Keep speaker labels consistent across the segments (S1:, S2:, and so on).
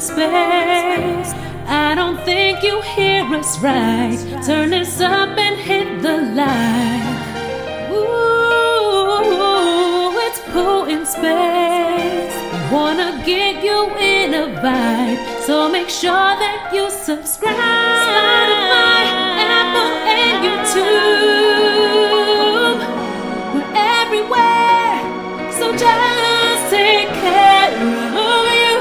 S1: space. I don't think you hear us right. Turn this up and hit the light. Ooh, it's cool in space. Wanna get you in a vibe, so make sure that you subscribe. Spotify, Apple, and YouTube. We're everywhere, so just take care of you.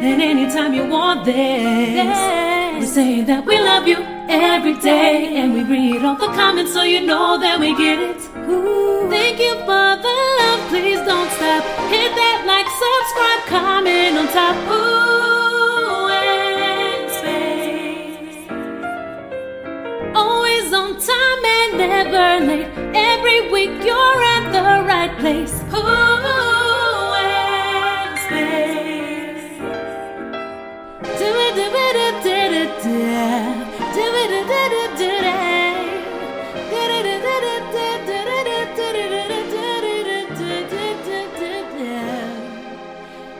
S1: And anytime you want this, we say that we love you every day, and we read all the comments so you know that we get it. Thank you for the love, please don't stop. Hit that like, subscribe, comment on top. Ooh, and space. Always on time and never late. Every week you're at the right place. Ooh, and space.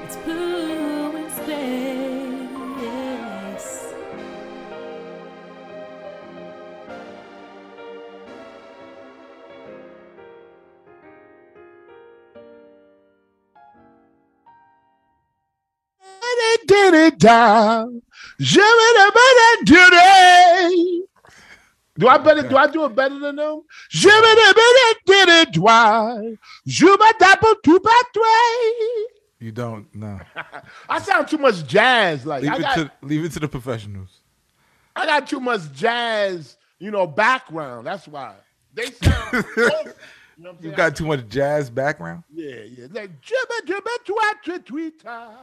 S1: It's blue in space.
S2: did it down. Do I better? Do I do it better than them? did it double two by three.
S3: You don't. No.
S2: I sound too much jazz. Like
S3: Leave
S2: I
S3: it
S2: got,
S3: to leave it to the professionals.
S2: I got too much jazz. You know, background. That's why they sound. over. You know what I'm
S3: You
S2: saying?
S3: got too much jazz background.
S2: Yeah, yeah. Like jibba jibba twa twa tweet time.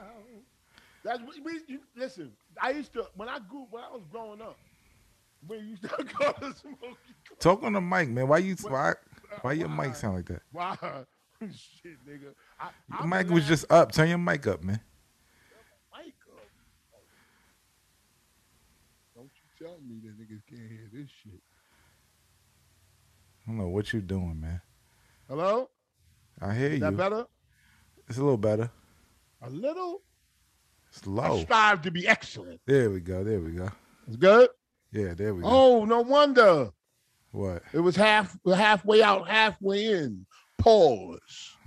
S2: That's what we you, listen. I used to when I grew when I was growing up. We used to go to smoke.
S3: Talk on the mic, man. Why you why why your
S2: Uh,
S3: mic sound like that?
S2: Wow, shit, nigga. I,
S3: Your
S2: I'm
S3: mic was
S2: glad-
S3: just up. Turn your mic up, man.
S2: mic up. Don't you tell me that niggas can't hear this shit.
S3: I don't know what you doing, man.
S2: Hello,
S3: I hear
S2: is that
S3: you.
S2: better?
S3: It's a little better.
S2: A little.
S3: It's
S2: I
S3: low.
S2: strive to be excellent.
S3: There we go. There we go.
S2: It's good.
S3: Yeah, there we go.
S2: Oh, no wonder
S3: What?
S2: it was half halfway out, halfway in. Pause.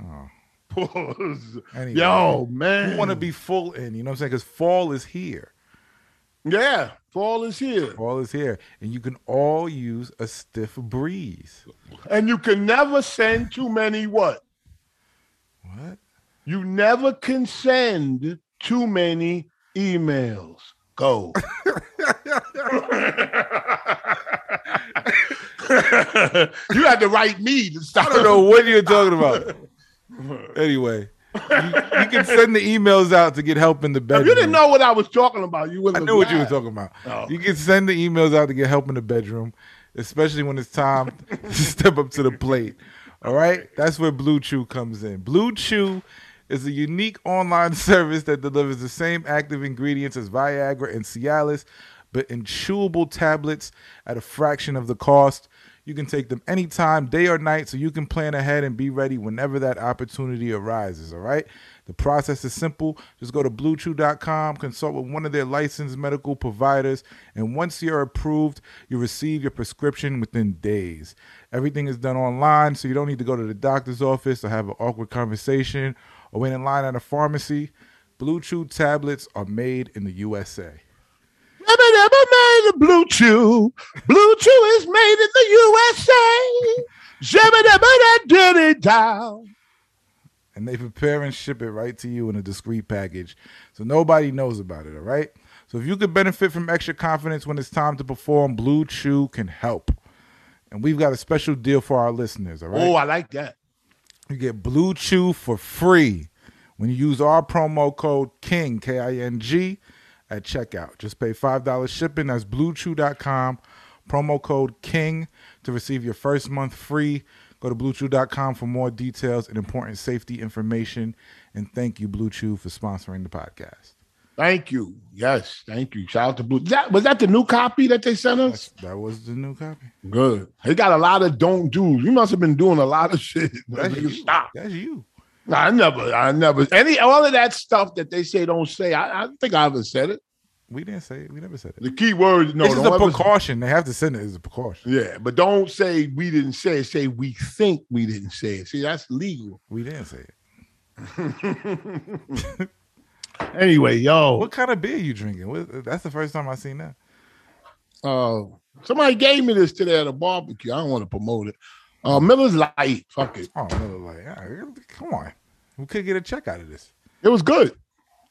S3: Oh.
S2: Pause.
S3: Anyway.
S2: Yo, man.
S3: You want to be full in, you know what I'm saying? Because fall is here.
S2: Yeah, fall is here.
S3: Fall is here. And you can all use a stiff breeze.
S2: And you can never send too many what?
S3: What?
S2: You never can send too many emails. Go. you had to write me to
S3: I
S2: stop.
S3: don't know what you're talking about. anyway, you, you can send the emails out to get help in the
S2: If
S3: bedroom.
S2: you didn't know what I was talking about, you
S3: I
S2: wouldn't
S3: knew what you were talking about.
S2: Oh.
S3: You can send the emails out to get help in the bedroom, especially when it's time to step up to the plate. All right, that's where Blue Chew comes in. Blue Chew is a unique online service that delivers the same active ingredients as Viagra and Cialis, but in chewable tablets at a fraction of the cost. You can take them anytime, day or night, so you can plan ahead and be ready whenever that opportunity arises. All right. The process is simple. Just go to bluechew.com, consult with one of their licensed medical providers, and once you're approved, you receive your prescription within days. Everything is done online, so you don't need to go to the doctor's office or have an awkward conversation or wait in line at a pharmacy. Blue Chew tablets are made in the USA.
S2: Never, never made a blue chew. Blue chew is made in the USA. Jibba dabba da diddy down.
S3: and they prepare and ship it right to you in a discreet package so nobody knows about it all right so if you could benefit from extra confidence when it's time to perform blue chew can help and we've got a special deal for our listeners all right
S2: Oh, I like that.
S3: you get Blue Chew for free when you use our promo code KING, K I N G, at checkout. Just pay $5 shipping. That's bluechew.com, promo code KING to receive your first month free. Go to bluechew.com for more details and important safety information. And thank you, Blue Chew, for sponsoring the podcast.
S2: Thank you. Yes, thank you. Shout out to Blue. That was that the new copy that they sent us.
S3: That was the new copy.
S2: Good. They got a lot of don't do. You must have been doing a lot of shit.
S3: That's
S2: Nigga,
S3: you.
S2: Stop.
S3: That's you.
S2: No, I never, I never. Any all of that stuff that they say don't say. I, I don't think I ever said it.
S3: We didn't say it. We never said it.
S2: The key word, no,
S3: This is
S2: don't
S3: a
S2: ever-
S3: precaution. They have to send it as a precaution.
S2: Yeah, but don't say we didn't say it. Say we think we didn't say it. See, that's legal.
S3: We didn't say it.
S2: Anyway, yo,
S3: What kind of beer you drinking? What, that's the first time I seen that.
S2: uh,
S3: Oh.
S2: somebody gave me this today at a barbecue. I don't want to promote it. Uh, Miller's Light, fuck it.
S3: Oh, Miller Lite. All right, ah, come on. We could get a check out of this.
S2: It was good.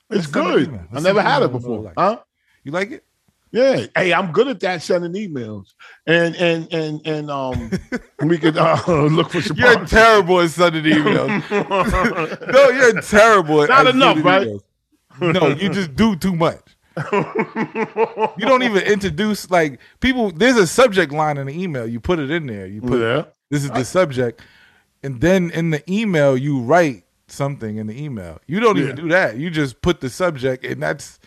S2: It's
S3: Let's send an
S2: good.
S3: email.
S2: I
S3: Let's
S2: never
S3: send an
S2: had it
S3: email to Miller
S2: before.
S3: Lite.
S2: Huh?
S3: You like it?
S2: Yeah. Hey, I'm good at that sending emails. And and and and um we could uh, look for some
S3: You're terrible at sending emails. Oh. no, you're terrible. At
S2: Not
S3: at
S2: enough,
S3: sending
S2: right?
S3: emails. No, you just do too much. you don't even introduce like people. There's a subject line in the email. You put it in there. You put
S2: Yeah.
S3: this is the subject, and then in the email you write something in the email. You don't
S2: Yeah.
S3: even do that. You just put the subject, and that's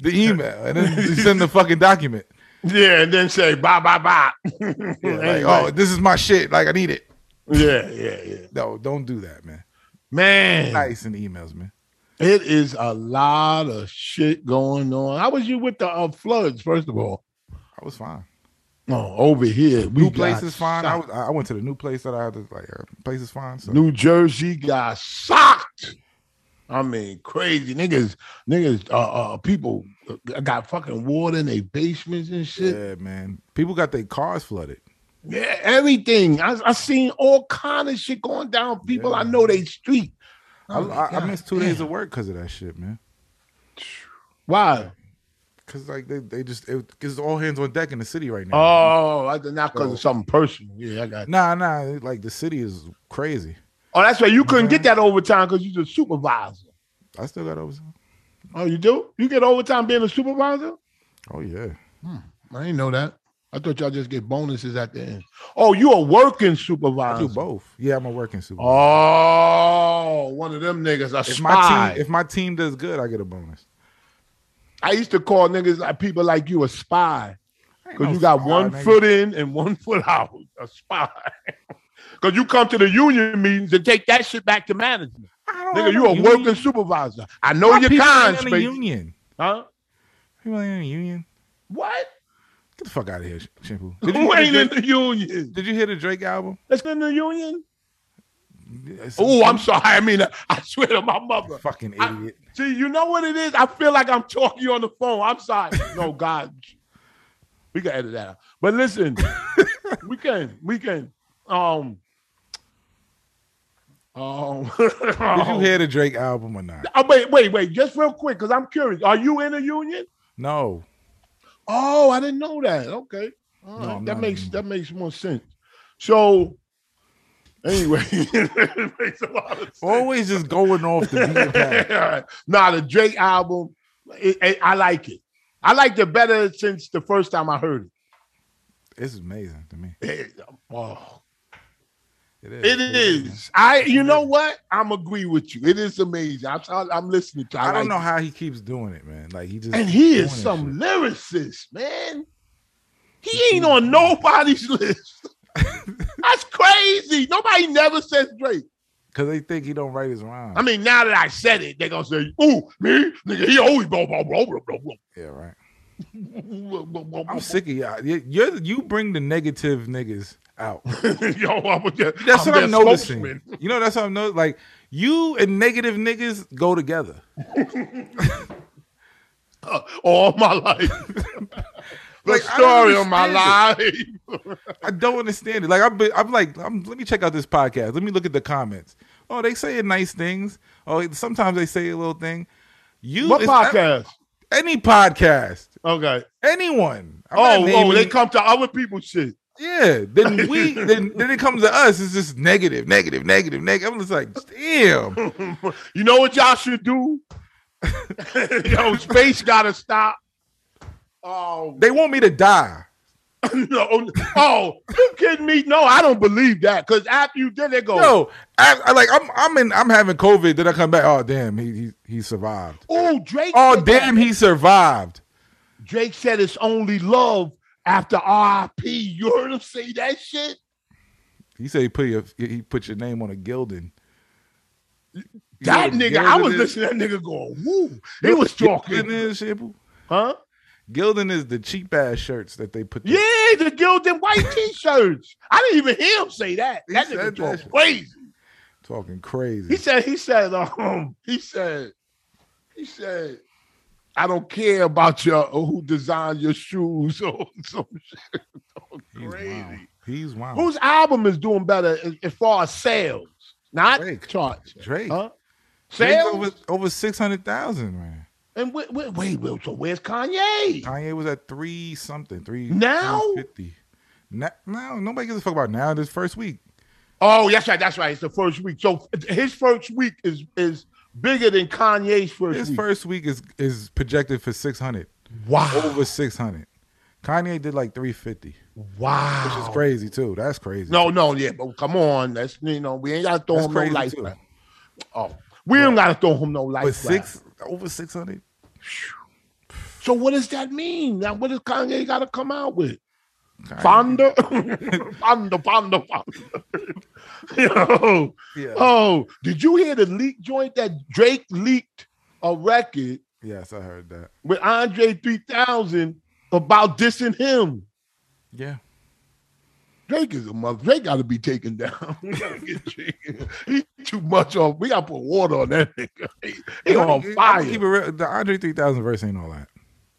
S3: the email, and then you send the fucking document.
S2: Yeah, and then say bye bye bye.
S3: Like, oh, this is my shit. Like I need it.
S2: yeah, yeah, yeah.
S3: No, don't do that, man.
S2: Man,
S3: Nice in the emails, man.
S2: it is a lot of shit going on. How was you with the uh, floods, first of all?
S3: I was fine.
S2: Oh, over here. We
S3: new place
S2: got
S3: is fine. I,
S2: socked.
S3: was, I went to the new place that I had to like. uh, Place is fine. So
S2: New Jersey got socked. I mean, crazy niggas, niggas, uh, uh, people got fucking water in their basements and shit.
S3: yeah, man. People got their cars flooded.
S2: Yeah, everything. I, I seen all kind of shit going down. People I know they street. Oh my
S3: I, I, I
S2: God,
S3: missed two days
S2: damn.
S3: of work because of that shit, man.
S2: Why?
S3: Because like they, they just it, it's all hands on deck in the city right now.
S2: Oh, I, not because of something personal. Yeah, I got.
S3: nah, nah. Like the city is crazy.
S2: Oh, that's right. You couldn't get that overtime because you're the supervisor.
S3: I still got over. some-
S2: Oh, you do? You get overtime being a supervisor?
S3: Oh yeah.
S2: I didn't know that. I thought y'all just get bonuses at the end. Oh, you a working
S3: I do
S2: supervisor?
S3: both. Yeah, I'm a working super.
S2: Oh, one of them niggas. I
S3: if
S2: spy.
S3: my team if my team does good, I get a bonus.
S2: I used to call niggas like people like you a spy.
S3: I ain't
S2: Because
S3: no
S2: you got
S3: spy,
S2: one
S3: nigga.
S2: foot in and one foot out. A spy. Because you come to the union meetings and take that shit back to management.
S3: I don't
S2: Nigga,
S3: have
S2: you
S3: no
S2: a
S3: union.
S2: working supervisor. I know
S3: My
S2: Oh, your
S3: people ain't
S2: kind,
S3: in the
S2: Spacey.
S3: union.
S2: Huh?
S3: People ain't in the union.
S2: What?
S3: Get the fuck out of here, Sh- Shampoo. Did you
S2: Who
S3: hear the
S2: ain't in
S3: Drake-
S2: the union?
S3: Did you hear the Drake album?
S2: That's in the union?
S3: It's some
S2: Oh, I'm sorry. I mean, I swear to my mother.
S3: fucking
S2: I-
S3: idiot.
S2: See, you know what it is? I feel like I'm talking to you on the phone. I'm sorry. No, God. We can edit that out. But listen, we can, we can. Um, um,
S3: Did you hear the Drake album or not?
S2: Oh, wait, wait, wait, just real quick, because I'm curious. Are you in a union?
S3: No.
S2: Oh, I didn't know that. Okay. All
S3: No,
S2: right.
S3: I'm
S2: that
S3: not
S2: makes
S3: in a
S2: that makes more sense. So anyway, it makes a lot of sense.
S3: Always just going off the beaten path.
S2: Nah, the Drake album, it, it- I like it. I liked it better since the first time I heard
S3: It's amazing to me.
S2: it. It- oh,
S3: It is.
S2: it is. I. You know what? I'm agree with you. It is amazing. I'm. I'm listening to. It.
S3: I don't
S2: like
S3: know
S2: it.
S3: how he keeps doing it, man. Like he just
S2: And he
S3: keeps
S2: is
S3: doing that
S2: some lyricist, man. He ain't on nobody's list. That's crazy. Nobody never says Drake.
S3: shit. cause they think he don't write his rhymes.
S2: I mean, now that I said it, they're gonna say, ooh, me, nigga, he always blah blah blah blah blah blah.
S3: yeah, right.
S2: blah, blah, blah, blah.
S3: I'm sick of y'all. You you're- you bring the negative niggas out.
S2: Yo, I'm with that.
S3: That's what
S2: their
S3: I'm noticing.
S2: spokesman.
S3: You know, that's what I'm noticing. Like you and negative niggas go together.
S2: Uh, all my life. the
S3: Like, I don't
S2: story of my life.
S3: I don't understand it. Like I'm, I'm like, I'm, let me check out this podcast. Let me look at the comments. Oh, they say nice things. Oh, sometimes they say a little thing. You
S2: what
S3: it's-
S2: podcast?
S3: Any podcast,
S2: Okay.
S3: anyone. I'm not
S2: Oh,
S3: naming-
S2: oh, they come to other people's shit.
S3: yeah. Then we, then then it comes to us. It's just negative, negative, negative, negative. I'm just like, damn.
S2: You know what y'all should do? Yo, space gotta stop. Oh
S3: They want me to die.
S2: no! Oh, you kidding me? No, I don't believe that. Cause after you did, they go.
S3: No, I, I like I'm, I'm in, I'm having COVID. Then I come back. Oh damn, he he, he survived.
S2: Oh, Drake.
S3: Oh
S2: said that.
S3: damn, he survived.
S2: Drake said it's only love after RIP. You heard him say that shit?
S3: He said he put your, he put your name on a gilding.
S2: That
S3: You
S2: nigga, I was
S3: gilded it.
S2: listening to that nigga going, woo. He was
S3: Gilding
S2: talking.
S3: is, Shabu?
S2: Huh?
S3: Gilding is the cheap ass shirts that they put.
S2: Yeah, the Gildan white t-shirts. I didn't even hear him say that.
S3: He
S2: that
S3: said
S2: nigga
S3: that
S2: talking
S3: shit.
S2: crazy.
S3: Talking
S2: He
S3: crazy.
S2: said, he said, um, he said, he said, I don't care about your or who designed your shoes or some shit.
S3: He's wild.
S2: Crazy.
S3: He's wild.
S2: Whose album is doing better as, as far as sales? Not
S3: Drake.
S2: charts.
S3: Drake?
S2: Huh?
S3: Drake's
S2: Sales?
S3: over over six hundred thousand man.
S2: and wait, wait, wait, wait, so where's Kanye?
S3: Kanye was at three something, three
S2: Now?
S3: fifty. Now, now nobody gives a fuck about now. This first week,
S2: Oh, that's right. That's right. It's the first week. So his first week is is bigger than Kanye's first
S3: his
S2: week.
S3: first week is is projected for six hundred,
S2: wow.
S3: over six hundred. Kanye did like three fifty,
S2: wow.
S3: Oh, which is crazy too. That's crazy.
S2: No, no, yeah, but come on. That's you know, we ain't gotta throw
S3: That's
S2: him no
S3: crazy,
S2: life.
S3: too.
S2: Oh. We don't gotta throw him no
S3: but
S2: life.
S3: six over six hundred.
S2: So what does that mean? Now what does Kanye gotta come out with? Fonda? Fonda, Fonda, Fonda. Yo.
S3: Yeah.
S2: Oh, did you hear the leak joint that Drake leaked a record
S3: Yes, I heard that.
S2: with Andre 3000 about dissing him?
S3: Yeah.
S2: Drake is a mother. Drake got to be taken down. We gotta get Drake. he too much off. We got to put water on that nigga. He, he
S3: I'ma-
S2: on
S3: I'ma
S2: fire.
S3: Keep it real. The Andre three thousand verse ain't all that.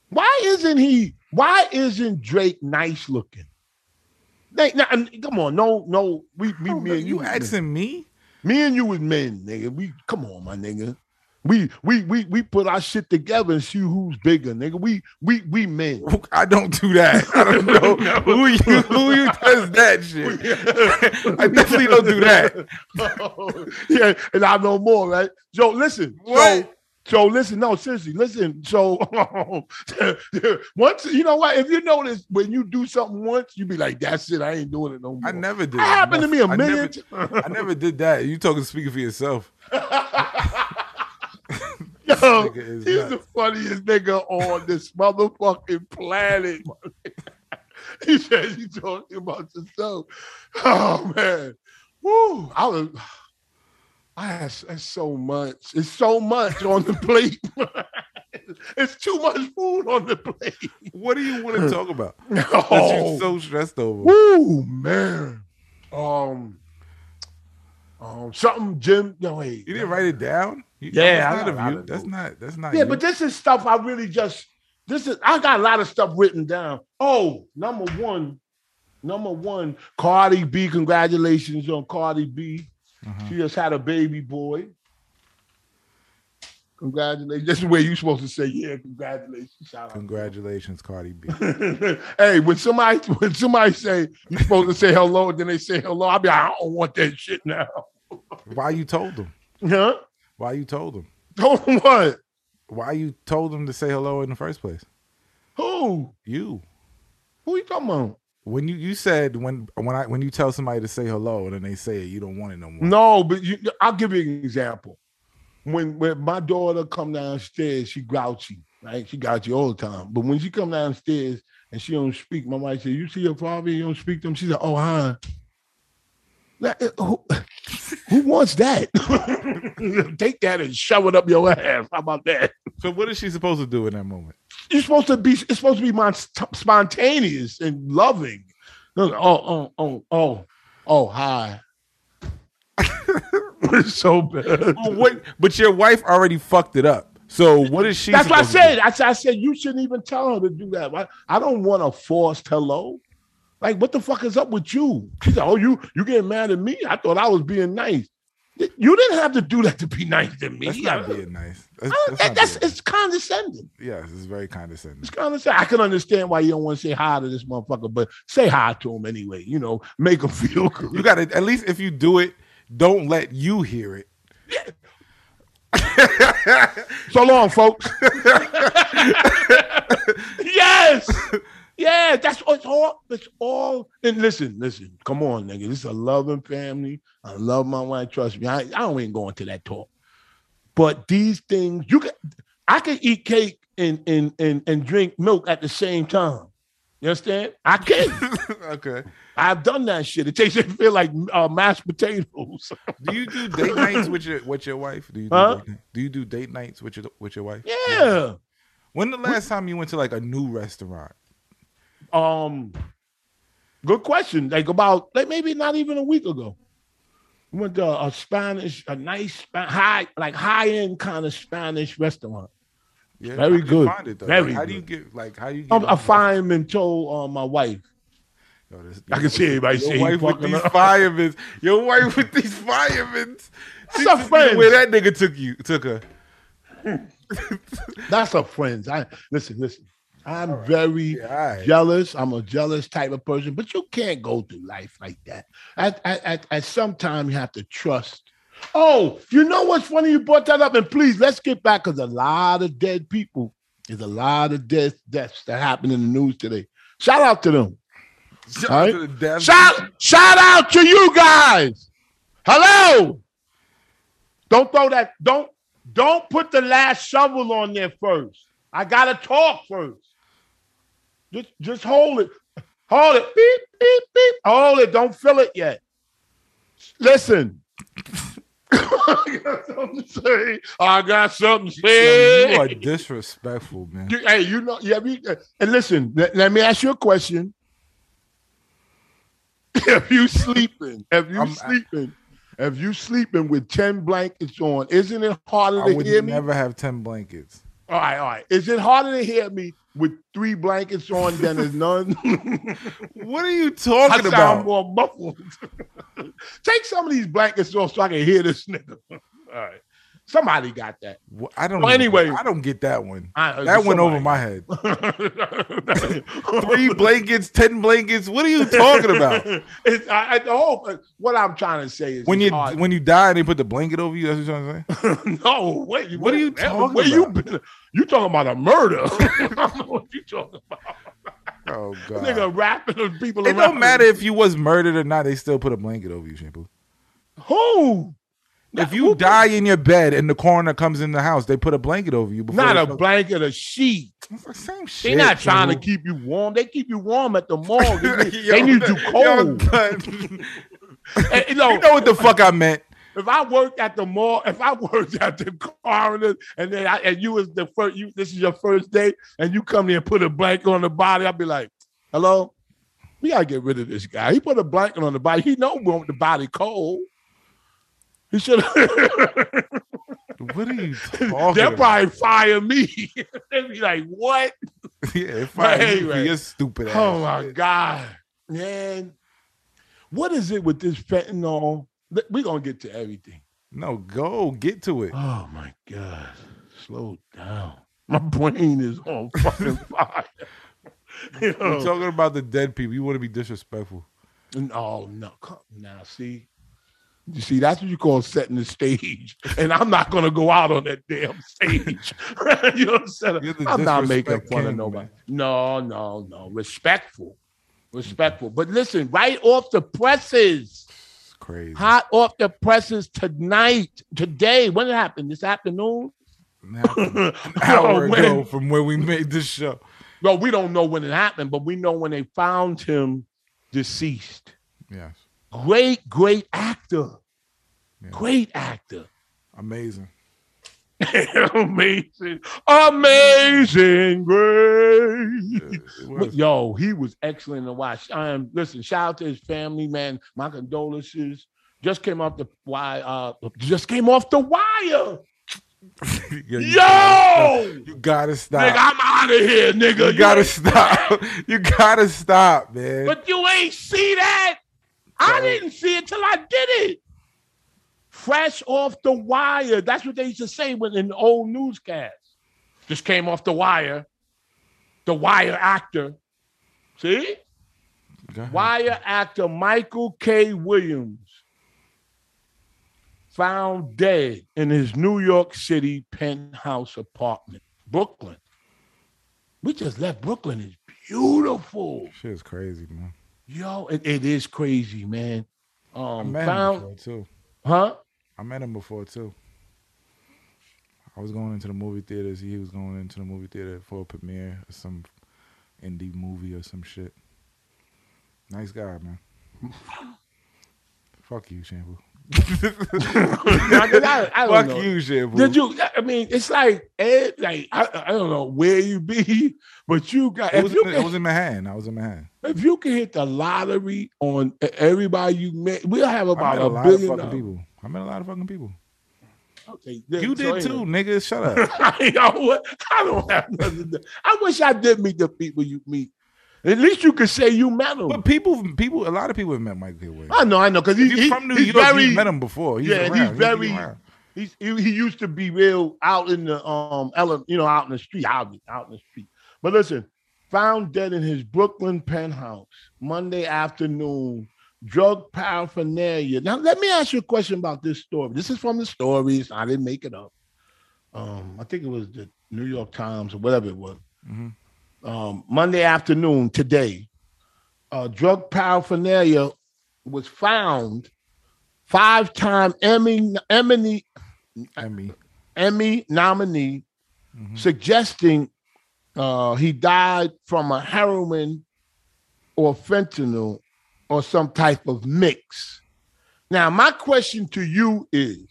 S2: Why isn't he? Why isn't Drake nice looking? They, now, and come on, no, no. We, we, me
S3: you,
S2: and you, was men.
S3: asking me?
S2: me and you was men, nigga. We come on, my nigga. We, we, we, we put our shit together and see who's bigger, nigga. We, we, we men.
S3: I don't do that. I don't know who you who you does that shit. I definitely don't do that.
S2: yeah, and I know more, right? Joe, listen. So,
S3: What?
S2: so listen, no, seriously, listen. So once you know what, if you notice when you do something once, you be like, that's it, I ain't doing it no more.
S3: I never did.
S2: that happened to me a
S3: I
S2: million
S3: never-
S2: times.
S3: I never did that. You talking speaking for yourself.
S2: Yo,
S3: nigga is
S2: Oh, he's
S3: nuts.
S2: the funniest nigga on this motherfucking planet. he said, "You talking about yourself?" Oh man, woo! I was, I had s- it's so much. It's so much on the plate. it's too much food on the plate.
S3: What do you want to talk about? That
S2: Oh,
S3: you so stressed over.
S2: woo, man. Um, um, something, Jim. No, wait.
S3: You didn't write it down. You-
S2: Yeah, I don't-
S3: that's
S2: I
S3: not of you.
S2: don't
S3: That's
S2: do-
S3: not. That's not.
S2: Yeah,
S3: you.
S2: but this is stuff I really just this is I got a lot of stuff written down. Oh, number one, number one, Cardi B. Congratulations on Cardi B.
S3: Uh-huh.
S2: She just had a baby boy. Congratulations. This is where you're supposed to say, yeah, congratulations. Shout out.
S3: Congratulations, Cardi B.
S2: hey, when somebody when somebody say you're supposed to say hello, then they say hello, I'll be like, I don't want that shit now.
S3: Why you told them?
S2: Huh?
S3: Why you told them?
S2: Don't what?
S3: Why you told them to say hello in the first place?
S2: Who?
S3: You.
S2: Who you talking about?
S3: When you, you said when when I when you tell somebody to say hello and then they say it, you don't want it no more.
S2: No, but you, I'll give you an example. When when my daughter come downstairs, she grouchy, right? She grouchy all the time. But when she come downstairs and she don't speak, my wife said, "You see your father, you don't speak to him." She said, "Oh, huh." Like, uh, who, who wants that? Take that and shove it up your ass. How about that?
S3: So what is she supposed to do in that moment?
S2: You're supposed to be. It's supposed to be mon- spontaneous and loving. No, no, Oh, oh, oh, oh, oh, hi. it's so bad.
S3: Well, what? But your wife already fucked it up. So what is she?
S2: That's what I
S3: supposed to
S2: said. I said, I said you shouldn't even tell her to do that. I, I don't want a forced hello. Like, what the fuck is up with you? She said, "Oh, you you getting mad at me? I thought I was being nice. You didn't have to do that to be nice to
S3: do?
S2: me.
S3: That's
S2: I-
S3: not being nice. That's,
S2: I-
S3: that's,
S2: Oh, that-
S3: not
S2: that's-
S3: being
S2: it's condescending.
S3: nice. Yes, it's very condescending.
S2: It's condescending. I can understand why you don't want to say hi to this motherfucker, but say hi to him anyway. You know, make him feel good.
S3: You got to at least if you do it, don't let you hear it.
S2: So long, folks. yes. Yeah, that's all- it's all. It's all. And listen, listen. Come on, nigga. This is a loving family. I love my wife. Trust me. I, I don't even go into that talk. But these things, you can. I can eat cake and and and and drink milk at the same time. You understand? I can.
S3: okay.
S2: I've done that shit. It tastes it feel like uh, mashed potatoes.
S3: Do you do date nights with your with your wife? Do you do,
S2: Huh?
S3: date, night- do you do date nights with your with your wife?
S2: yeah.
S3: When the last time you went to like a new restaurant?
S2: Um, good question. Like about like maybe not even a week ago, we went to a Spanish, a nice Spa- high like high end kind of Spanish restaurant.
S3: Yeah,
S2: Very
S3: how you
S2: good.
S3: Find it, though?
S2: Very
S3: Like, how do you
S2: good.
S3: get like how you? Get
S2: I'm a fireman told uh, my wife.
S3: Yo, this-
S2: I can see everybody
S3: Your
S2: say he
S3: wife with
S2: fucking
S3: these
S2: up.
S3: firemen. Your wife with these firemen. She
S2: our
S3: took you
S2: friends.
S3: Where that nigga took you? Took her.
S2: That's a friends. I listen, listen. I'm very
S3: Yeah, all right.
S2: jealous. I'm a jealous type of person, but you can't go through life like that. At at at, at some time you have to trust. Oh, you know what's funny? You brought that up, and please let's get back because a lot of dead people. There's a lot of death deaths that happened in the news today. Shout out to them.
S3: Shout
S2: All
S3: out
S2: right.
S3: to the death-
S2: Shout shout out to you guys. Hello. Don't throw that. Don't don't put the last shovel on there first. I gotta talk first. Just just hold it. Hold it. Beep, beep, beep. Hold it. Don't feel it yet. Listen. I got something to say. I got something to
S3: Yo,
S2: say.
S3: You are disrespectful, man.
S2: You- hey, you know, yeah. We, uh, and listen, let, let me ask you a question. if you sleeping, if you
S3: I'm- I-
S2: sleeping, if you sleeping with ten blankets on, isn't it harder
S3: I
S2: to
S3: would
S2: hear me?
S3: never have ten blankets.
S2: all right, all right. Is it harder to hear me with three blankets on than is none?
S3: What are you
S2: I
S3: talking
S2: sound
S3: about?
S2: more muffled. Take some of these blankets off so I can hear this nigga. all right, somebody got that.
S3: Wha- I don't.
S2: Well,
S3: know.
S2: anyway.
S3: I don't get that one.
S2: I-
S3: that went over
S2: somebody-
S3: my head. Three blankets, ten blankets. What are you talking about?
S2: It's, I, I, the whole, what I'm trying to say is
S3: When you
S2: it's hard.
S3: when you die, they put the blanket over you. That's what you're trying to say.
S2: no, wait,
S3: What are you talking
S2: where you
S3: about?
S2: been? You talking about a murder? I don't know what you talking about?
S3: Oh god.
S2: Nigga, rapping on people.
S3: it
S2: around
S3: don't matter if you was murdered or not. They still put a blanket over you, shampoo.
S2: who.
S3: If you die in your bed and the coroner comes in the house, they put a blanket over you. Before
S2: not
S3: they
S2: a
S3: come-
S2: blanket, a sheet.
S3: It's the same shit.
S2: They're not trying to
S3: Shampoo.
S2: keep you warm. They keep you warm at the mall. They need,
S3: Yo,
S2: they need you
S3: yo,
S2: cold. Eh,
S3: but-
S2: And, you know,
S3: you know what the fuck I meant.
S2: If I worked at the mall, if I worked at the coroner, and then I, and you was the first, you this is your first day, and you come there and put a blanket on the body, I'd be like, "Hello, we gotta get rid of this guy. He put a blanket on the body. He know we want the body cold. He should.
S3: What are you
S2: They'll
S3: talking about?
S2: probably fire me. They'd be like, "What?
S3: Yeah, if I
S2: Right,
S3: you for
S2: right.
S3: your stupid ass.
S2: Oh my
S3: shit.
S2: God, man! What is it with this fentanyl? We're gonna get to everything."
S3: No, go get to it.
S2: Oh my God. Slow down. My brain is on fucking fire. you
S3: We're
S2: know?
S3: talking about the dead people. You want to be disrespectful.
S2: And, oh no. Come now, see. You see, that's what you call setting the stage. And I'm not gonna go out on that damn stage. you know what I'm
S3: You're
S2: saying?
S3: the
S2: I'm not
S3: disrespect
S2: making fun of
S3: king,
S2: nobody.
S3: man.
S2: No, no, no. Respectful. Respectful. But listen, right off the presses.
S3: It's crazy.
S2: Hot off the presses tonight, today. When it happened? This afternoon?
S3: Now, an hour
S2: Oh, man.
S3: ago from when we made this show.
S2: Well, we don't know when it happened, but we know when they found him deceased.
S3: Yes.
S2: Great, great actor.
S3: Yeah.
S2: Great actor.
S3: Amazing.
S2: amazing. Amazing grace.
S3: It
S2: But
S3: was.
S2: Yo, he was excellent to watch. I am listen, shout out to his family, man. My condolences. Just came off the wire. Uh, just came off the wire.
S3: Yo, you gotta
S2: Yo!
S3: stop.
S2: Nigga,
S3: You gotta stop.
S2: I'm out of here, nigga.
S3: You gotta
S2: ain't-
S3: stop. You gotta stop, man.
S2: But you ain't see that. I
S3: Sorry.
S2: didn't see it till I did it. Fresh off the wire. That's what they used to say when in the old newscasts. Just came off the wire. The wire actor. See?
S3: Go ahead.
S2: Wire actor Michael K. Williams found dead in his New York City penthouse apartment, Brooklyn. We just left Brooklyn. It's beautiful.
S3: Shit is crazy, man.
S2: Yo, it, it is crazy, man. Um,
S3: met
S2: found,
S3: him before too.
S2: huh?
S3: I met him before too. I was going into the movie theaters. He was going into the movie theater for a premiere or some indie movie or some shit. Nice guy, man. Fuck you, Shampoo.
S2: I, I, I don't
S3: Fuck
S2: know.
S3: you, Shampoo.
S2: Did you? I mean, it's like Ed. Like I, I don't know where you be, but you got.
S3: I
S2: If
S3: was,
S2: you,
S3: in, I
S2: can,
S3: was in Manhattan. I was in Manhattan.
S2: if you can hit the lottery on e, everybody you met, we'll have
S3: I
S2: about
S3: met
S2: a,
S3: a lot
S2: billion
S3: of fucking
S2: of-
S3: people. I met a lot of fucking people.
S2: Okay,
S3: You
S2: so
S3: did
S2: anyway.
S3: too, nigga. Shut up.
S2: you know what? I don't have nothing. To, I wish I did meet the people you meet. At least you could say you met him.
S3: But people, people, a lot of people have met Michael K. Williams.
S2: I know, I know, because
S3: If
S2: he,
S3: You're
S2: he-
S3: from New
S2: he's
S3: York.
S2: very,
S3: you met him before. He's
S2: yeah, and
S3: around.
S2: he's very,
S3: been around.
S2: he's, he, he used to be real out in the um, ele- you know, out in the street, obvi- out in the street. But listen, found dead in his Brooklyn penthouse Monday afternoon. Drug paraphernalia. Now, let me ask you a question about this story. This is from the stories. I didn't make it up. Um, I think it was the New York Times or whatever it was
S3: Mhm.
S2: um, Monday afternoon today, uh, drug paraphernalia was found. Five-time Emmy Emmy
S3: I mean,
S2: Emmy nominee
S3: mhm.
S2: suggesting uh, he died from a heroin or fentanyl or some type of mix. Now, my question to you is: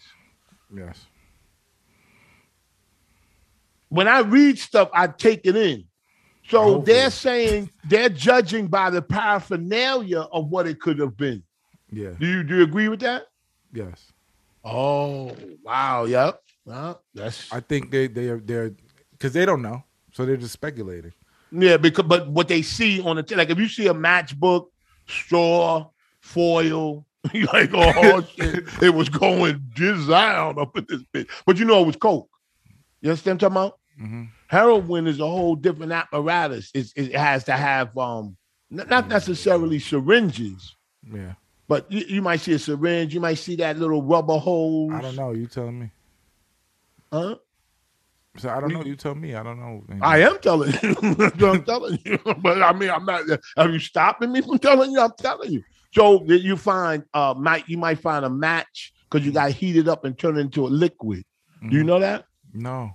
S3: yes.
S2: When I read stuff, I take it in. So
S3: Hopefully.
S2: they're saying they're judging by the paraphernalia of what it could have been.
S3: Yeah.
S2: Do you do you agree with that?
S3: Yes.
S2: Oh wow, yep. Well, that's
S3: I think they they are they're because they don't know, so they're just speculating.
S2: yeah, because but what they see on the t- like if you see a matchbook, straw, foil, you like oh shit, it was going just down up in this bitch. But you know it was coke. You understand what I'm talking about?
S3: Mhm.
S2: Heroin is a whole different apparatus. It's, it has to have um n-
S3: Mm.
S2: not necessarily syringes,
S3: Yeah.
S2: but you, you might see a syringe, you might see that little rubber hose.
S3: I don't know. You telling me?
S2: Huh?
S3: So I don't
S2: We-
S3: know. You tell me. I don't know.
S2: I am telling you. That's what I'm telling you. But I mean, I'm not. Are you stopping me from telling you? I'm telling you. So that you find uh, might you might find a match because you got heated up and turned into a liquid. Do you know that?
S3: No,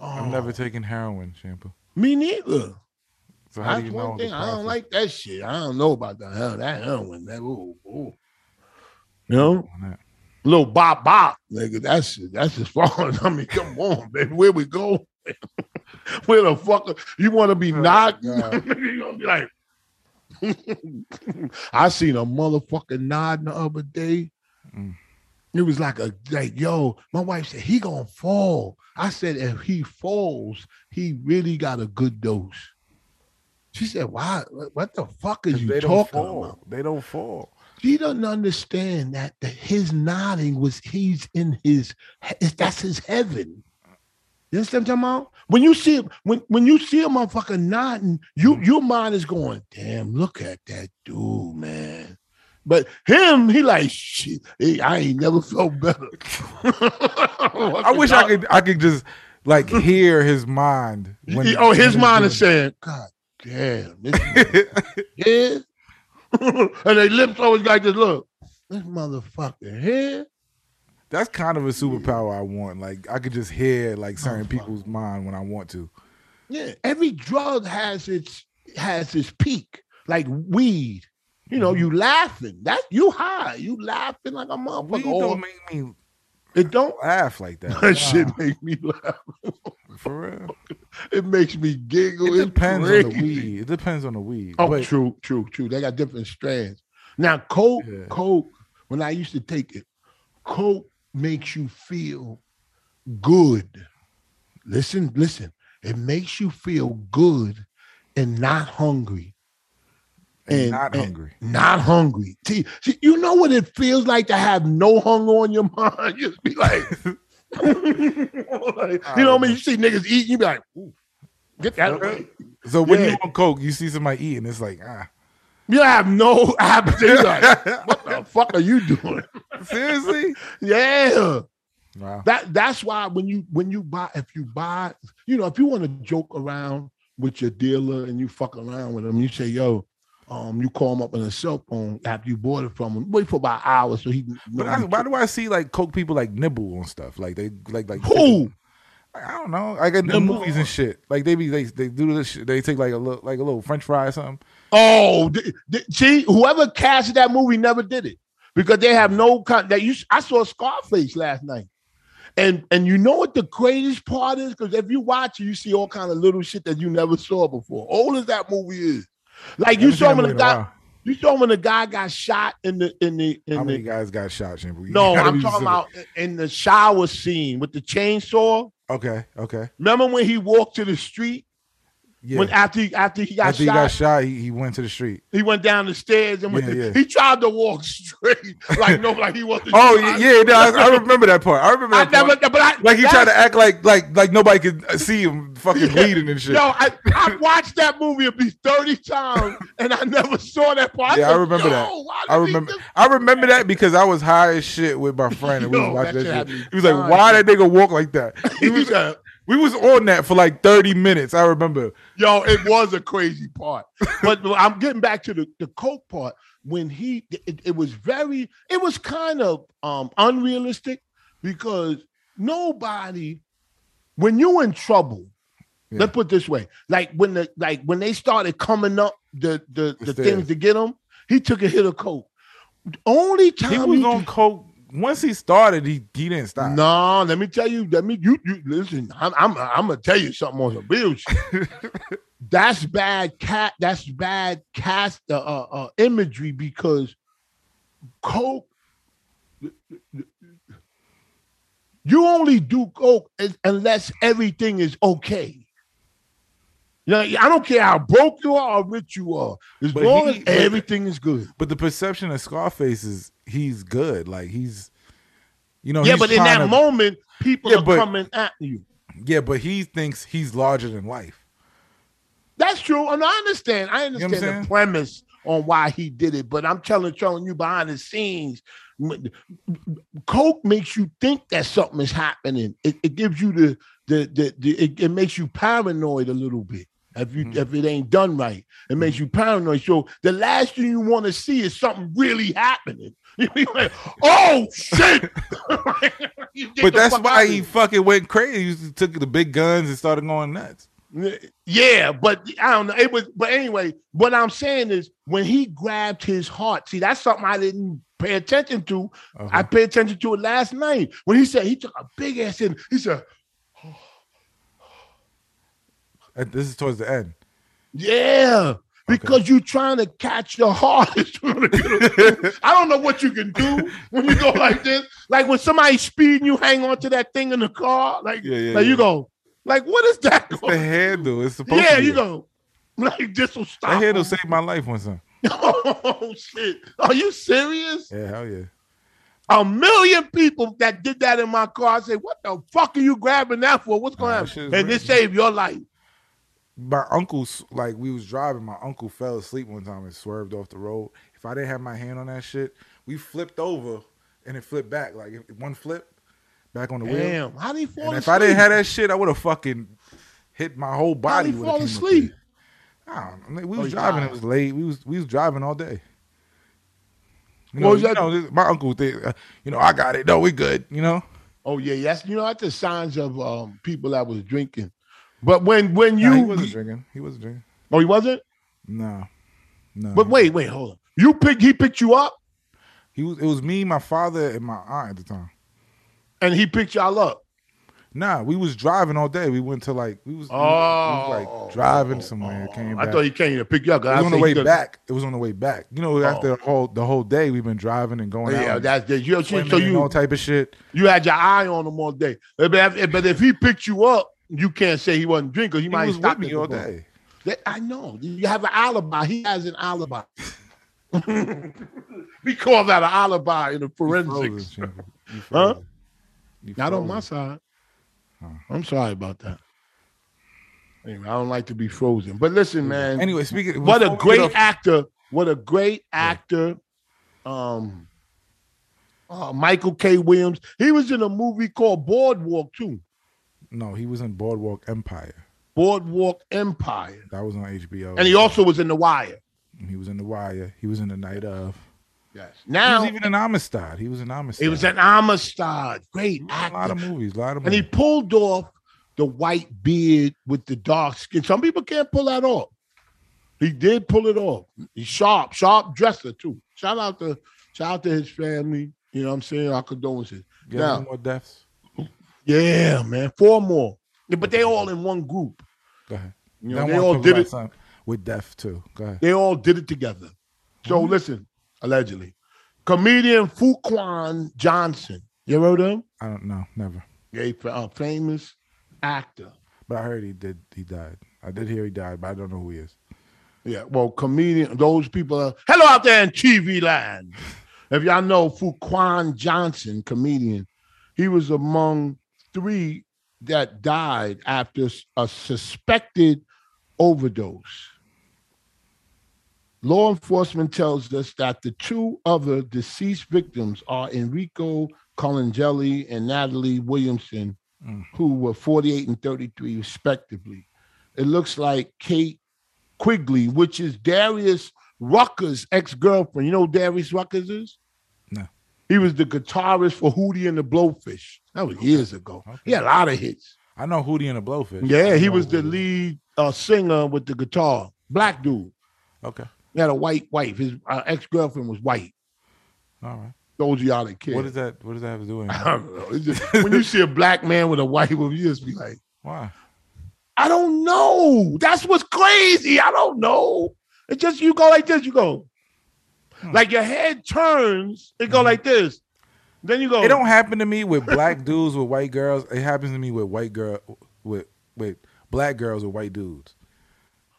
S2: Oh,
S3: Mm-hmm. I've never taken heroin, shampoo.
S2: Me neither.
S3: So how do
S2: That's
S3: you know?
S2: one
S3: the
S2: thing. I don't
S3: process?
S2: like that shit. I don't know about that hell. That heroin. That ooh, ooh. You know,
S3: on that.
S2: little bop bop, nigga. That's that's as far as I mean. Come on, baby. Where we go? Where the fuck you want to be
S3: Oh,
S2: knocked?
S3: God.
S2: you gonna be like, I seen a motherfucking nod the other day.
S3: Mm.
S2: It was like a like, yo. My wife said he gonna fall. I said if he falls, he really got a good dose. She said, "Why? What the fuck are
S3: 'Cause
S2: you
S3: They don't
S2: talking
S3: fall.
S2: about?"
S3: They don't fall.
S2: She doesn't understand that the, his nodding was he's in his he- that's his heaven. You understand what I'm talking about? When you see when when you see a motherfucker nodding, you
S3: Mm-hmm.
S2: your mind is going, damn, look at that dude, man. But him, he like shit. eh, I ain't never felt better.
S3: I wish I could. I could just like hear his mind.
S2: He- oh, his
S3: when
S2: mind is
S3: he's
S2: saying, God damn, this
S3: doing it.
S2: head, and their lips always like this. Look, this motherfucker head.
S3: That's kind of a superpower I want. Like I could just hear
S2: Oh,
S3: like certain people's mind when I want to.
S2: Yeah, every drug has its has its peak, like weed. You
S3: Mm-hmm.
S2: know, you laughing. That you high. You laughing like a motherfucker.
S3: Weed
S2: Or
S3: don't make me
S2: it don't.
S3: laugh like that.
S2: That shit
S3: Nah,
S2: make me laugh.
S3: for real.
S2: It makes me giggle.
S3: It depends on the
S2: crazy.
S3: weed. It depends on the weed.
S2: Oh,
S3: but
S2: true, true, true. They got different strands. Now, coke,
S3: Yeah.
S2: coke. When I used to take it, coke makes you feel good. Listen, listen. It makes you feel good and not hungry.
S3: and
S2: and-
S3: not
S2: and-
S3: hungry.
S2: Not hungry. See, see, you know what it feels like to have no hunger on your mind. You just be like, like, you know what I mean? You see niggas eating, you be like, ooh, get that away.
S3: So when
S2: Yeah.
S3: you on coke, you see somebody eating, it's like ah,
S2: You have no appetite. You're Like, what the fuck are you doing?
S3: seriously?
S2: Yeah,
S3: Wow.
S2: that that's why when you when you buy if you buy you know if you want to joke around with your dealer and you fuck around with him, you say yo, um, you call him up on his cell phone after you bought it from him. Wait for about an hour so he.
S3: But I, why do I see like coke people like nibble on stuff? Like they like like
S2: who?
S3: Like, I don't know. Like in the
S2: Number
S3: movies and shit. Like they be they they do this. Shit. They take like a little like a little French fry or something.
S2: Oh, th- th- see, whoever casted that movie never did it because they have no con- that you. s- I saw Scarface last night, and and you know what the greatest part is because if you watch it, you see all kind of little shit that you never saw before. Old as that movie is, like you
S3: Haven't seen
S2: saw
S3: that
S2: when
S3: movie
S2: the
S3: in a
S2: guy,
S3: while.
S2: you saw when the guy got shot in the in the in
S3: How
S2: the
S3: many guys got shot, Shampoo? You
S2: no,
S3: gotta
S2: I'm
S3: be
S2: talking
S3: specific.
S2: about in the shower scene with the chainsaw.
S3: Okay, okay.
S2: Remember when he walked to the street
S3: Yeah.
S2: when after he, after he got
S3: After he
S2: shot,
S3: got shot, he, he went to the street.
S2: He went down the stairs and went.
S3: Yeah, yeah.
S2: He tried to walk straight, like no, like he wasn't.
S3: Oh yeah, yeah no, I, I remember that part. I remember
S2: I
S3: that part.
S2: never, but I
S3: like he
S2: that-
S3: tried to act like like like nobody could uh, see him fucking
S2: Yeah.
S3: bleeding and shit.
S2: Yo, I, I watched that movie at least thirty times, and I never saw that part.
S3: yeah, I
S2: said,
S3: remember
S2: "Yo,
S3: that.
S2: why
S3: I
S2: did he
S3: remember.
S2: just-"
S3: I remember that because I was high as shit with my friend and we
S2: Yo,
S3: was watching
S2: that shit had
S3: that,
S2: me
S3: shit. He was like,
S2: dying.
S3: "Why that nigga walk like that?" We was,
S2: Yeah.
S3: we was on that for like thirty minutes. I remember.
S2: Yo, it was a crazy part. But I'm getting back to the, the coke part. When he it, it was very it was kind of um unrealistic because nobody when you in trouble,
S3: Yeah.
S2: let's put it this way, like when the like when they started coming up the the,
S3: The
S2: the,
S3: stairs.
S2: things to get him, he took a hit of coke. Only time
S3: He was
S2: you
S3: on coke. Once he started, he he didn't stop.
S2: no, let me tell you. Let me you you listen. I'm I'm I'm gonna tell you something on some real shit. that's bad cat. That's bad cast uh, uh, uh, imagery because coke. You only do coke un- unless everything is okay. You know, I don't care how broke you are or rich you are, as
S3: But
S2: long as
S3: he- but-
S2: everything is good.
S3: But the perception of Scarface is he's good. Like he's, you know,
S2: yeah,
S3: Oh, he's
S2: but in
S3: trying
S2: that
S3: to-
S2: moment, people
S3: Yeah,
S2: are
S3: but-
S2: coming at you.
S3: yeah, but he thinks he's larger than life.
S2: That's true, and I understand. I
S3: what I'm
S2: understand
S3: saying?
S2: the premise on why he did it, but I'm telling, telling you behind the scenes, m- coke makes you think that something is happening. It, it gives you the the the, the it, it makes you paranoid a little bit. If you
S3: Mm-hmm.
S2: if it ain't done right, it makes you paranoid. So the last thing you want to see is something really happening. You be like, oh shit! You get
S3: But
S2: the
S3: that's
S2: fuck
S3: why
S2: out of
S3: he
S2: here.
S3: fucking went crazy. He took the big guns and started going nuts.
S2: Yeah, but I don't know. It was, but anyway, what I'm saying is when he grabbed his heart, see, that's something I didn't pay attention to.
S3: Uh-huh.
S2: I paid attention to it last night when he said he took a big ass in. He said,
S3: And This is towards the end.
S2: "Yeah." Because you're trying to catch your heart. I don't know what you can do when you go like this. Like when somebody's speeding, you hang on to that thing in the car. Like,
S3: Yeah, yeah,
S2: like
S3: yeah.
S2: you go, like, what is that?
S3: It's the handle. It's supposed
S2: yeah,
S3: to be.
S2: you go. Like this will stop.
S3: That handle
S2: him.
S3: saved my life one time.
S2: Oh shit! Are you serious?
S3: Yeah, hell yeah.
S2: A million people that did that in my car. I say, what the fuck are you grabbing that for? What's going
S3: Nah,
S2: on?
S3: that shit is
S2: And
S3: real.
S2: this saved your life.
S3: My uncle's like we was driving. My uncle fell asleep one time and swerved off the road. If I didn't have my hand on that shit, we flipped over and it flipped back. Like if- one flip back on the wheel.
S2: Damn, how did he fall
S3: And if
S2: asleep?
S3: I didn't have that shit, I would have fucking hit my whole
S2: how
S3: body.
S2: did he
S3: with a
S2: fall
S3: came up
S2: asleep?
S3: there. I don't know. Like, we
S2: Oh,
S3: was
S2: he
S3: driving.
S2: died.
S3: It was late. We was we was driving all day.
S2: What
S3: You know,
S2: was
S3: you
S2: that-
S3: know, this- my uncle think, uh, you know, I got it. No, we good. You know,
S2: Oh yeah, yes. You know, that's the signs of um, people that was drinking. But when when you
S3: Nah, he wasn't drinking. He wasn't drinking.
S2: oh he wasn't.
S3: No, no.
S2: But wait, wait, hold on. You pick he picked you up
S3: he was. It was me, my father, and my aunt at the time.
S2: and he picked y'all up.
S3: Nah, we was driving all day. We went to like we was, we was, we was,
S2: Oh.
S3: like driving somewhere. came back.
S2: I thought he came to pick you up. 'cause
S3: it
S2: I
S3: was on the
S2: said
S3: way
S2: he could-
S3: back. It was on the way back. You know, after the whole the whole day, we've been driving and going
S2: Yeah,
S3: out,
S2: that's that. You
S3: swimming
S2: so
S3: and
S2: you
S3: all type of shit.
S2: You had your eye on him all day. But if, but if he picked you up, you can't say he wasn't drinking. He,
S3: He
S2: might
S3: was
S2: stop
S3: with me all day.
S2: I know. You have an alibi. He has an alibi. we call that an alibi in the
S3: Frozen,
S2: forensics.
S3: Jimmy. You
S2: Huh?
S3: frozen. You
S2: Not on
S3: frozen.
S2: my side. I'm sorry about that. Anyway, I don't like to be frozen. But listen, man.
S3: Anyway, speaking.
S2: what a
S3: before we
S2: great
S3: get off-
S2: actor! What a great actor! Um, uh, Michael K. Williams. He was in a movie called Boardwalk too.
S3: No, he was in Boardwalk Empire.
S2: Boardwalk Empire.
S3: That was on HBO.
S2: And he also was in The Wire.
S3: he was in The Wire. He was in The Night of.
S2: Yes.
S3: He
S2: Now
S3: was even in Amistad. He was in Amistad.
S2: it was an Amistad, great
S3: a lot
S2: actor,
S3: of movies. A lot of
S2: and he
S3: movies.
S2: pulled off the white beard with the dark skin. Some people can't pull that off. He did pull it off. He's sharp, sharp dresser too. Shout out to shout out to his family. You know what I'm saying? Our condolences.
S3: You
S2: Now-
S3: have any more deaths?
S2: Yeah, man. Four more. Yeah, But they all in one group.
S3: Go ahead.
S2: You know,
S3: Now I
S2: they
S3: wanna
S2: all
S3: talk
S2: did
S3: about
S2: it.
S3: something with death too. Go ahead.
S2: They all did it together. So listen, allegedly. Comedian Fuquan Johnson. You heard of him?
S3: I don't know. Never.
S2: Yeah, he- uh, famous actor.
S3: But I heard he did. He died. I did hear he died, but I don't know who he is.
S2: Yeah, well, comedian, those people are hello out there in TV land. If y'all know Fuquan Johnson, comedian, he was among three that died after s- a suspected overdose. Law enforcement tells us that the two other deceased victims are Enrico Colangelli and Natalie Williamson, who were 48 and 33, respectively. It looks like Kate Quigley, which is Darius Rucker's ex girlfriend. You know who Darius Rucker's is?
S3: No.
S2: He was the guitarist for Hootie and the Blowfish. That was years ago. He had a lot of hits.
S3: I know Hootie and the Blowfish. I
S2: Yeah,
S3: don't
S2: he
S3: know
S2: was
S3: who
S2: the
S3: it is.
S2: lead uh, singer with the guitar. Black dude.
S3: Okay.
S2: He had a white wife. His uh, ex girlfriend was white.
S3: All right.
S2: Those of y'all that care.
S3: What does that? What does that have to do with
S2: I
S3: anything?
S2: don't know. It's just- when you see a black man with a white woman, you just be like,
S3: Why?
S2: I don't know. That's what's crazy. I don't know. It's just you go like this, you go.
S3: Hmm.
S2: Like your head turns, it go like this. Then you go.
S3: It Mm-hmm. don't happen to me with black dudes with white girls. It happens to me with white girl with with black girls with white dudes.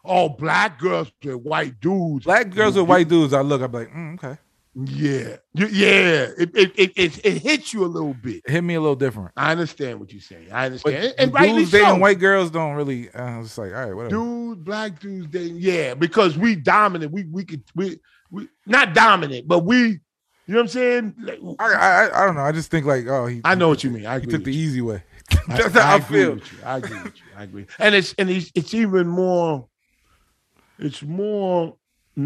S2: oh, black girls with white dudes.
S3: Black girls with white dudes. I look. I'm like, mm, okay.
S2: Yeah. You- Yeah. It, it, it, it, it hits you a little bit.
S3: It hit me a little different.
S2: I understand what you're saying. I
S3: But
S2: understand.
S3: the
S2: and rightly
S3: dudes
S2: so.
S3: dating white girls don't really. Uh, I was like, all right, whatever.
S2: dudes, black dudes, they yeah, because we dominant. We we could we we not dominant, but we you know what I'm saying? Like,
S3: I, I I- I don't know. I just think like, oh, he.
S2: I know what you mean. I
S3: He
S2: agree.
S3: took
S2: with
S3: the
S2: you.
S3: easy way.
S2: I-
S3: That's how I,
S2: agree
S3: feel.
S2: With you. I agree with you. I agree. And it's and it's, it's even more it's more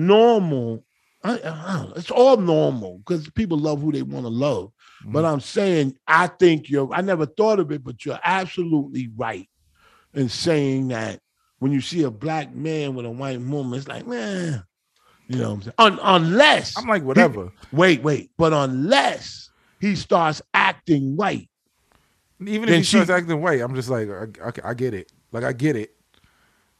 S2: normal. I, I don't know. It's all normal because people love who they want to love.
S3: Mm-hmm.
S2: But I'm saying I think you're I never thought of it, but you're absolutely right in saying that when you see a black man with a white woman, it's like, man, you know what I'm saying? Un- unless
S3: I'm like, whatever.
S2: wait, wait, but unless he starts acting white.
S3: Even if
S2: Then
S3: he starts
S2: she-
S3: acting white, I'm just like, I, I, I get it. Like I get it.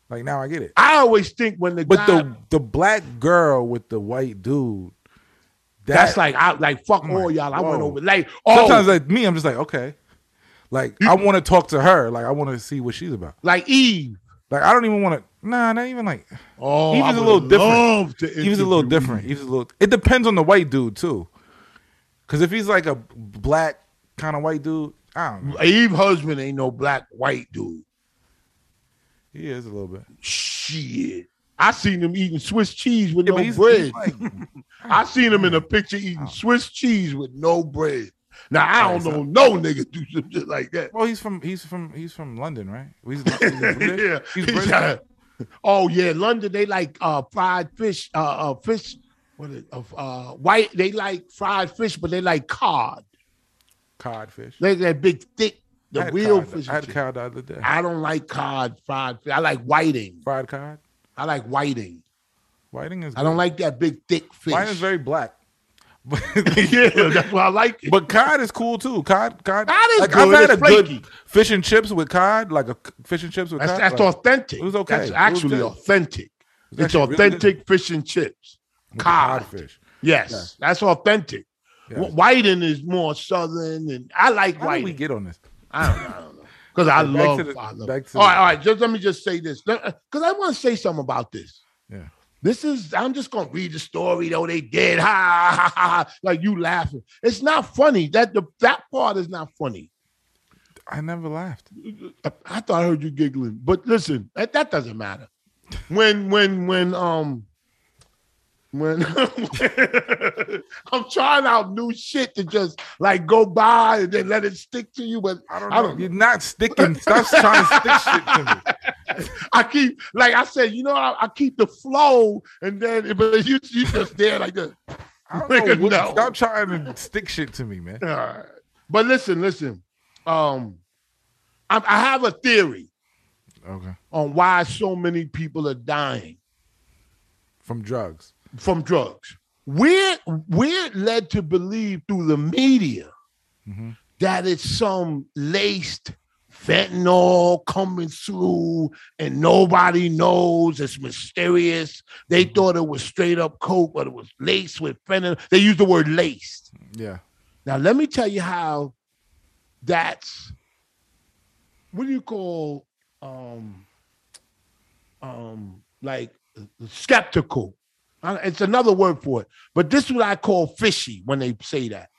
S3: Like now I get it.
S2: I always think when the
S3: But
S2: guy,
S3: the the black girl with the white dude. that- Oh,
S2: that's like I like fuck all y'all. I went
S3: whoa.
S2: over like oh
S3: sometimes like me, I'm just like, okay. Like I want to talk to her. Like I want to see what she's about.
S2: like Eve.
S3: Like I don't even want to. Nah, not even like.
S2: Oh,
S3: Eve
S2: I
S3: is a
S2: would've
S3: little different.
S2: loved to
S3: He was a little
S2: interview
S3: different.
S2: Eve.
S3: He was a little. It depends on the white dude too. Because if he's like a black kind of white dude, I don't know.
S2: Eve husband ain't no black white dude.
S3: He is a little bit.
S2: Shit. I seen him eating Swiss cheese with
S3: Yeah, but
S2: no
S3: he's,
S2: bread.
S3: he's like,
S2: I seen him in a picture
S3: Oh.
S2: eating Swiss cheese with no bread. Now I
S3: Right,
S2: don't know no nigga do some shit like that.
S3: well, he's from he's from he's from London, right? He's, he's,
S2: yeah. He's
S3: he's British.
S2: got- oh yeah, London they like uh fried fish, uh, uh fish. What is of uh white? They like fried fish, but they like cod.
S3: codfish.
S2: They that big thick,
S3: I
S2: the
S3: had
S2: real
S3: cod,
S2: fish.
S3: I
S2: and
S3: had
S2: shit.
S3: cod the other day.
S2: I don't like cod fried fish. I like whiting.
S3: Fried cod.
S2: I like whiting.
S3: Whiting is.
S2: I don't like that big thick fish.
S3: Whiting is very black. But,
S2: yeah, that's why I like it.
S3: but cod is cool too. Cod, cod.
S2: Cod is
S3: like,
S2: good.
S3: I've had
S2: It's
S3: a good
S2: flaky.
S3: fish and chips with cod, like a c- fish and chips with
S2: That's
S3: cod.
S2: that's
S3: like,
S2: authentic.
S3: it was okay.
S2: That's
S3: It was
S2: actually
S3: good.
S2: authentic.
S3: was
S2: It's
S3: actually really
S2: authentic fish and chips.
S3: with the
S2: Cod.
S3: codfish.
S2: Yes,
S3: Yes.
S2: that's authentic.
S3: Yes.
S2: Wh- Whiting is more southern, and I like
S3: How did we
S2: whiting.
S3: get on this?
S2: I don't know. I don't know. Because I
S3: Back to
S2: love,
S3: the-
S2: I love.
S3: back to
S2: all
S3: the-
S2: right, all right. Just let me just say this, because I want to say something about this.
S3: Yeah.
S2: This is. I'm just gonna read the story though. They did. Ha ha ha. ha. Like you laughing. It's not funny. That the that part is not funny.
S3: I never laughed.
S2: I, I thought I heard you giggling, but listen, that, that doesn't matter. When when when um when I'm trying out new shit to just like go by and then let it stick to you, but
S3: I don't know.
S2: I don't know.
S3: You're not sticking. Stop trying to stick shit to me.
S2: I keep like I said, you know, I, I keep the flow, and then but you you just there like this.
S3: I don't know. what-
S2: No.
S3: Stop
S2: Uh,
S3: trying to stick shit to me, man.
S2: All right. But listen, listen. Um, I, I have a theory
S3: Okay.
S2: on why so many people are dying
S3: From drugs.
S2: from drugs. We're we're led to believe through the media that it's some laced fentanyl coming through and nobody knows. It's mysterious. They thought it was straight up coke, but it was laced with fentanyl. They used the word laced.
S3: Yeah.
S2: Now let me tell you how that's what do you call um um like skeptical. Uh, It's another word for it, but this is what I call fishy when they say that.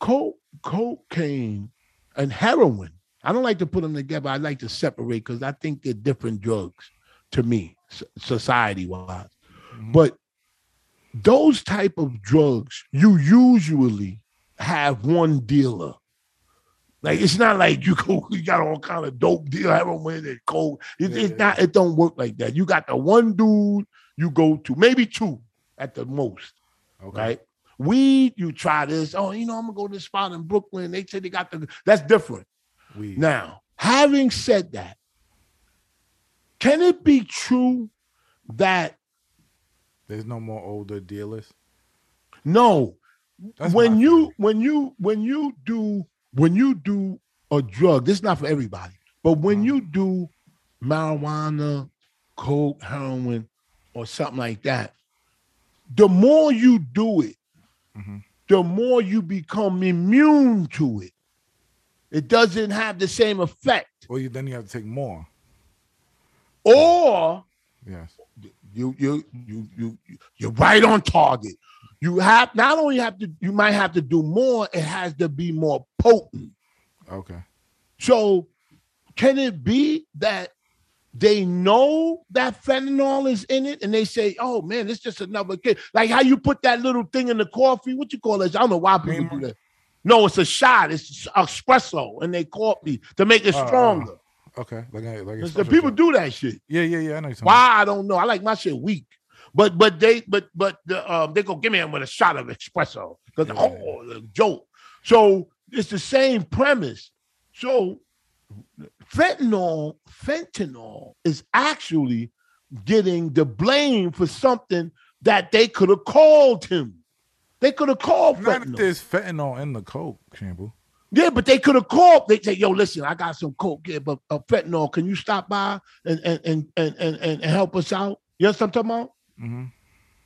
S2: Coke, cocaine, and heroin. I don't like to put them together. I like to separate because I think they're different drugs to me, society wise. But those type of drugs you usually have one dealer like it's not like you go you got all kind of dope deal heroin and coke it,
S3: Yeah,
S2: it's
S3: yeah,
S2: not it don't work like that you got the one dude you go to maybe two at the most
S3: Okay.
S2: right weed you try this oh you know i'm gonna go to this spot in brooklyn they say they got the that's different
S3: Weed.
S2: now, having said that, can it be true that
S3: There's no more older dealers.
S2: no,
S3: That's
S2: when
S3: my
S2: you
S3: theory.
S2: when you when you do when you do a drug, this is not for everybody, but when you
S3: Mm-hmm.
S2: do marijuana, coke, heroin, or something like that, the more you do it,
S3: Mhm.
S2: the more you become immune to it. It doesn't have the same effect.
S3: Well, you, then you have to take more.
S2: Or
S3: Yes.
S2: you you you you you're right on target. You have not only have to you might have to do more, it has to be more potent.
S3: Okay.
S2: So can it be that they know that fentanyl is in it and they say, oh man, it's just another kid. Like how you put that little thing in the coffee, what you call it? I don't know why people do
S3: Creamer?
S2: that. No, it's a shot, it's espresso in their coffee to make it
S3: Oh, oh,
S2: stronger.
S3: Okay. Like, I- like
S2: The people do that shit.
S3: Yeah, yeah, yeah. I know you're talking about.
S2: Why I don't know. I like my shit weak. But but they but but the, um they go give me him with a shot of espresso because
S3: Yeah.
S2: oh the joke. So it's the same premise. So fentanyl fentanyl is actually getting the blame for something that they could have called him. They could have called
S3: Not if
S2: fentanyl.
S3: there's fentanyl in the coke, Shampoo.
S2: Yeah, but they could have called. They say, "Yo, listen, I got some coke here, but uh, fentanyl. Can you stop by and and and and and, and help us out?" You know what I'm talking about?
S3: Mm-hmm.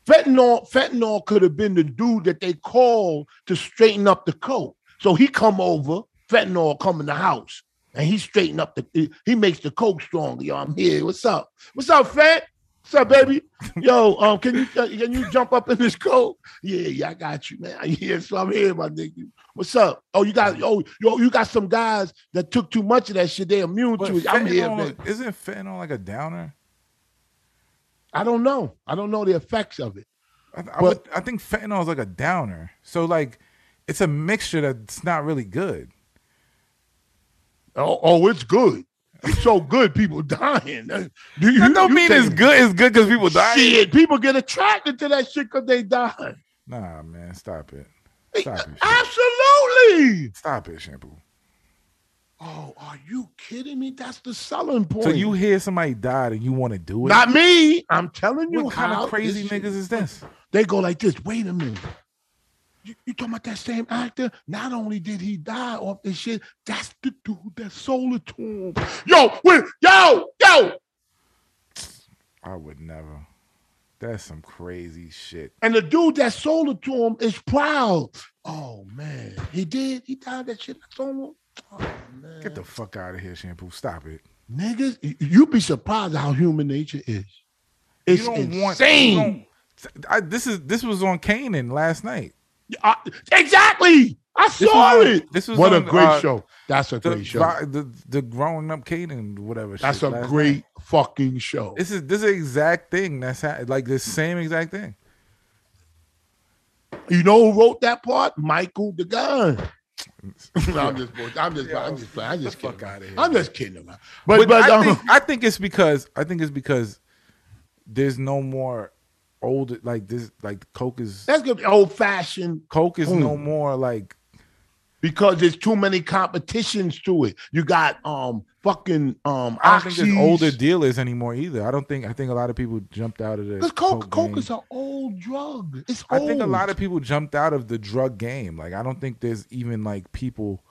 S2: Fentanyl, fentanyl could have been the dude that they called to straighten up the coat. So he come over, fentanyl come in the house, and he straighten up the he- he makes the coke stronger. Yo, I'm here. What's up? What's up, Fent? What's up, baby? Yo, um, can you can you jump up in this coat? Yeah, yeah, I got you, man. Yeah, so I'm here, my nigga. What's up? Oh, you got oh yo, you got some guys that took too much of that shit. They immune
S3: But
S2: to it. I'm here, man.
S3: fentanyl, isn't fentanyl like a downer?
S2: I don't know. I don't know the effects of it.
S3: I, I,
S2: But-
S3: would, I think fentanyl is like a downer. So like, it's a mixture that's not really good.
S2: Oh, oh, it's good. It's so good, people dying. Uh, Do you,
S3: That don't
S2: you
S3: mean it's
S2: think-
S3: good. It's good because people die.
S2: Shit, people get attracted to that shit because they die.
S3: Nah, man, stop it.
S2: They-
S3: Stop it. Shampoo.
S2: Absolutely.
S3: Stop it, shampoo.
S2: Oh, are you kidding me? That's the selling point.
S3: So you hear somebody died and you want to do it?
S2: not me. I'm telling you
S3: what kind
S2: how
S3: of crazy
S2: this
S3: niggas
S2: shit-
S3: is this?
S2: They go like this. Wait a minute. You, you talking about that same actor? Not only did he die off this shit, that's the dude that sold it to him. Yo, wait, yo, yo,
S3: I would never. That's some crazy shit.
S2: And the dude that sold it to him is proud. Oh man, he did. He died that shit. I sold him. Oh man,
S3: Get the fuck out of here, shampoo. Stop it.
S2: niggas. y- You'd be surprised how human nature is. It's
S3: you don't want.
S2: insane.
S3: you don't- I, this is this was on Kanan last night.
S2: I- Uh, exactly. I
S3: was
S2: saw
S3: on-
S2: it.
S3: this was
S2: what
S3: on,
S2: a great
S3: uh,
S2: show. That's a
S3: The,
S2: great show.
S3: vi- the the growing up Kanan, whatever.
S2: That's
S3: shit
S2: a
S3: last
S2: great
S3: night.
S2: fucking show.
S3: This is this is the exact thing that's ha- like the same exact thing.
S2: You know who wrote that part? Michael the Gun. No, I'm just, bull- I'm just, I'm just, playing. I'm just
S3: fuck
S2: kidding. around.
S3: outta here,
S2: I'm just kidding around. But, but,
S3: But I,
S2: um,
S3: think, I think it's because I think it's because there's no more old like this like Coke is
S2: that's gonna be old fashioned
S3: Coke is no
S2: Mm.
S3: more like
S2: because there's too many competitions to it. You got um fucking um
S3: I don't think
S2: Oxys.
S3: there's older dealers anymore either. I don't think I think a lot of people jumped out of the
S2: Because coke, coke
S3: game.
S2: is an old drug. It's
S3: I
S2: old.
S3: think a lot of people jumped out of the drug game. Like I don't think there's even like people,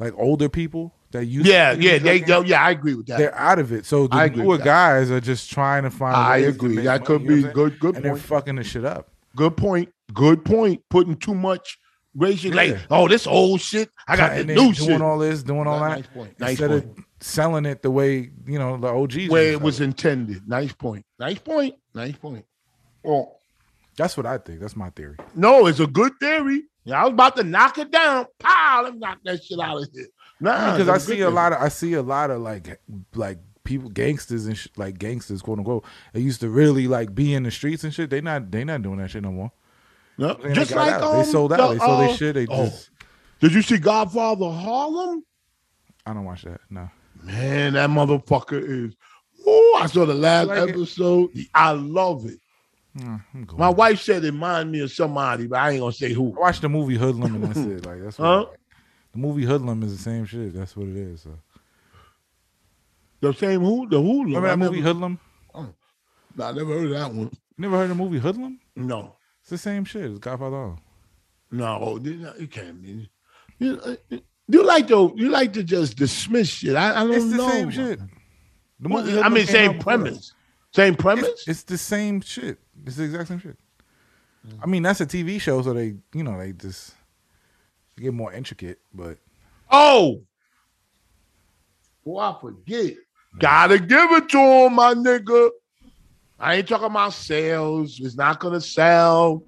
S3: like older people that used.
S2: yeah,
S3: to be in
S2: yeah,
S3: the
S2: they,
S3: drug game,
S2: yeah, I agree with that.
S3: they're out of it. So
S2: I
S3: the
S2: agree
S3: newer
S2: with that.
S3: guys are just trying to find.
S2: I
S3: ways to
S2: agree.
S3: make
S2: That
S3: money,
S2: could be
S3: you know what I'm saying?
S2: good- good
S3: And they're
S2: point.
S3: fucking the shit up.
S2: Good point. Good point. Putting too much racial, like,
S3: Yeah.
S2: oh, this old shit. I got the
S3: Cutting it,
S2: new
S3: doing
S2: shit.
S3: all this, doing all that.
S2: Nice point. Nice
S3: instead of selling it the way you know the OGs.
S2: Where
S3: used
S2: it
S3: to
S2: was
S3: sell
S2: intended. Nice point. Nice point. Nice point. Oh.
S3: That's what I think. That's my theory.
S2: No, it's a good theory. Yeah, I was about to knock it down. Pow, let me knock that shit out of here. Nah,
S3: because I see a lot of I see a lot of like like people gangsters and sh- like gangsters quote unquote they used to really like be in the streets and shit they not they not doing that shit no more
S2: of
S3: And
S2: just
S3: they got
S2: like
S3: out.
S2: um,
S3: they sold out
S2: the,
S3: they sold
S2: uh,
S3: their shit they
S2: oh,
S3: just
S2: Did you see Godfather Harlem?
S3: I don't watch that no
S2: Man, that motherfucker is. Oh, I saw the last
S3: Like it?
S2: episode. I love it.
S3: Mm, I'm good.
S2: My wife said it reminded me of somebody, but I ain't gonna say who.
S3: I watched the movie Hoodlum and that's it like that's what I
S2: Huh?
S3: like. the movie Hoodlum is the same shit that's what it is so.
S2: The same who? The who?
S3: remember
S2: I
S3: that
S2: never,
S3: movie Hoodlum
S2: I never heard of that one.
S3: you never heard of the movie Hoodlum
S2: No,
S3: it's the same shit it's Godfather All.
S2: no, it can't be. You, uh, you like to you like to just dismiss shit. I, I don't
S3: it's the
S2: know.
S3: same shit the
S2: Well,
S3: movie
S2: I
S3: Hoodlum
S2: mean,
S3: came out
S2: same
S3: before that.
S2: premise. Same
S3: It's,
S2: premise.
S3: it's the same shit. It's the exact same shit. I mean, that's a TV show, so they, you know, they just get more intricate. But
S2: oh, boy, I forget. Mm. Gotta give it to him, my nigga. I ain't talking about sales. It's not gonna sell.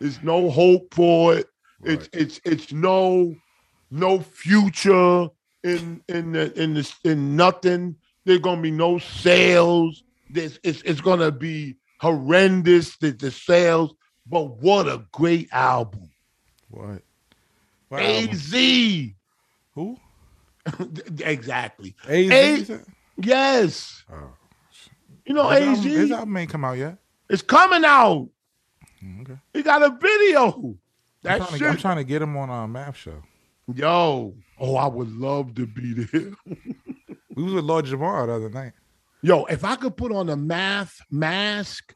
S2: There's no hope for it. It's it's it's no no future in in the in the in nothing. There's gonna be no sales. This it's it's gonna be horrendous the, the sales. But what a great album.
S3: what? What album?
S2: AZ.
S3: Who?
S2: exactly.
S3: AZ?
S2: A-
S3: you said?
S2: Yes.
S3: Oh.
S2: You know,
S3: his, album,
S2: AZ
S3: his album ain't come out yet.
S2: is coming out.
S3: Mm, Okay.
S2: He got a video.
S3: I'm
S2: That
S3: trying, to, I'm
S2: shit.
S3: trying to get him on our map show.
S2: Yo. Oh, I would love to be there.
S3: We was with Lord Jamar the other night.
S2: Yo, if I could put on a math mask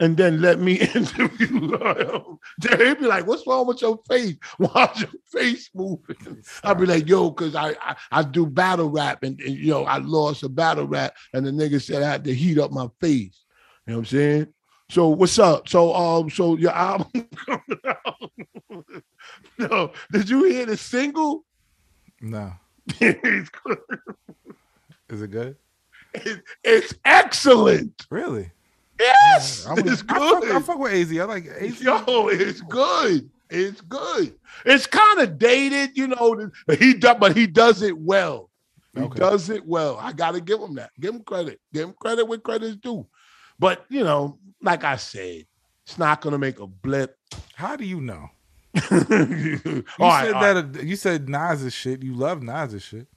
S2: and then let me interview him, they'd be like, what's wrong with your face? Why's your face moving? I'd be like, yo, because I, I, I do battle rap and, and, you know, I lost a battle rap and the nigga said I had to heat up my face. You know what I'm saying? So what's up? So um, so your album coming out. no, did you hear the single?
S3: No.
S2: it's, good.
S3: Is it good?
S2: It- it's excellent.
S3: Really?
S2: Yes,
S3: I'm-
S2: it's
S3: I fuck,
S2: good.
S3: I fuck with AZ. I like AZ.
S2: Yo, it's good. It's good. It's kind of dated, you know. But he does, but he does it well. He
S3: Okay.
S2: does it well. I gotta give him that. Give him credit. Give him credit where credit's due. But you know, like I said, it's not gonna make a blip.
S3: How do you know?
S2: all
S3: You said
S2: right, all right.
S3: that you said Nas's shit. You love Nas's shit.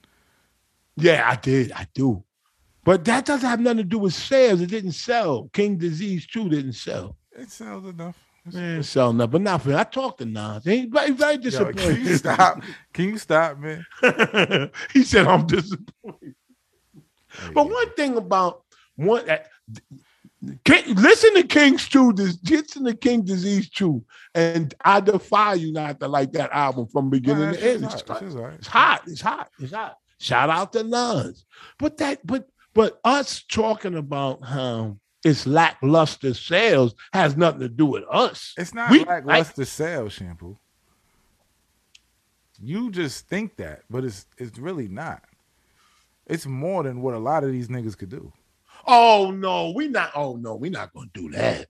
S2: Yeah, I did. I do. But that doesn't have nothing to do with sales. It didn't sell. King Disease 2 didn't sell.
S3: It sounds enough. It's-
S2: It didn't sell nothing, but nothing. I talked to Nas. He very, very
S3: Yo,
S2: disappointed.
S3: can you stop? Can you stop, man?
S2: he said, "I'm disappointed." But one thing about one, uh, King, listen to King's two, this listen to King Disease two, and I defy you not to like that album from beginning
S3: Nah,
S2: to end. It's,
S3: that shit's hot. Shit's alright.
S2: hot. It's hot. It's hot. Shout out to Nas. But that, but but us talking about how it's lackluster sales has nothing to do with us.
S3: It's not
S2: We-
S3: lackluster sales shampoo. You just think that, but it's it's really not. It's more than what a lot of these niggas could do.
S2: Oh no, we not. Oh no, we not gonna do that.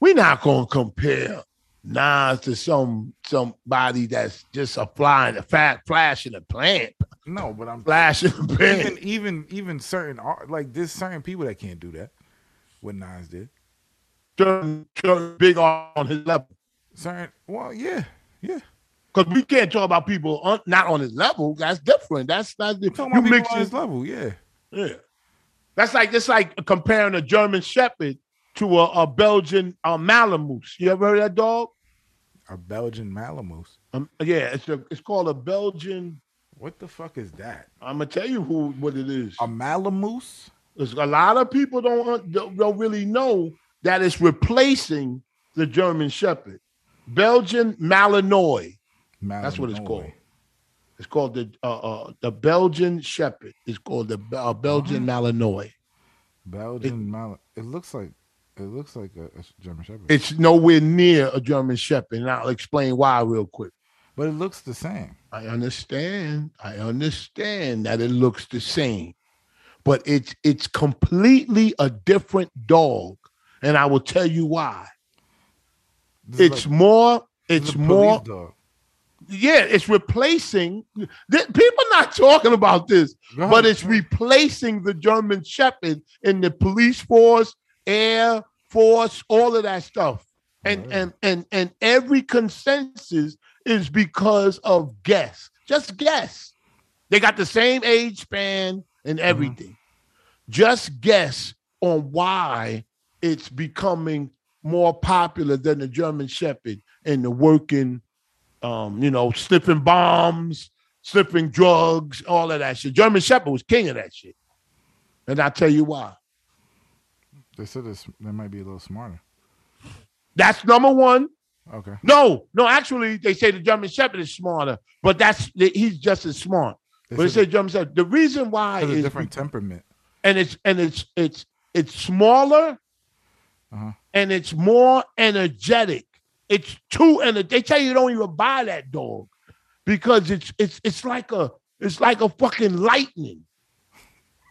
S2: We not gonna compare Nas to some somebody that's just a fly in the fat flash in the plant,
S3: No, but I'm
S2: flash in the
S3: even
S2: pan.
S3: even even certain art like there's certain people that can't do that. What Nas did,
S2: Turn, turn big on his level
S3: certain well, yeah, yeah.
S2: because we can't talk about people on, not on his level. That's different. That's not you
S3: I'm talking about people
S2: mix
S3: on
S2: his
S3: his level, yeah.
S2: Yeah, that's like it's like comparing a German Shepherd to a, a Belgian uh, Malamute. You ever heard of that dog?
S3: a Belgian Malamute.
S2: Um, yeah, it's a, it's called a Belgian.
S3: What the fuck is that?
S2: I'm gonna tell you who what it is.
S3: A Malamute?
S2: 'Cause a lot of people don't un- don't don't really know that it's replacing the German Shepherd, Belgian Malinois. That's what it's called. It's called the uh, uh, the Belgian Shepherd. It's called the Be- uh, Belgian Malinois.
S3: Belgian Mal. It looks like it looks like a, a German Shepherd,
S2: It's nowhere near a German Shepherd, and I'll explain why real quick.
S3: but it looks the same.
S2: I understand. I understand that it looks the same, but it's it's completely a different dog, and I will tell you why.
S3: This is
S2: It's
S3: like-
S2: more.
S3: this is
S2: It's
S3: a police
S2: more.
S3: Dog.
S2: Yeah, it's replacing. th- people not talking about this,
S3: Go
S2: but
S3: ahead.
S2: it's replacing the German Shepherd in the police force, air force, all of that stuff, and
S3: Right.
S2: and and and every consensus is because of guess. Just guess. They got the same age span and everything. Just guess on why it's becoming more popular than the German Shepherd and the working um, you know, sniffing bombs, sniffing drugs, all of that shit. German Shepherd was king of that shit. And I'll tell you why.
S3: They said it's, they might be a little smarter.
S2: That's number one.
S3: Okay.
S2: No, no, actually, they say the German Shepherd is smarter, but that's he's just as smart.
S3: They
S2: but they
S3: said
S2: say German Shepherd. The reason why
S3: It has a
S2: is
S3: different temperament.
S2: and it's and it's it's it's smaller
S3: Uh-huh.
S2: and it's more energetic. It's too and they tell you don't even buy that dog because it's it's it's like a it's like a fucking lightning.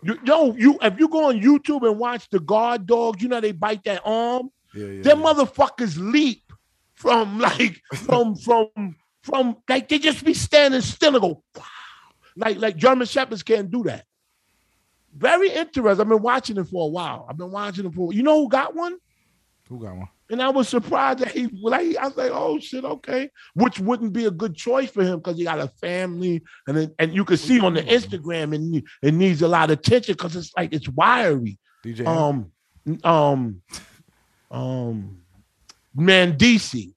S2: You know, you if you go on YouTube and watch the guard dogs, you know they bite that arm.
S3: Yeah, yeah.
S2: Them
S3: yeah.
S2: motherfuckers leap from like from from from like they just be standing still and go wow. Like like German shepherds can't do that. Very interesting. I've been watching it for a while. I've been watching it for you know who got one?
S3: Who got one?
S2: And I was surprised that he like I was like, oh shit, okay. Which wouldn't be a good choice for him because he got a family and then, and you can see on the Instagram and it, it needs a lot of attention because it's like it's wiry.
S3: DJ.
S2: Um um um Mandisi.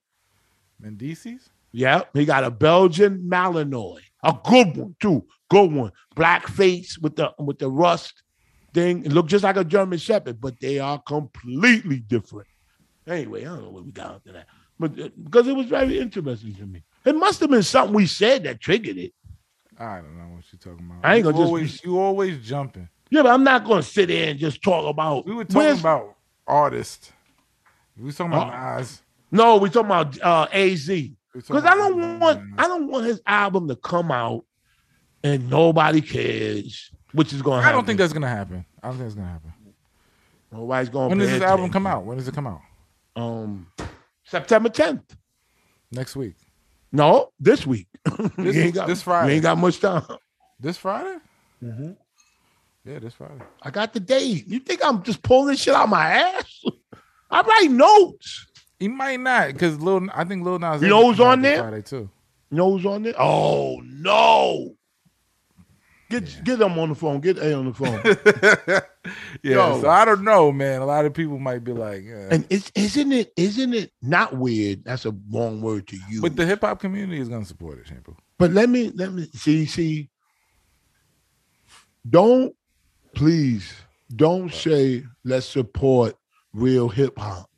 S3: Mendices?
S2: Yep, he got a Belgian Malinois, a good one too, good one. Black face with the with the rust thing. It looked just like a German Shepherd, but they are completely different. Anyway, I don't know what we got after that, but uh, because it was very interesting to me, it must have been something we said that triggered it.
S3: I don't know what you're talking about.
S2: I ain't gonna
S3: you
S2: just-
S3: always, you always jumping.
S2: Yeah, but I'm not going to sit there and just talk about.
S3: We were talking
S2: Where's-
S3: about artists. We were talking about
S2: Uh,
S3: Nas.
S2: No, we talking about uh, Az.
S3: We were talking
S2: Because I
S3: about
S2: don't
S3: Nas.
S2: want I don't want his album to come out and nobody cares, which is going. to
S3: I don't think that's gonna happen. I don't think it's gonna happen.
S2: Nobody's going.
S3: When does this album come out? When does it come out?
S2: Um, September 10th.
S3: Next week.
S2: No, this week.
S3: This-
S2: we ain't got,
S3: this Friday.
S2: We ain't got much time.
S3: This Friday? Yeah, this Friday.
S2: I got the date. You think I'm just pulling this shit out my ass? I write notes.
S3: He might not because Lil. I think Lil Nas.
S2: You
S3: X
S2: know
S3: is
S2: who's
S3: coming out
S2: on
S3: this
S2: there?
S3: Friday too.
S2: You know who's on there? Oh no. Get get them on the phone. Get A on the phone.
S3: Yeah.
S2: Yo.
S3: So I don't know, man. A lot of people might be like, yeah.
S2: and it's, isn't it isn't it not weird? That's a wrong word to use.
S3: but the hip hop community is gonna support it, Shampoo.
S2: But let me let me see see. Don't please don't say let's support real hip hop.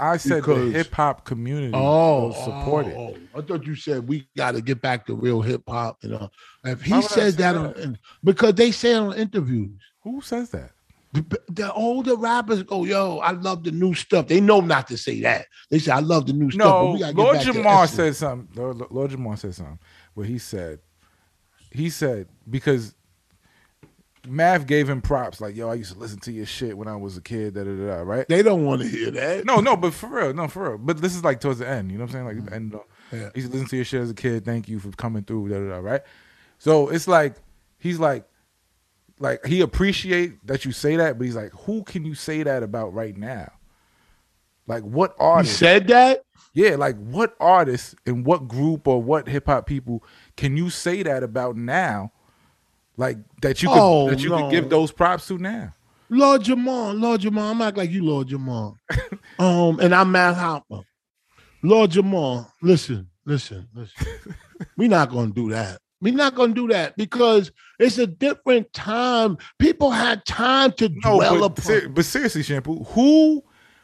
S3: I said the
S2: Because-
S3: hip hop community will support it.
S2: oh, I thought you said we got to get back to real hip hop. You know, if
S3: Why
S2: he
S3: would I
S2: says
S3: say
S2: that,
S3: that?
S2: On, because they say it on interviews.
S3: Who says that?
S2: The, the older rappers go, yo, I love the new stuff. They know not to say that. They say I love the new stuff. but
S3: No,
S2: we gotta get
S3: Lord
S2: back to
S3: Jamar
S2: essence."
S3: said something. Lord, Lord Jamar said something where he said, he said because Mav gave him props like, "Yo, I used to listen to your shit when I was a kid." Da da da. da, Right?
S2: they don't want to hear that.
S3: No, no, but for real, no, for real. But this is like towards the end. You know what I'm saying? Like the end. Of,
S2: Mm-hmm. Yeah.
S3: He used to listen to your shit as a kid. Thank you for coming through. Da da da. Right? So it's like he's like. Like he appreciate that you say that, but he's like, who can you say that about right now? Like, what
S2: he
S3: artist?
S2: said that.
S3: Yeah, like what artists and what group or what hip hop people can you say that about now? Like that you could
S2: Oh,
S3: that you
S2: no.
S3: could give those props to now.
S2: Lord Jamon, Lord Jamon, I'm not like you, Lord Jamon. um, and I'm Matt Hopper. Lord Jamal, listen, listen, listen. We're not gonna do that. We're not gonna do that because it's a different time. People had time to
S3: No,
S2: dwell
S3: but,
S2: upon.
S3: ser- but seriously, shampoo. Who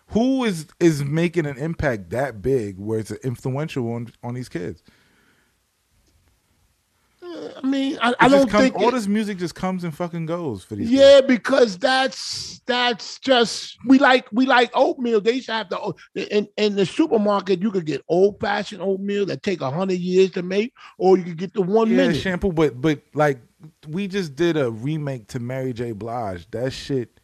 S3: who is is making an impact that big where it's influential on on these kids?
S2: I mean, I,
S3: It
S2: I
S3: just
S2: don't
S3: comes-
S2: think
S3: all
S2: it-
S3: this music just comes and fucking goes for these. kids.
S2: Yeah, because that's that's just we like we like oatmeal. They used to have the oat- in in the supermarket. You could get old fashioned oatmeal that take a hundred years to make, or you could get the one
S3: yeah,
S2: minute.
S3: shampoo. But but like we just did a remake to Mary J. Blige. That shit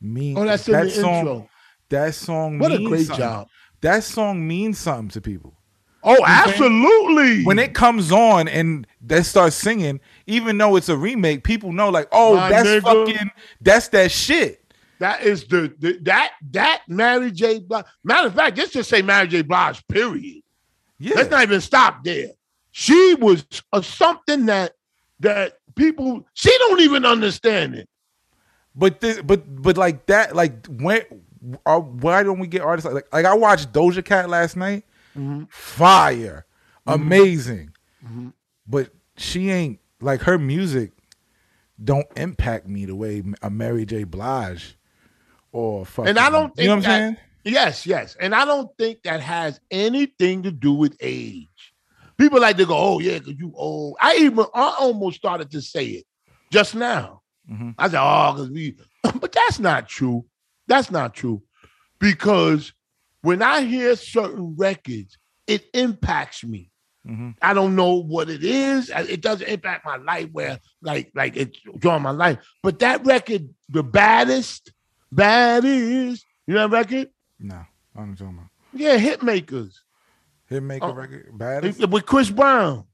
S3: means
S2: Oh, that's in
S3: that
S2: the
S3: song.
S2: intro.
S3: That song.
S2: What a
S3: means
S2: great
S3: something.
S2: job.
S3: That song means something to people.
S2: Oh, absolutely.
S3: When it comes on and they start singing, even though it's a remake, people know like, oh,
S2: My
S3: that's
S2: nigga.
S3: fucking, that's that shit.
S2: that is the, the that that Mary J. Blige. Matter of fact, let's just say Mary J. Blige. Period.
S3: Yeah,
S2: Let's not even stop there. She was uh, something that that people she don't even understand it.
S3: But this, but but like that, like when are, why don't we get artists like, like I watched Doja Cat last night,
S2: Mm-hmm.
S3: fire, amazing, but she ain't like her music don't impact me the way a Mary J. Blige or fucking,
S2: And I don't think
S3: you know what
S2: that,
S3: I'm saying.
S2: Yes, yes. And I don't think that has anything to do with age. People like to go, oh, yeah, because you old. I even I almost started to say it just now.
S3: Mhm.
S2: I said, oh, because we, but that's not true. That's not true. Because when I hear certain records, it impacts me.
S3: Mhm.
S2: I don't know what it is. I- It doesn't impact my life where like like it's drawing my life. But that record, the baddest, baddest, you know that record?
S3: No, I'm talking about
S2: Yeah, Hitmakers
S3: Hitmaker
S2: Oh.
S3: record, baddest,
S2: It's with Chris Brown.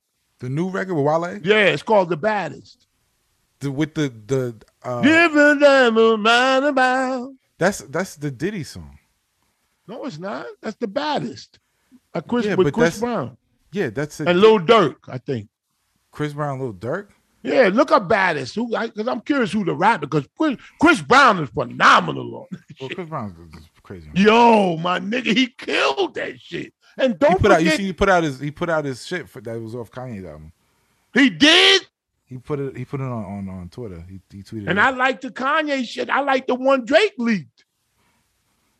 S3: the new record with Wale,
S2: Yeah, it's called The Baddest.
S3: The- with the the uh,
S2: Giving them a man about.
S3: that's that's the Diddy song.
S2: No, it's not. That's The Baddest. Uh, Chris,
S3: Yeah,
S2: with
S3: but
S2: Chris
S3: that's-
S2: Brown
S3: Yeah, that's it.
S2: and Lil Durk, I think.
S3: Chris Brown, Lil Durk.
S2: Yeah, look up Baddest. Who? Because I'm curious who the rapper. Because Chris, Chris Brown is phenomenal. On.
S3: Well, Chris Brown's is crazy.
S2: Yo, my nigga, he killed that shit. And
S3: he
S2: don't
S3: put out. You
S2: forget,
S3: see, he put out his. He put out his shit for, that was off Kanye's album.
S2: he did.
S3: He put it. He put it on on, on Twitter. He, he tweeted.
S2: And
S3: it.
S2: I like the Kanye shit. I like the one Drake leaked.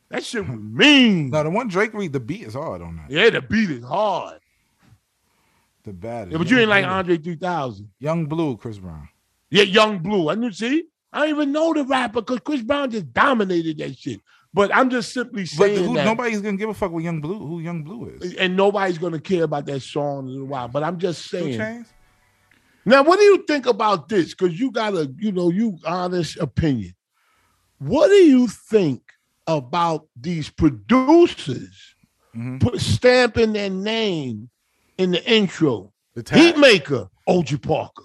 S2: That shit was mean.
S3: no, the one Drake read. The beat is hard on that.
S2: Yeah, the beat is hard.
S3: The baddest.
S2: Yeah, but you ain't like uh,
S3: Blue.
S2: Andre 3000.
S3: Young Blue, Chris Brown.
S2: Yeah, Young Blue. I knew, see? I don't even know the rapper because Chris Brown just dominated that shit. But I'm just simply
S3: But
S2: saying
S3: who,
S2: that.
S3: nobody's gonna give a fuck what Young Blue. Who Young Blue is?
S2: and nobody's going to care about that song in a while. But I'm just
S3: Two
S2: saying.
S3: Chainz?
S2: Now, what do you think about this? Because you got a, you know, you honest opinion. What do you think about these producers
S3: Mhm.
S2: put stamping their name in the intro?
S3: The tag?
S2: Heatmaker, O.G. Parker.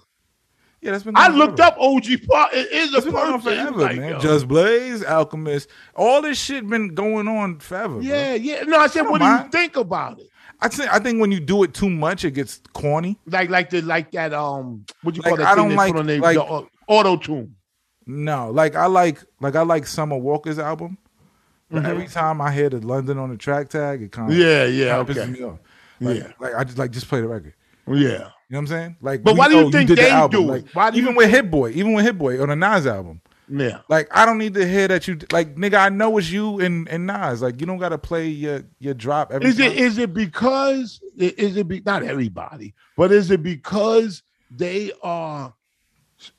S3: Yeah, that's been.
S2: I
S3: going
S2: looked
S3: forever.
S2: up OG Parker. It is a
S3: Mm-hmm. It's been
S2: person.
S3: on forever,
S2: Like,
S3: man.
S2: yo.
S3: Just Blaze, Alchemist, all this shit been going on forever. bro.
S2: Yeah, yeah. No, I said,
S3: don't
S2: what do you
S3: mind.
S2: think about it?
S3: I think I think when you do it too much, it gets corny.
S2: Like, like the like that. Um, what you
S3: Like,
S2: call that?
S3: I
S2: thing
S3: don't
S2: they
S3: like-
S2: put on their
S3: like-
S2: auto tune.
S3: No, like I like like I like Summer Walker's album. But
S2: Mhm.
S3: every time I hear the London on the track tag, it kind of
S2: Yeah, yeah,
S3: pisses
S2: okay,
S3: me off. Like,
S2: Yeah.
S3: like I just like just play the record.
S2: yeah.
S3: You know what I'm saying? Like,
S2: But
S3: we
S2: why do you
S3: know
S2: think
S3: did the
S2: they
S3: album.
S2: do
S3: Like,
S2: it? Why do
S3: even
S2: you
S3: with Hit Boy, even with Hit Boy on the Nas album,
S2: Yeah,
S3: like I don't need to hear that you like nigga. I know it's you and and Nas. Like you don't gotta play your your drop every
S2: is
S3: time.
S2: it is it because i- is it be, not everybody, but is it because they are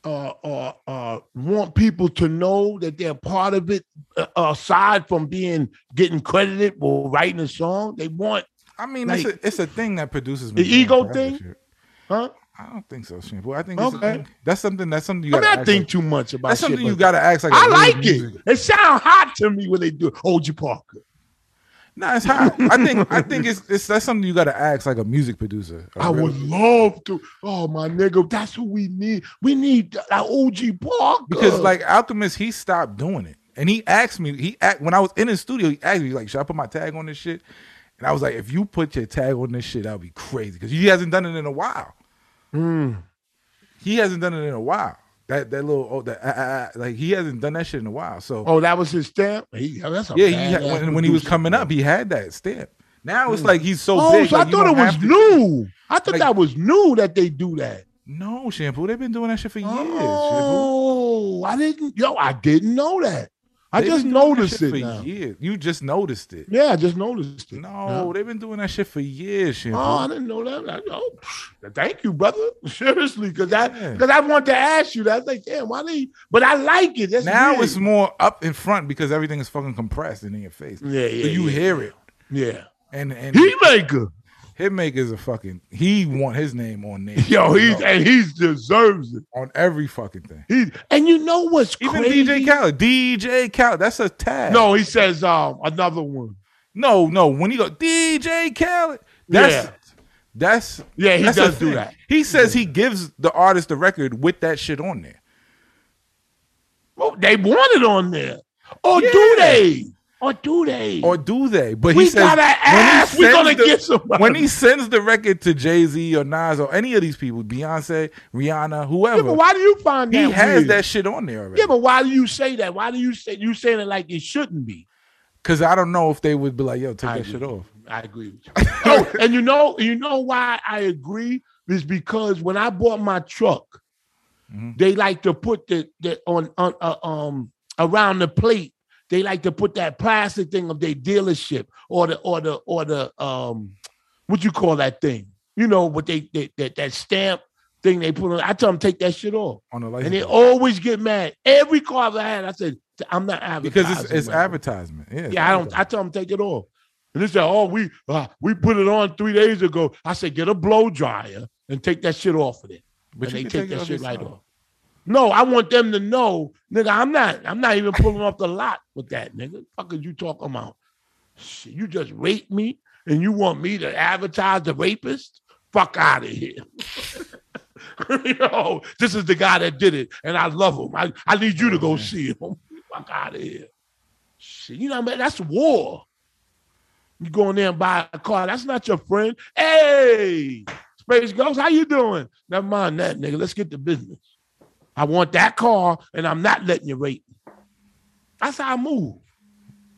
S2: uh, uh, uh, want people to know that they're part of it uh, aside from being getting credited for writing a song? They want,
S3: I mean,
S2: like-
S3: it's a it's a thing that producers
S2: The
S3: been doing
S2: ego
S3: forever,
S2: thing?
S3: shit.
S2: huh?
S3: I don't think so, Shampoo. I think it's a
S2: Okay.
S3: thing. that's something that's something you
S2: I mean,
S3: gotta
S2: I
S3: act
S2: think
S3: like-
S2: too much about
S3: that's
S2: shit,
S3: something you
S2: but-
S3: gotta ask like a
S2: I
S3: real
S2: like
S3: music.
S2: it. It sound hot to me when they do OG Parker.
S3: No, it's hot. I think I think it's, it's that's something you got to ask like a music producer. A
S2: I
S3: real-
S2: would love to. Oh my nigga, that's who we need. We need an OG Parker
S3: because like Alchemist, he stopped doing it, and he asked me. He act when I was in his studio. He asked me like, "Should I put my tag on this shit?" And I was like, "If you put your tag on this shit, that would be crazy because he hasn't done it in a while.
S2: Mm.
S3: He hasn't done it in a while. That that little oh, that, ah, ah, ah, like he hasn't done that shit in a while. So
S2: oh, that was his stamp. Oh, He, that's a
S3: yeah, he
S2: badass
S3: had, when, when he was
S2: producer.
S3: coming up, he had that stamp. Now it's like he's so
S2: Oh,
S3: big.
S2: so
S3: like,
S2: I
S3: you
S2: thought
S3: don't
S2: it was
S3: have to-
S2: new. I thought
S3: Like-
S2: that was new that they do that.
S3: No, shampoo. They've been doing that shit for years. Shampoo.
S2: Oh, I didn't. Yo, I didn't know that. I
S3: They've
S2: just
S3: been doing that
S2: noticed
S3: shit
S2: it
S3: for
S2: now.
S3: years. You just noticed it.
S2: Yeah, I just noticed it.
S3: No, they've been doing that shit for years, shampoo.
S2: Oh, I didn't know that. Like, oh, psh, thank you, brother. Seriously, because I
S3: Yeah.
S2: because I want to ask you that. I was like, damn, why they? But I like it. That's
S3: now
S2: weird.
S3: it's more up in front because everything is fucking compressed and in your face.
S2: Yeah, yeah,
S3: So you
S2: yeah.
S3: hear it.
S2: yeah.
S3: And and
S2: Heatmaker.
S3: Hitmaker's a fucking he want his name on there.
S2: Yo, he's and he deserves it.
S3: on every fucking thing.
S2: He and you know what's
S3: Even
S2: crazy?
S3: DJ Khaled. DJ Khaled. That's a tag.
S2: No, he says um another one.
S3: No, no. When he go DJ Khaled, that's
S2: Yeah.
S3: that's
S2: Yeah, he
S3: that's a
S2: does do
S3: thing.
S2: that.
S3: He says he gives the artist the record with that shit on there.
S2: Well, they want it on there, or do
S3: Yeah.
S2: they? Or do they?
S3: Or do they? But
S2: We
S3: he says
S2: gotta
S3: when he
S2: ask. We
S3: sends
S2: gonna
S3: the-
S2: get somebody.
S3: When he sends the record to Jay Z or Nas or any of these people, Beyonce, Rihanna,
S2: yeah,
S3: whoever,
S2: but why do you find
S3: he
S2: that
S3: has
S2: weird?
S3: that shit on there already.
S2: Yeah, but why do you say that? Why do you say you saying it like it shouldn't be?
S3: Because I don't know if they would be like, yo, take
S2: I
S3: that shit
S2: agree.
S3: off.
S2: I agree with you. oh, and you know, you know why I agree is because when I bought my truck,
S3: Mhm.
S2: they like to put the, the on, on uh, um around the plate. They like to put that plastic thing of their dealership or the or the or the um what you call that thing? You know what they, they that that stamp thing they put on. I tell them take that shit off,
S3: On the
S2: and they
S3: license. plate.
S2: always get mad. Every car I had, I said I'm not advertising
S3: Because it's, it's
S2: man."
S3: advertisement. Yeah, it's
S2: Yeah, I don't.
S3: advertisement.
S2: I tell them take it off. And they say, "Oh, we uh, we put it on three days ago." I said, "Get a blow dryer and take that shit off of it."
S3: But
S2: and
S3: you
S2: they
S3: can
S2: take
S3: take it
S2: that
S3: off
S2: shit right
S3: yourself.
S2: off. No, I want them to know, nigga. I'm not. I'm not even pulling off the lot with that, nigga. Fuck is you talking about? Shit, you just rape me, and you want me to advertise the rapist? Fuck out of here. Yo, this is the guy that did it, and I love him. I, I need you to go see him. Fuck out of here. Shit, you know what I mean? That's war. You go in there and buy a car. That's not your friend. Hey, Space Ghost, how you doing? Never mind that, nigga. Let's get to business. I want that car, and I'm not letting you rate. me. That's how I move.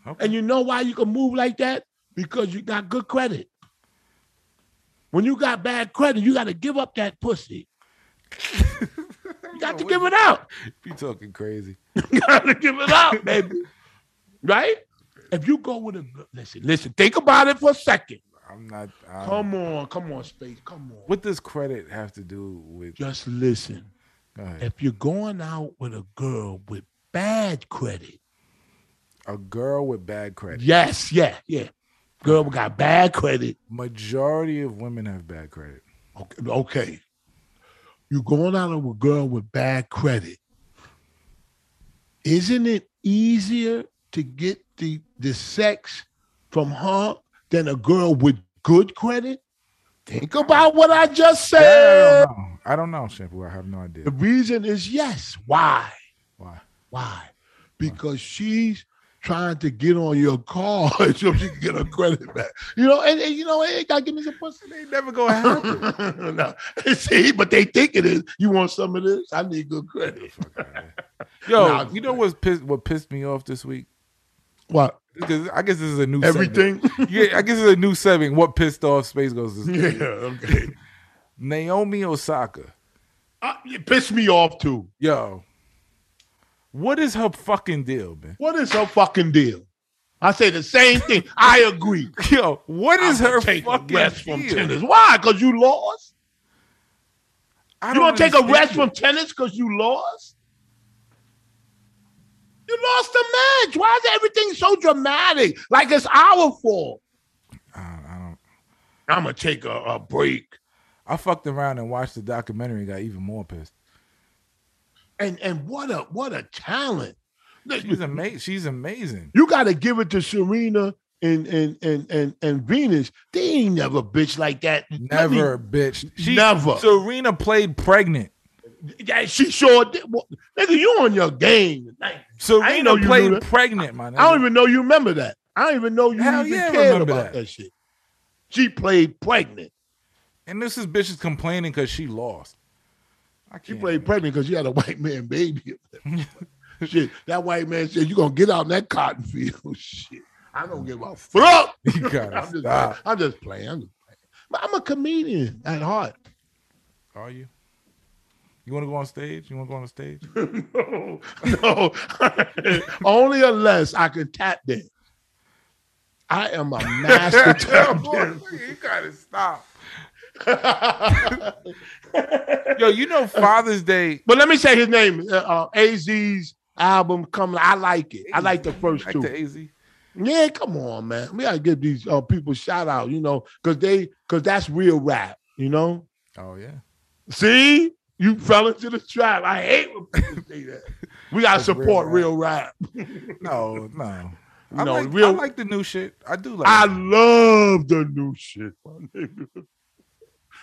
S3: Okay.
S2: And you know why you can move like that? Because you got good credit. When you got bad credit, you got to give up that pussy. you got to give it up
S3: You talking crazy.
S2: gotta give it up, baby. Right? If you go with a listen, listen, think about it for a second.
S3: I'm not. I'm,
S2: Come on, come on, space, come on.
S3: What does credit have to do with?
S2: Just listen.
S3: Go ahead.
S2: If you're going out with a girl with bad credit,
S3: A girl with bad credit.
S2: yes, yeah, yeah. Girl we got bad credit.
S3: Majority of women have bad credit.
S2: Okay, okay. You're going out with a girl with bad credit. Isn't it easier to get the the sex from her than a girl with good credit? Think about what I just
S3: I
S2: said.
S3: don't know. I don't know, shampoo. I have no idea
S2: The reason is yes. Why?
S3: why.
S2: Why? Because she's trying to get on your card so she can get her credit back. You know, and, and you know, hey, gotta give me some pussy.
S3: They never gonna happen.
S2: no. See, but they think it is. You want some of this? I need good credit.
S3: Yo,
S2: Nah,
S3: you know what's pissed, what pissed me off this week?
S2: What?
S3: Because I guess this is a new
S2: Everything?
S3: segment. yeah, I guess it's a new segment. What pissed off Space Ghost is
S2: yeah, okay.
S3: Naomi Osaka.
S2: Uh, you pissed me off too.
S3: Yo, what is her fucking deal, man?
S2: What is her fucking deal? I say the same thing. I agree.
S3: Yo, what is
S2: I'm
S3: her
S2: take
S3: fucking
S2: a rest
S3: deal?
S2: from tennis. Why? Because you lost?
S3: I
S2: You
S3: don't
S2: gonna take a
S3: understand
S2: rest
S3: it.
S2: from tennis because you lost? You lost the match. Why is everything so dramatic? Like it's our fault.
S3: I don't, I don't.
S2: I'm gonna take a, a break.
S3: I fucked around and watched the documentary and got even more pissed.
S2: And and what a what a talent.
S3: She's amazing. She's amazing.
S2: You got to give it to Serena and and and and and Venus. They ain't never bitch like that. Let me-
S3: Never, bitch.
S2: Never.
S3: Serena played pregnant.
S2: yeah, she sure did. Well, nigga, you on your game tonight.
S3: Serena
S2: know you knew
S3: played
S2: that.
S3: pregnant, man.
S2: I don't even know you remember that. I don't even know you
S3: Hell
S2: even
S3: yeah, I
S2: cared
S3: remember
S2: about
S3: that.
S2: that. shit. She played pregnant.
S3: And this is bitches complaining because she lost. I
S2: She
S3: can't.
S2: played pregnant because she had a white man baby. shit, that white man said, "You gonna get out in that cotton field." shit, I don't give
S3: Mm.
S2: a fuck.
S3: You gotta
S2: I'm just,
S3: stop.
S2: I'm just playing. I'm, just playing. But I'm a comedian at heart.
S3: Are you? You want to go on stage? You want to go on stage?
S2: no, no. Only unless I can tap dance. I am a master tap dancer.
S3: you gotta stop. Yo, you know Father's Day.
S2: But let me say his name. Uh, uh, AZ's album coming. I like it. I like the first
S3: Back
S2: two.
S3: to AZ.
S2: Yeah, come on, man. We gotta give these uh, people shout out, you know, cause they cause that's real rap, you know.
S3: Oh yeah.
S2: See, you fell into the trap. I hate when people say that. We gotta
S3: That's real
S2: support
S3: rap.
S2: real rap.
S3: No, no. I,
S2: No,
S3: like,
S2: real-
S3: I like the new shit. I do like.
S2: I
S3: it.
S2: love the new shit, my nigga.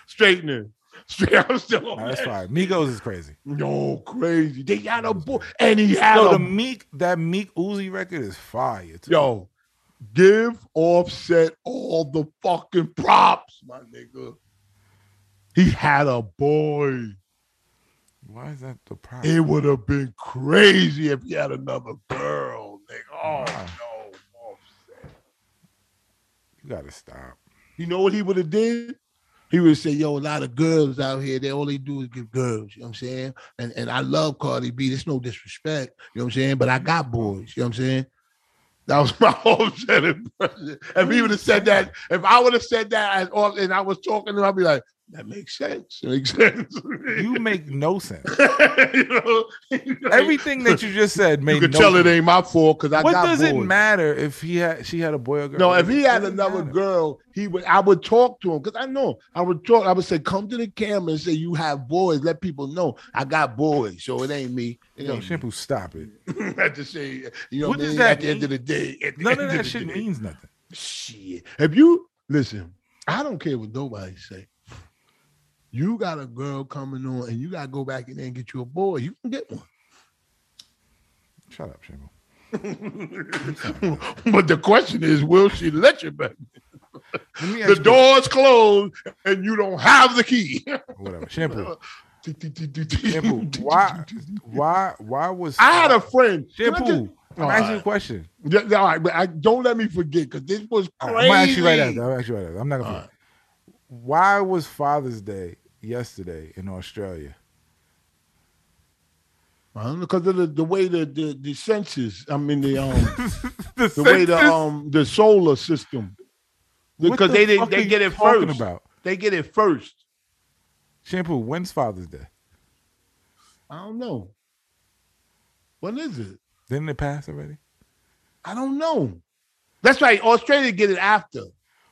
S2: Straightening. Straight, I'm still on
S3: Nah, that's
S2: that.
S3: fine. Migos is crazy.
S2: No, crazy. They got a boy, and he had
S3: Yo,
S2: a
S3: the Meek, that Meek Uzi record is fire. Too.
S2: Yo, give Offset all the fucking props, my nigga. He had a boy.
S3: why is that the problem?
S2: It would have been crazy if he had another girl, nigga. Oh
S3: Wow.
S2: no, Offset.
S3: You gotta stop.
S2: You know what he would have did? He would say, "Yo, a lot of girls out here, they all they do is give girls." You know what I'm saying? And and I love Cardi B. There's no disrespect. You know what I'm saying? But I got boys. You know what I'm saying? That was my offset impression. If he would have said that, if I would have said that as all, and I was talking to him, I'd be like, "That makes sense. It makes sense."
S3: You make no sense.
S2: You know?
S3: Everything that you just said made
S2: you could
S3: no
S2: tell
S3: sense.
S2: it ain't my fault because I
S3: What
S2: got
S3: does it
S2: boys.
S3: matter if he had she had a boy or girl?
S2: No,
S3: It
S2: if he had
S3: doesn't
S2: another
S3: matter.
S2: girl, he would. I would talk to him because I know I would talk. I would say, "Come to the camera and say you have boys. Let people know I got boys, so it ain't me." You
S3: Yo,
S2: know,
S3: Shampoo, stop it.
S2: have to say, you know,
S3: What
S2: what
S3: does
S2: is
S3: that
S2: at the end of the day, at the
S3: None
S2: end
S3: of
S2: of
S3: that
S2: the
S3: shit
S2: day.
S3: means nothing.
S2: Shit. If you listen, I don't care what nobody say. You got a girl coming on, and you gotta go back in there and get you a boy. You can get one.
S3: Shut up, Shampoo.
S2: but the question is, will she let you back?
S3: Let me ask
S2: The
S3: you-
S2: door's closed, and you don't have the key.
S3: Whatever. Shampoo. Shampoo. Why?
S2: Why?
S3: Why? Why was
S2: I had a friend. Can I
S3: Shampoo?
S2: just-
S3: I'm asking you a
S2: Alright.
S3: question.
S2: Yeah, yeah, all right, but I, don't let me forget because this was
S3: I'm
S2: crazy.
S3: gonna ask you right after. I'm gonna ask you right after. I'm not gonna.
S2: All
S3: forget. Why was Father's Day yesterday in Australia?
S2: Well, Because of the, the way the, the the census, I mean the um the way the um the solar system,
S3: What
S2: because
S3: the
S2: they didn't
S3: fuck are
S2: they
S3: you
S2: get it
S3: talking
S2: first.
S3: about?
S2: They get it first.
S3: Shampoo. When's Father's Day?
S2: I don't know. What is it?
S3: Didn't it pass already?
S2: I don't know. That's right. Australia get it after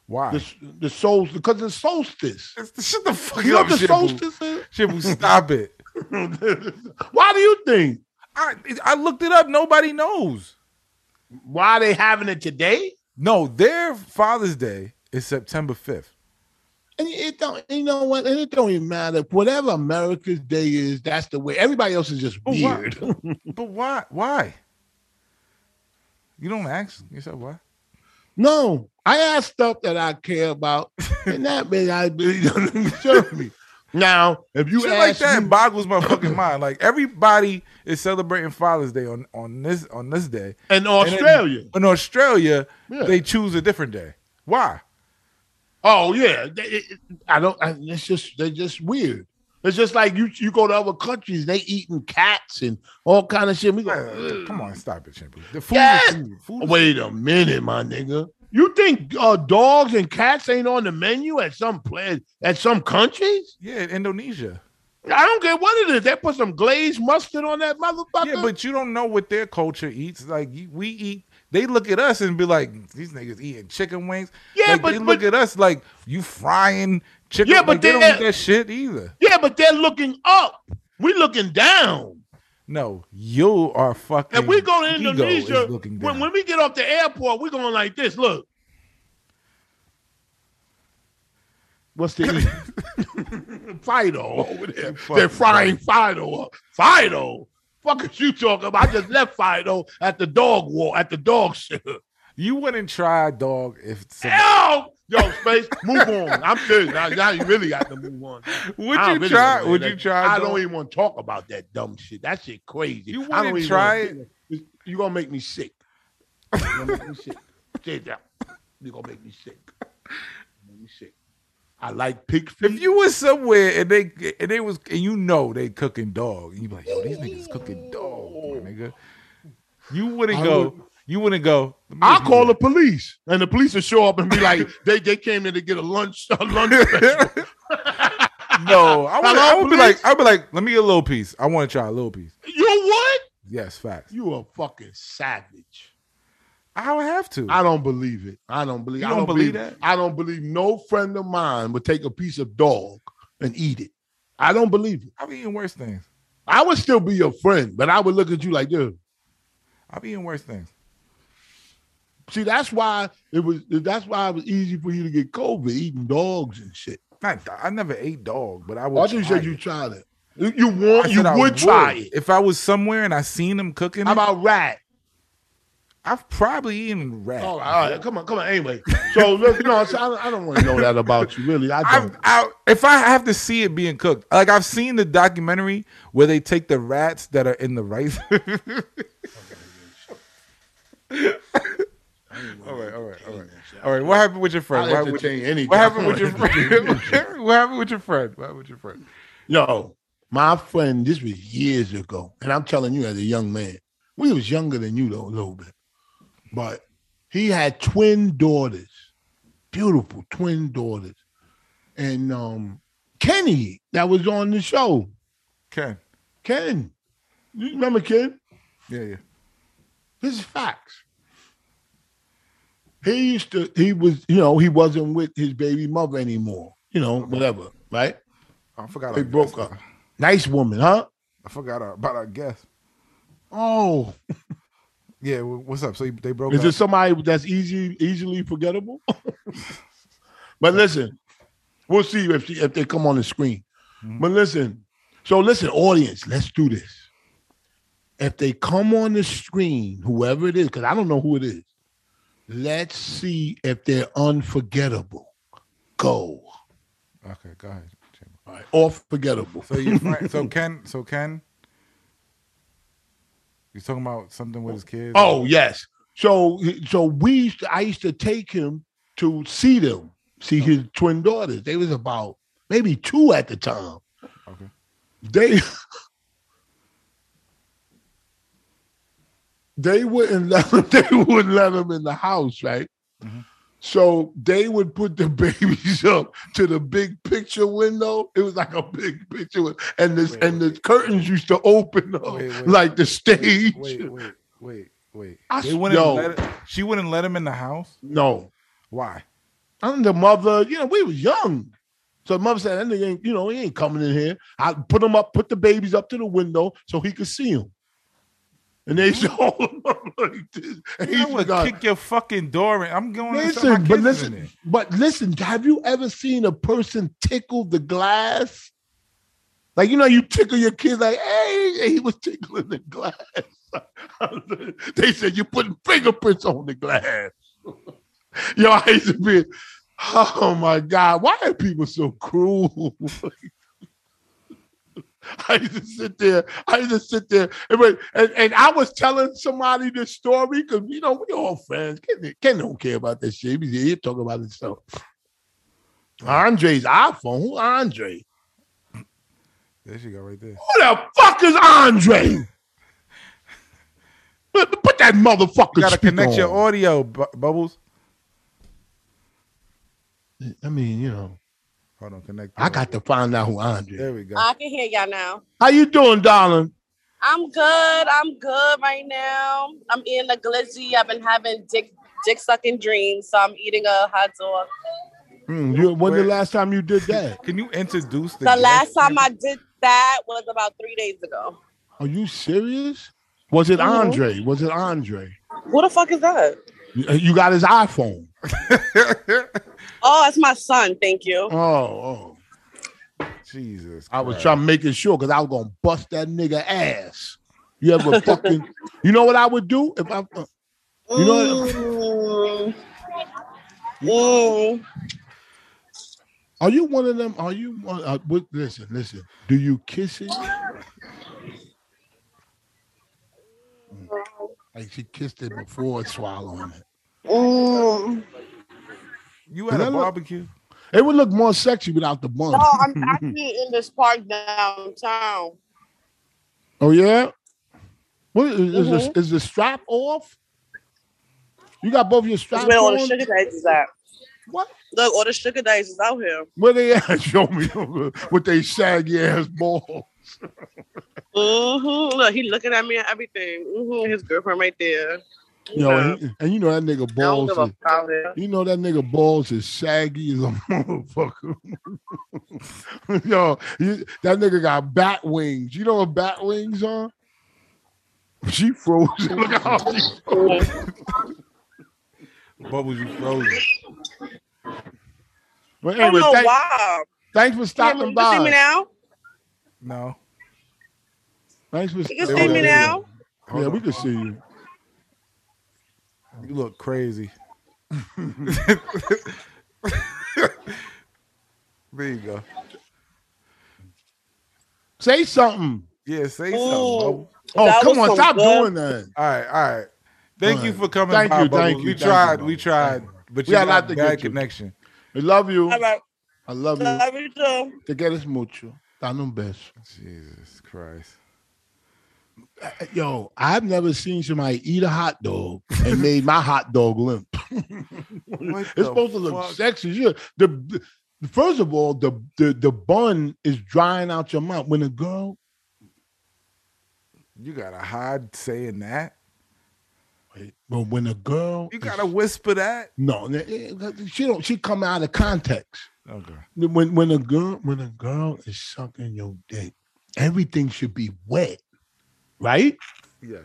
S3: Why?
S2: the s- the souls because the solstice.
S3: It's the- shut the fuck
S2: You know
S3: up,
S2: what the
S3: Shampoo.
S2: solstice is?
S3: Shampoo, stop it.
S2: Why do you think?
S3: I I looked it up. Nobody knows.
S2: Why are they having it today?
S3: No, their Father's Day is September fifth.
S2: And it don't, you know what? And it don't even matter. Whatever America's Day is, that's the way. Everybody else is just
S3: Oh, wow.
S2: weird.
S3: But why? Why? You don't ask yourself why.
S2: no, I ask stuff that I care about, and that man, I really don't serve me. Now, if you
S3: Shit
S2: ask
S3: like that
S2: me-
S3: boggles my fucking mind. Like everybody is celebrating Father's Day on on this on this day.
S2: in
S3: And in-
S2: Australia,
S3: in Australia,
S2: Yeah.
S3: they choose a different day. Why?
S2: oh yeah, They- it- it- I don't. I, it's just they're just weird. It's just like you you go to other countries, they eating cats and all kind of shit. We go,
S3: Uh, Come on, stop it, Shampoo. The food
S2: Yes!
S3: is food. Food is-
S2: Wait a minute, my nigga. You think uh, dogs and cats ain't on the menu at some place at some countries?
S3: Yeah, Indonesia.
S2: I don't get what it is. They put some glazed mustard on that motherfucker.
S3: Yeah, but you don't know what their culture eats. Like you- we eat, they look at us and be like, "These niggas eating chicken wings."
S2: Yeah,
S3: Like,
S2: but-
S3: they look
S2: but-
S3: at us like you frying chicken.
S2: Yeah,
S3: like,
S2: but
S3: they,
S2: they-
S3: don't eat that shit either.
S2: yeah, but they're looking up. We looking down.
S3: No, you are fucking.
S2: And we go to
S3: ego is
S2: Indonesia.
S3: looking
S2: When,
S3: down.
S2: when we get off the airport, we going like this. Look. What's the Fido over there?
S3: Fuck,
S2: They're frying Fido. up. Fido. Fuck is you talking about? I just left Fido at the dog war, at the dog shit.
S3: you wouldn't try a dog if. Some,
S2: Hell! Yo, space, move on. I'm serious. Now, now you really got to move on.
S3: would
S2: I
S3: you
S2: really
S3: try?
S2: don't like
S3: Would
S2: that.
S3: you try? a
S2: I
S3: dog?
S2: don't even want to talk about that dumb shit. That shit crazy.
S3: You
S2: I don't
S3: wouldn't
S2: even
S3: try
S2: wanna- You gonna make me sick. You gonna make me sick. Stay down. You're gonna make me sick. Make me sick. I like pig feet.
S3: If you was somewhere and they and they was and you know they cooking dog, and you be like, yo, these niggas cooking dog, my nigga. You wouldn't
S2: I
S3: go.
S2: would-
S3: you wouldn't go.
S2: I call the police, and the police will show up and be like, "They they came in to get a lunch, a lunch." special.
S3: no. I would, I
S2: Hello,
S3: would be
S2: police?
S3: like, I'd be like, let me get a little piece. I want to try a little piece.
S2: you what?
S3: Yes, facts.
S2: You a fucking savage.
S3: I would have to.
S2: I don't believe it. I don't believe.
S3: You
S2: I
S3: don't
S2: don't
S3: believe
S2: believe,
S3: that?
S2: I don't believe no friend of mine would take a piece of dog and eat it. I don't believe it.
S3: I've eaten worse things.
S2: I would still be your friend, but I would look at you like, "Yo,
S3: I've eaten worse things.
S2: See, that's why it was. That's why it was easy for you to get COVID eating dogs and shit.
S3: Not. I never ate dog, but I would.
S2: I thought you
S3: try
S2: said you
S3: it.
S2: tried it. You, you
S3: I
S2: want.
S3: said
S2: You
S3: I
S2: would, try it.
S3: If I was somewhere and I seen them cooking,
S2: How
S3: it,
S2: about rat?
S3: I've probably eaten rat.
S2: All right, all right, come on, come on. Anyway, so look, no, so I don't, I don't want to know that about you, really. I
S3: I,
S2: don't.
S3: I, if I have to see it being cooked, like I've seen the documentary where they take the rats that are in the rice. all right, all right, all right, all right. What happened with your friend?
S2: I'll
S3: What happened with,
S2: entertain anything.
S3: what happened with your
S2: I'll entertain
S3: friend? what happened with your friend? What happened with your friend?
S2: Yo, my friend, this was years ago, and I'm telling you, as a young man, we was younger than you though a little bit, but he had twin daughters, beautiful twin daughters, and um, Kenny that was on the show,
S3: Ken.
S2: Ken, you remember Ken?
S3: Yeah, yeah.
S2: This is facts. He used to, he was, you know, he wasn't with his baby mother anymore, you know, whatever, right?
S3: I forgot.
S2: They
S3: our
S2: broke
S3: guest.
S2: up. Nice woman, huh?
S3: I forgot our- about our guest.
S2: Oh,
S3: Yeah, wh- what's up? So you- they broke
S2: is
S3: up.
S2: there somebody that's easy, easily forgettable? but listen, we'll see if she, if they come on the screen. But listen, so listen, audience, let's do this. If they come on the screen, whoever it is, because I don't know who it is, let's see if they're unforgettable. Go.
S3: okay, go ahead. Jimmy.
S2: All right. Or forgettable.
S3: So your friend, so Ken, so Ken, you talking about something with his kids?
S2: Oh yes. So so we used to, I used to take him to see them, see his twin daughters. They was about maybe two at the time.
S3: Okay.
S2: They they wouldn't let them, they wouldn't let them in the house, right?
S3: Mhm.
S2: So they would put the babies up to the big picture window. It was like a big picture, win- and this
S3: Wait,
S2: and the
S3: wait.
S2: curtains used to open up
S3: Wait, wait,
S2: like the stage.
S3: Wait, wait, wait, wait.
S2: I
S3: They
S2: s-
S3: wouldn't
S2: yo.
S3: let she wouldn't let him in the house.
S2: No,
S3: Why?
S2: I'm the mother. You know, we was young. So mother said, that nigga ain't, you know, he ain't coming in here. I put him up, put the babies up to the window so he could see him. And they showed him up like this. And
S3: I
S2: he's
S3: Mm-hmm. would
S2: like,
S3: kick your fucking door in. I'm going. Listen,
S2: listen, but
S3: my kids is in
S2: listen, but listen, have you ever seen a person tickle the glass? Like, you know, you tickle your kids like, hey, and he was tickling the glass. they said you're putting fingerprints on the glass. Yo, I used to be, oh my God, why are people so cruel? I used to sit there. I used to sit there, and wait, and, and I was telling somebody this story because you know we all friends. Ken, Ken don't care about this shit. He's here talking about himself. Andre's iPhone. Who Andre?
S3: There she go, right there.
S2: Who the fuck is Andre? Put put that motherfucker.
S3: You gotta
S2: speaker
S3: connect your
S2: on.
S3: audio, bu- bubbles.
S2: I mean, you know,
S3: Hold on, connect.
S2: I got to find out who Andre.
S3: There we go.
S4: I can hear y'all now.
S2: How you doing, darling?
S4: I'm good. I'm good right now. I'm eating a glizzy. I've been having dick dick sucking dreams, so I'm eating a hot dog.
S2: Mm, you, when
S3: Where-
S2: the last time you did that?
S3: Can you introduce the,
S4: The last
S3: guest?
S4: time I did that was about three days ago.
S2: Are you serious? Was it
S4: Mhm.
S2: Andre? Was it Andre?
S4: Who the fuck is that?
S2: You you got his iPhone.
S4: Oh, it's my son. Thank you.
S2: Oh, oh.
S3: Jesus,
S2: I was
S3: Christ.
S2: trying to make it sure because I was gonna bust that nigga ass. You ever fucking? You know what I would do if I? uh, You know
S4: Mm. Mm.
S2: Are you one of them? Are you one? Uh, what, listen, listen. Do you kiss it? Like she kissed it before swallowing it. Oh.
S4: Mm.
S3: You at
S2: Does
S3: a
S2: that look-
S3: barbecue?
S2: It would look more sexy without the bun.
S4: No, Oh, I'm actually in this park downtown.
S2: Oh yeah. What is, is, this-
S4: Mhm.
S2: is the strap off? You got both your
S4: That's
S2: straps
S4: where all the
S2: on.
S4: sugar daddies is at.
S2: What?
S4: Look, all the sugar daddies is out here.
S2: Where they at? Show me with they saggy ass ball.
S4: Mm-hmm. Look, he looking at me and everything. hmm His girlfriend right there.
S2: You know, and, and you know that nigga
S4: I don't
S2: balls.
S4: give a
S2: Is,
S4: fuck out here.
S2: you know that nigga balls is saggy as a motherfucker. Yo, you, that nigga got bat wings. You know what bat wings are? She froze. Look how she-
S3: Bubbles, you frozen.
S2: But
S4: I don't
S2: anyway,
S4: know
S2: thank-
S4: why.
S2: thanks for
S4: you
S2: stopping
S4: can see me
S2: by.
S4: now.
S3: No.
S2: Thanks for
S4: You can
S2: stopping
S4: see
S3: Hold
S4: me
S3: on.
S2: by.
S4: now.
S3: Hold
S2: Yeah,
S3: on.
S2: we can see you.
S3: You look crazy. there you go.
S2: Say something.
S3: Yeah, say something.
S4: Ooh.
S3: Bubble.
S2: Oh,
S4: That
S2: come
S4: was
S2: on,
S4: some
S2: stop
S4: good-
S2: doing that.
S3: All right, all right. Thank you for coming
S2: Thank
S3: by,
S2: you,
S3: Bubbles.
S2: thank you,
S3: we
S2: thank you,
S3: tried,
S2: Bubbles.
S3: we tried, but
S2: We
S3: you
S2: had a
S3: got
S2: lot to
S3: bad
S2: get you.
S3: connection.
S2: We love you.
S4: All right.
S2: I love you.
S4: Love you too.
S2: Te quieres mucho. Dame un beso.
S3: Jesus Christ.
S2: Yo, I've never seen somebody eat a hot dog and made my hot dog limp.
S3: What
S2: It's
S3: the
S2: supposed to look
S3: fuck?
S2: sexy. Yeah. The, the- first of all, the, the the bun is drying out your mouth. When a girl,
S3: You gotta hide saying that.
S2: but when a girl,
S3: You
S2: is-
S3: gotta whisper that.
S2: no, eh, eh, she don't. She come out of context.
S3: Okay.
S2: When when a girl when a girl is sucking your dick, everything should be wet, right?
S3: Yes.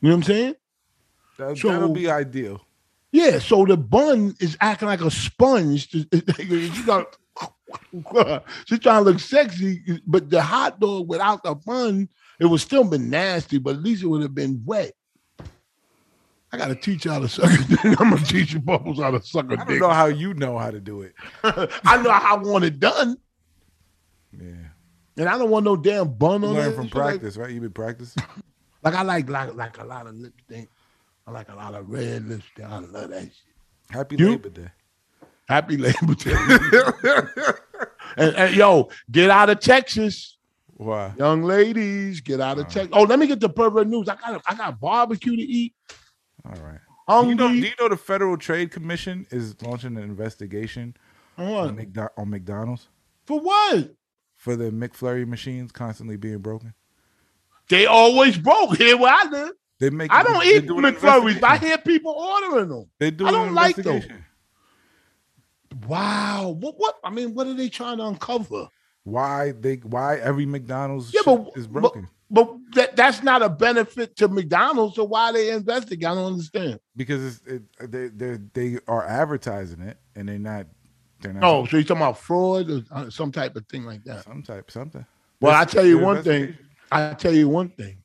S2: You know what I'm saying?
S3: That,
S2: So-
S3: that'll be ideal.
S2: Yeah, so the bun is acting like a sponge. to- she got she's trying to look sexy, but the hot dog without the bun, it would still been nasty, but at least it would have been wet. I gotta teach you how to suck a dick. I'm gonna teach you bubbles how to suck a
S3: I don't
S2: dick.
S3: know how you know how to do it.
S2: I know how I want it done,
S3: Yeah.
S2: and I don't want no damn bun
S3: You
S2: on
S3: learn
S2: it.
S3: from
S2: It's like-
S3: practice, right? You've been practicing.
S2: Like, I like like like a lot of lipstick. I like a lot of red lipstick. I love that shit.
S3: Happy
S2: You-
S3: Labor Day.
S2: Happy Labor Day. and, and yo, get out of Texas,
S3: Why?
S2: young ladies. Get out of Texas. Oh, let me get the pervert news. I got I got barbecue to eat.
S3: All right. Do
S2: Hungry.
S3: you, know, do you know the Federal Trade Commission is launching an investigation on,
S2: Hold on.
S3: McDo- on McDonald's
S2: For what?
S3: for the McFlurry machines constantly being broken?
S2: They always broke here where I live.
S3: They make
S2: I don't
S3: they
S2: eat
S3: do an
S2: McFlurries. but I
S3: investigation.
S2: hear people ordering them.
S3: They do
S2: I
S3: an
S2: don't like those.
S3: investigation.
S2: Wow. What? What? I mean, what are they trying to uncover?
S3: Why they why every McDonald's
S2: Yeah,
S3: shit
S2: but
S3: is
S2: but-
S3: broken?
S2: But that, that's not a benefit to McDonald's. So why they investigate? I don't understand.
S3: because it's, it, they they they are advertising it and they're not they're not
S2: Oh, so you're talking about fraud or uh, some type of thing like that?
S3: some type something.
S2: Well, I
S3: That's
S2: tell you
S3: their
S2: one thing.
S3: investigation.
S2: I tell you one thing.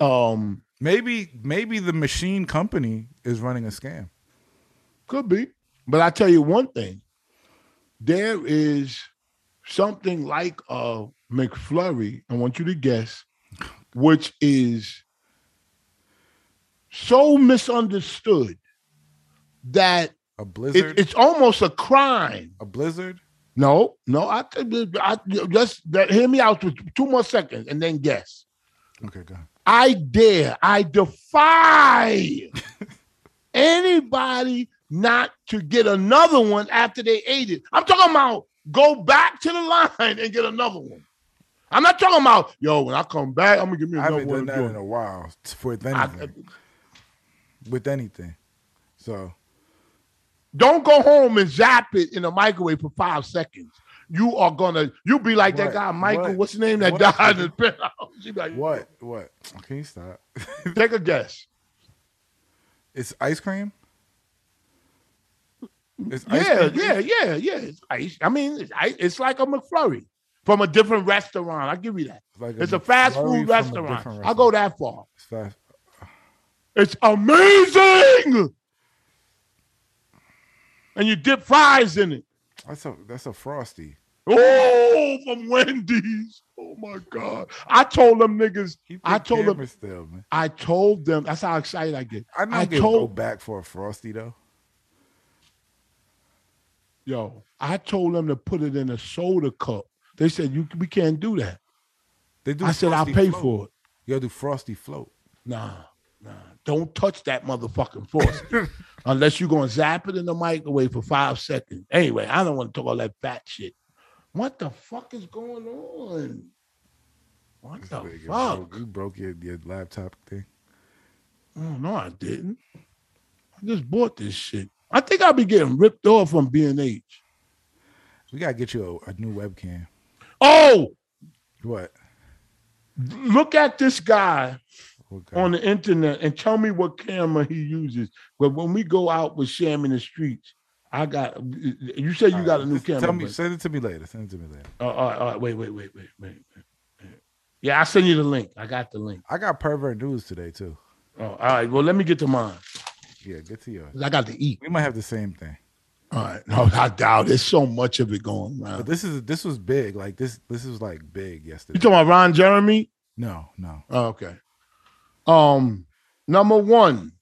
S2: Um,
S3: Maybe maybe the machine company is running a scam.
S2: could be, but I tell you one thing. There is something like a McFlurry. I want you to guess, which is so misunderstood that
S3: A
S2: it,
S3: blizzard.
S2: it's almost a crime.
S3: a blizzard.
S2: No, no. I, I just that, hear me out for two more seconds and then guess.
S3: Okay, go. ahead.
S2: I dare, I defy anybody not to get another one after they ate it. I'm talking about go back to the line and get another one. I'm not talking about yo. When I come back, I'm gonna give me
S3: I
S2: another
S3: haven't
S2: one.
S3: done that
S2: to
S3: in
S2: do
S3: a while t- with
S2: I-
S3: anything. with anything. So
S2: Don't go home and zap it in the microwave for five seconds. You are gonna. You be like
S3: What?
S2: that guy Michael.
S3: What?
S2: What's his name that
S3: What?
S2: died in the penthouse? You be like,
S3: what what? Can you stop?
S2: Take a guess.
S3: it's ice cream. It's
S2: yeah,
S3: cream?
S2: yeah, yeah, yeah. It's ice. I mean, it's, ice. it's like a McFlurry from a different restaurant. I give you that.
S3: Like
S2: It's a fast
S3: McFlurry
S2: food
S3: from a
S2: restaurant.
S3: different
S2: I'll go that far.
S3: It's fast.
S2: It's amazing. And you dip fries in it.
S3: That's a that's a frosty.
S2: Oh, from Wendy's. Oh my God. I told them niggas,
S3: Keep
S2: I
S3: I
S2: told
S3: told
S2: him-
S3: him still, man.
S2: I told them, that's how excited I get.
S3: I know
S2: I
S3: I go
S2: told-
S3: back for a frosty though.
S2: Yo, I told them to put it in a soda cup. They said, you we can't do that.
S3: They do.
S2: I said, I'll
S3: Frosty
S2: pay
S3: float.
S2: for it.
S3: You gotta do frosty float.
S2: Nah, nah. Don't touch that motherfucking force. Unless you're gonna zap it in the microwave for five seconds. Anyway, I don't want to talk all that fat shit. What the fuck is going on? What the
S3: Nigga,
S2: fuck?
S3: broke- You broke your, your laptop thing.
S2: Oh, no, I didn't. I just bought this shit. I think I'll be getting ripped off from B&H.
S3: We gotta get you a, a new webcam.
S2: Oh,
S3: What?
S2: look at this guy
S3: Okay.
S2: on the internet and tell me what camera he uses. But when we go out with Sham in the streets, I got. You said you
S3: All
S2: got
S3: right,
S2: a new
S3: just
S2: camera.
S3: Tell me.
S2: but-
S3: Send it to me later. Send it to me later.
S2: Oh, all right, all right, wait, wait, wait, wait, wait. wait. Yeah, I'll send you the link. I got the link.
S3: I got pervert news today too.
S2: Oh, all right. Well, let me get to mine.
S3: Yeah, get to yours.
S2: 'cause I got to eat.
S3: We might have the same thing.
S2: All right. No, I doubt there's so much of it going
S3: But
S2: around.
S3: this is this was big. Like this this was like big
S2: You
S3: yesterday.
S2: talking about Ron Jeremy?
S3: No, no.
S2: Oh, okay. Um, number one,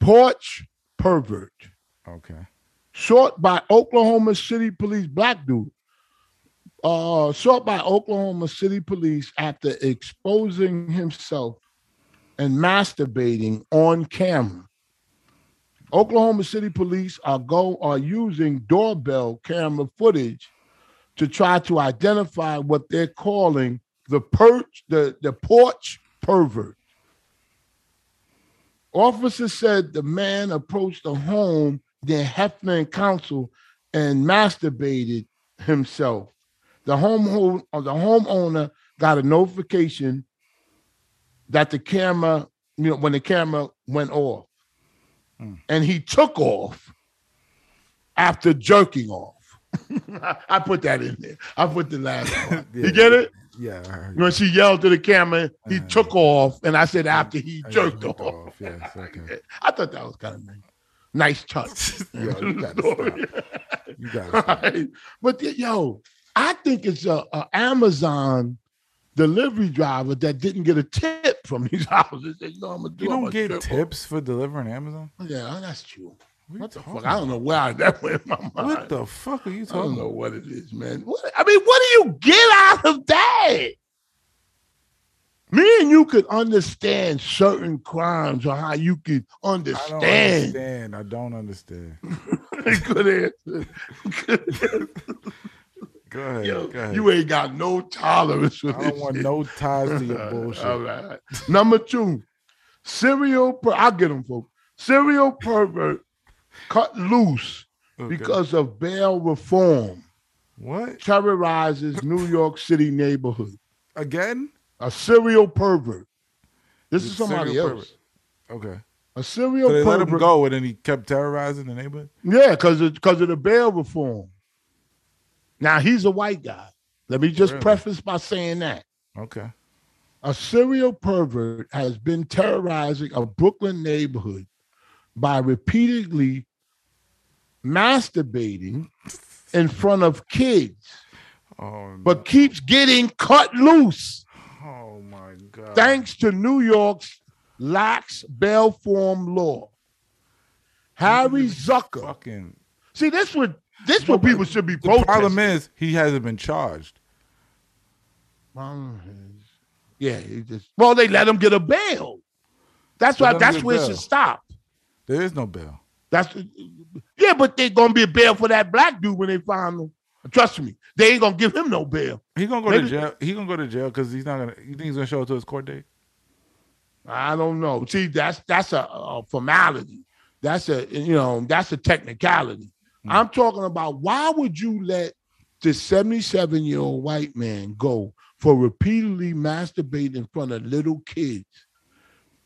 S2: porch pervert
S3: Okay.
S2: sought by Oklahoma City Police black dude. Uh, sought by Oklahoma City Police after exposing himself and masturbating on camera. Oklahoma City Police are go are using doorbell camera footage to try to identify what they're calling the perch the, the porch pervert. Officers said the man approached the home, then Hefner and Council, and masturbated himself. The home or the homeowner got a notification that the camera, you know, when the camera went off, and he took off after jerking off. I put that in there. I put the last. Part.
S3: Yeah.
S2: You get it?
S3: Yeah. I heard you.
S2: When she yelled to the camera, he
S3: Uh,
S2: took off, and I said after he
S3: I
S2: jerked off.
S3: jerked off. Yes, okay.
S2: I thought that was kind of nice. Nice touch.
S3: Yo, you gotta You got it.
S2: Right? But the- yo, I think it's a, a Amazon delivery driver that didn't get a tip from these houses. They know I'm gonna do
S3: You
S2: I'm
S3: don't
S2: gonna
S3: get
S2: jerk
S3: tips for delivering Amazon?
S2: off. Yeah, that's true.
S3: are you
S2: What the
S3: talking
S2: fuck? I don't know where I, that went in my mind.
S3: What the fuck are you
S2: I don't
S3: talking
S2: know
S3: about?
S2: what it is, man. What, I mean, what do you get out of that? Me and you could understand certain crimes or how you could
S3: I don't
S2: understand.
S3: understand. I don't understand.
S2: Good answer. Good answer.
S3: Go ahead.
S2: Yo,
S3: go ahead.
S2: you ain't got no tolerance for
S3: I
S2: this
S3: don't want
S2: shit.
S3: no ties to your
S2: All
S3: bullshit.
S2: right. Number two, serial. Per- I get them, folks. Serial pervert cut loose
S3: Okay.
S2: because of bail reform
S3: what?
S2: terrorizes New York City neighborhood.
S3: Again?
S2: A serial pervert. This is
S3: Serial
S2: somebody
S3: pervert.
S2: else.
S3: Okay.
S2: A serial
S3: So they let
S2: pervert.
S3: him go and then he kept terrorizing the neighborhood?
S2: Yeah, because because of the bail reform. Now he's a white guy. Let me just
S3: Really?
S2: preface by saying that.
S3: Okay.
S2: A serial pervert has been terrorizing a Brooklyn neighborhood by repeatedly masturbating in front of kids,
S3: Oh,
S2: but keeps getting cut loose
S3: oh my God.
S2: thanks to New York's lax bail form law. Harry Zucker.
S3: Fucking.
S2: See, this would this what people should be
S3: The
S2: protesting.
S3: problem is he hasn't been charged.
S2: Problem is- yeah, he just well, they let him get a bail. That's
S3: They
S2: why.
S3: let him
S2: That's
S3: get
S2: where it
S3: bail.
S2: should stop.
S3: There is no bail.
S2: That's yeah, but they gonna be a bail for that black dude when they find him. Trust me, they ain't gonna give him no bail.
S3: He gonna go
S2: Maybe-
S3: to jail. He gonna go to jail because he's not gonna. You think he's gonna show up to his court date?
S2: I don't know. See, that's that's a, a formality. That's a you know that's a technicality.
S3: Hmm.
S2: I'm talking about why would you let this 77 year old white man go for repeatedly masturbating in front of little kids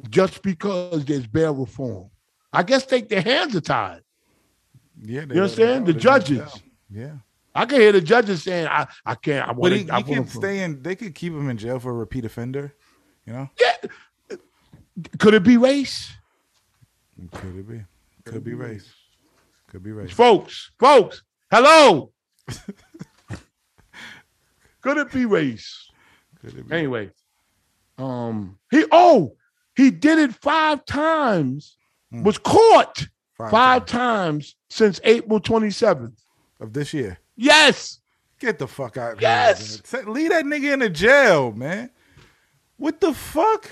S2: just because there's bail reform? I guess think their hands are tied.
S3: Yeah. They
S2: You
S3: let him
S2: understand? The
S3: go. They let him
S2: judges.
S3: go. Yeah.
S2: I can hear the judges saying, "I I can't." I
S3: But
S2: want
S3: he,
S2: I
S3: he can
S2: want to-
S3: stay in. They could keep him in jail for a repeat offender. You know?
S2: Yeah. Could it be race?
S3: Could it be? Could be race. Could be race.
S2: folks, folks, hello. Could it be race?
S3: Could it be?
S2: Anyway, um, he oh he did it five times.
S3: Hmm.
S2: Was caught
S3: Five
S2: five
S3: times
S2: times since April twenty seventh.
S3: of this year.
S2: Yes,
S3: Get the fuck out of
S2: Yes!
S3: here. Yes. Leave that nigga in the jail, man. What the fuck?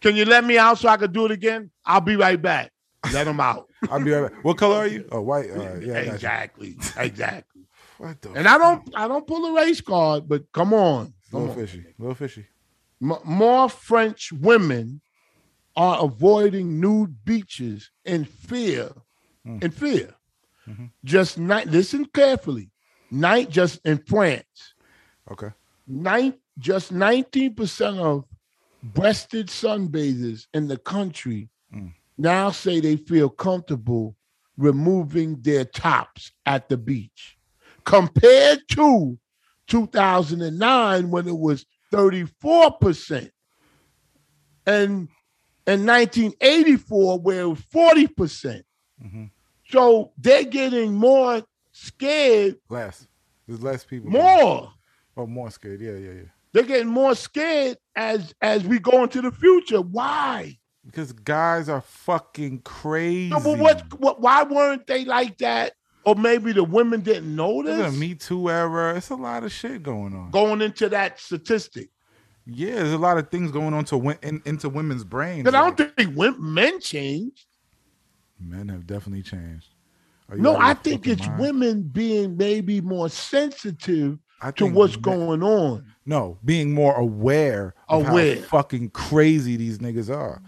S2: can you let me out so I can do it again? I'll be right back. Let him out.
S3: I'll be right back. What color are you? Oh, white. All right. Yeah, I got you.
S2: exactly, exactly.
S3: What the
S2: And I don't, I don't pull a race card, but come on,
S3: A
S2: come
S3: little
S2: on.
S3: fishy. A little fishy.
S2: M- more French women are avoiding nude beaches in fear. In fear, just night. Listen carefully. Night just in France.
S3: Okay.
S2: Nine, just nineteen percent of breasted sunbathers in the country now say they feel comfortable removing their tops at the beach, compared to 2009 when it was 34 percent, and in 1984 where it was 40 percent.
S3: Mm-hmm.
S2: So they're getting more scared,
S3: Less. There's less people.
S2: more.
S3: Oh, more scared. Yeah, yeah, yeah.
S2: They're getting more scared as as we go into the future. Why?
S3: Because guys are fucking crazy.
S2: No, but what, what? Why weren't they like that? Or maybe the women didn't
S3: There's
S2: notice
S3: a Me Too era. It's a lot of shit going on.
S2: going into that statistic.
S3: Yeah, there's a lot of things going on to win, in, into women's brains.
S2: Because I don't think women, men changed.
S3: Men have definitely changed. Are you
S2: No,
S3: out of your
S2: I think
S3: fucking
S2: it's
S3: mind?
S2: women being maybe more sensitive
S3: I
S2: to
S3: think
S2: what's
S3: men-
S2: going on.
S3: No, being more aware of
S2: Aware.
S3: how fucking crazy these niggas are.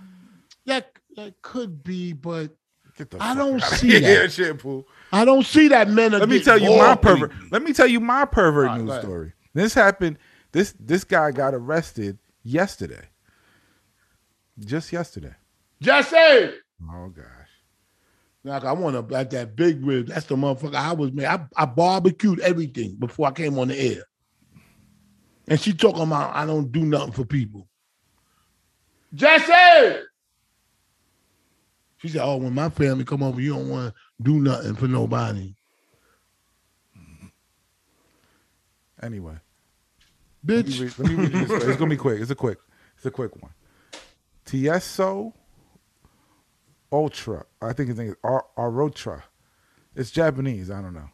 S2: That that could be, but
S3: Get the
S2: I
S3: fuck
S2: don't
S3: outta
S2: see
S3: here,
S2: that.
S3: shit, Pooh.
S2: I don't see that men are.
S3: Let me
S2: getting
S3: tell you my
S2: more
S3: pervert.
S2: creepy.
S3: Let me tell you my pervert
S2: go
S3: news
S2: ahead.
S3: story. This happened. This this guy got arrested yesterday. Just yesterday.
S2: Jesse.
S3: Oh gosh.
S2: Like I want to at that big rib. That's the motherfucker I was made. I, I barbecued everything before I came on the air. And she talking about I don't do nothing for people. Jesse. She said, "Oh, when my family come over, you don't want to do nothing for nobody,
S3: Anyway, let me
S2: bitch."
S3: read, let me read you this story. It's gonna be quick. It's a quick. It's a quick one. Tieso Ultra. I think his name is Ar- Arotra. It's Japanese. I don't know.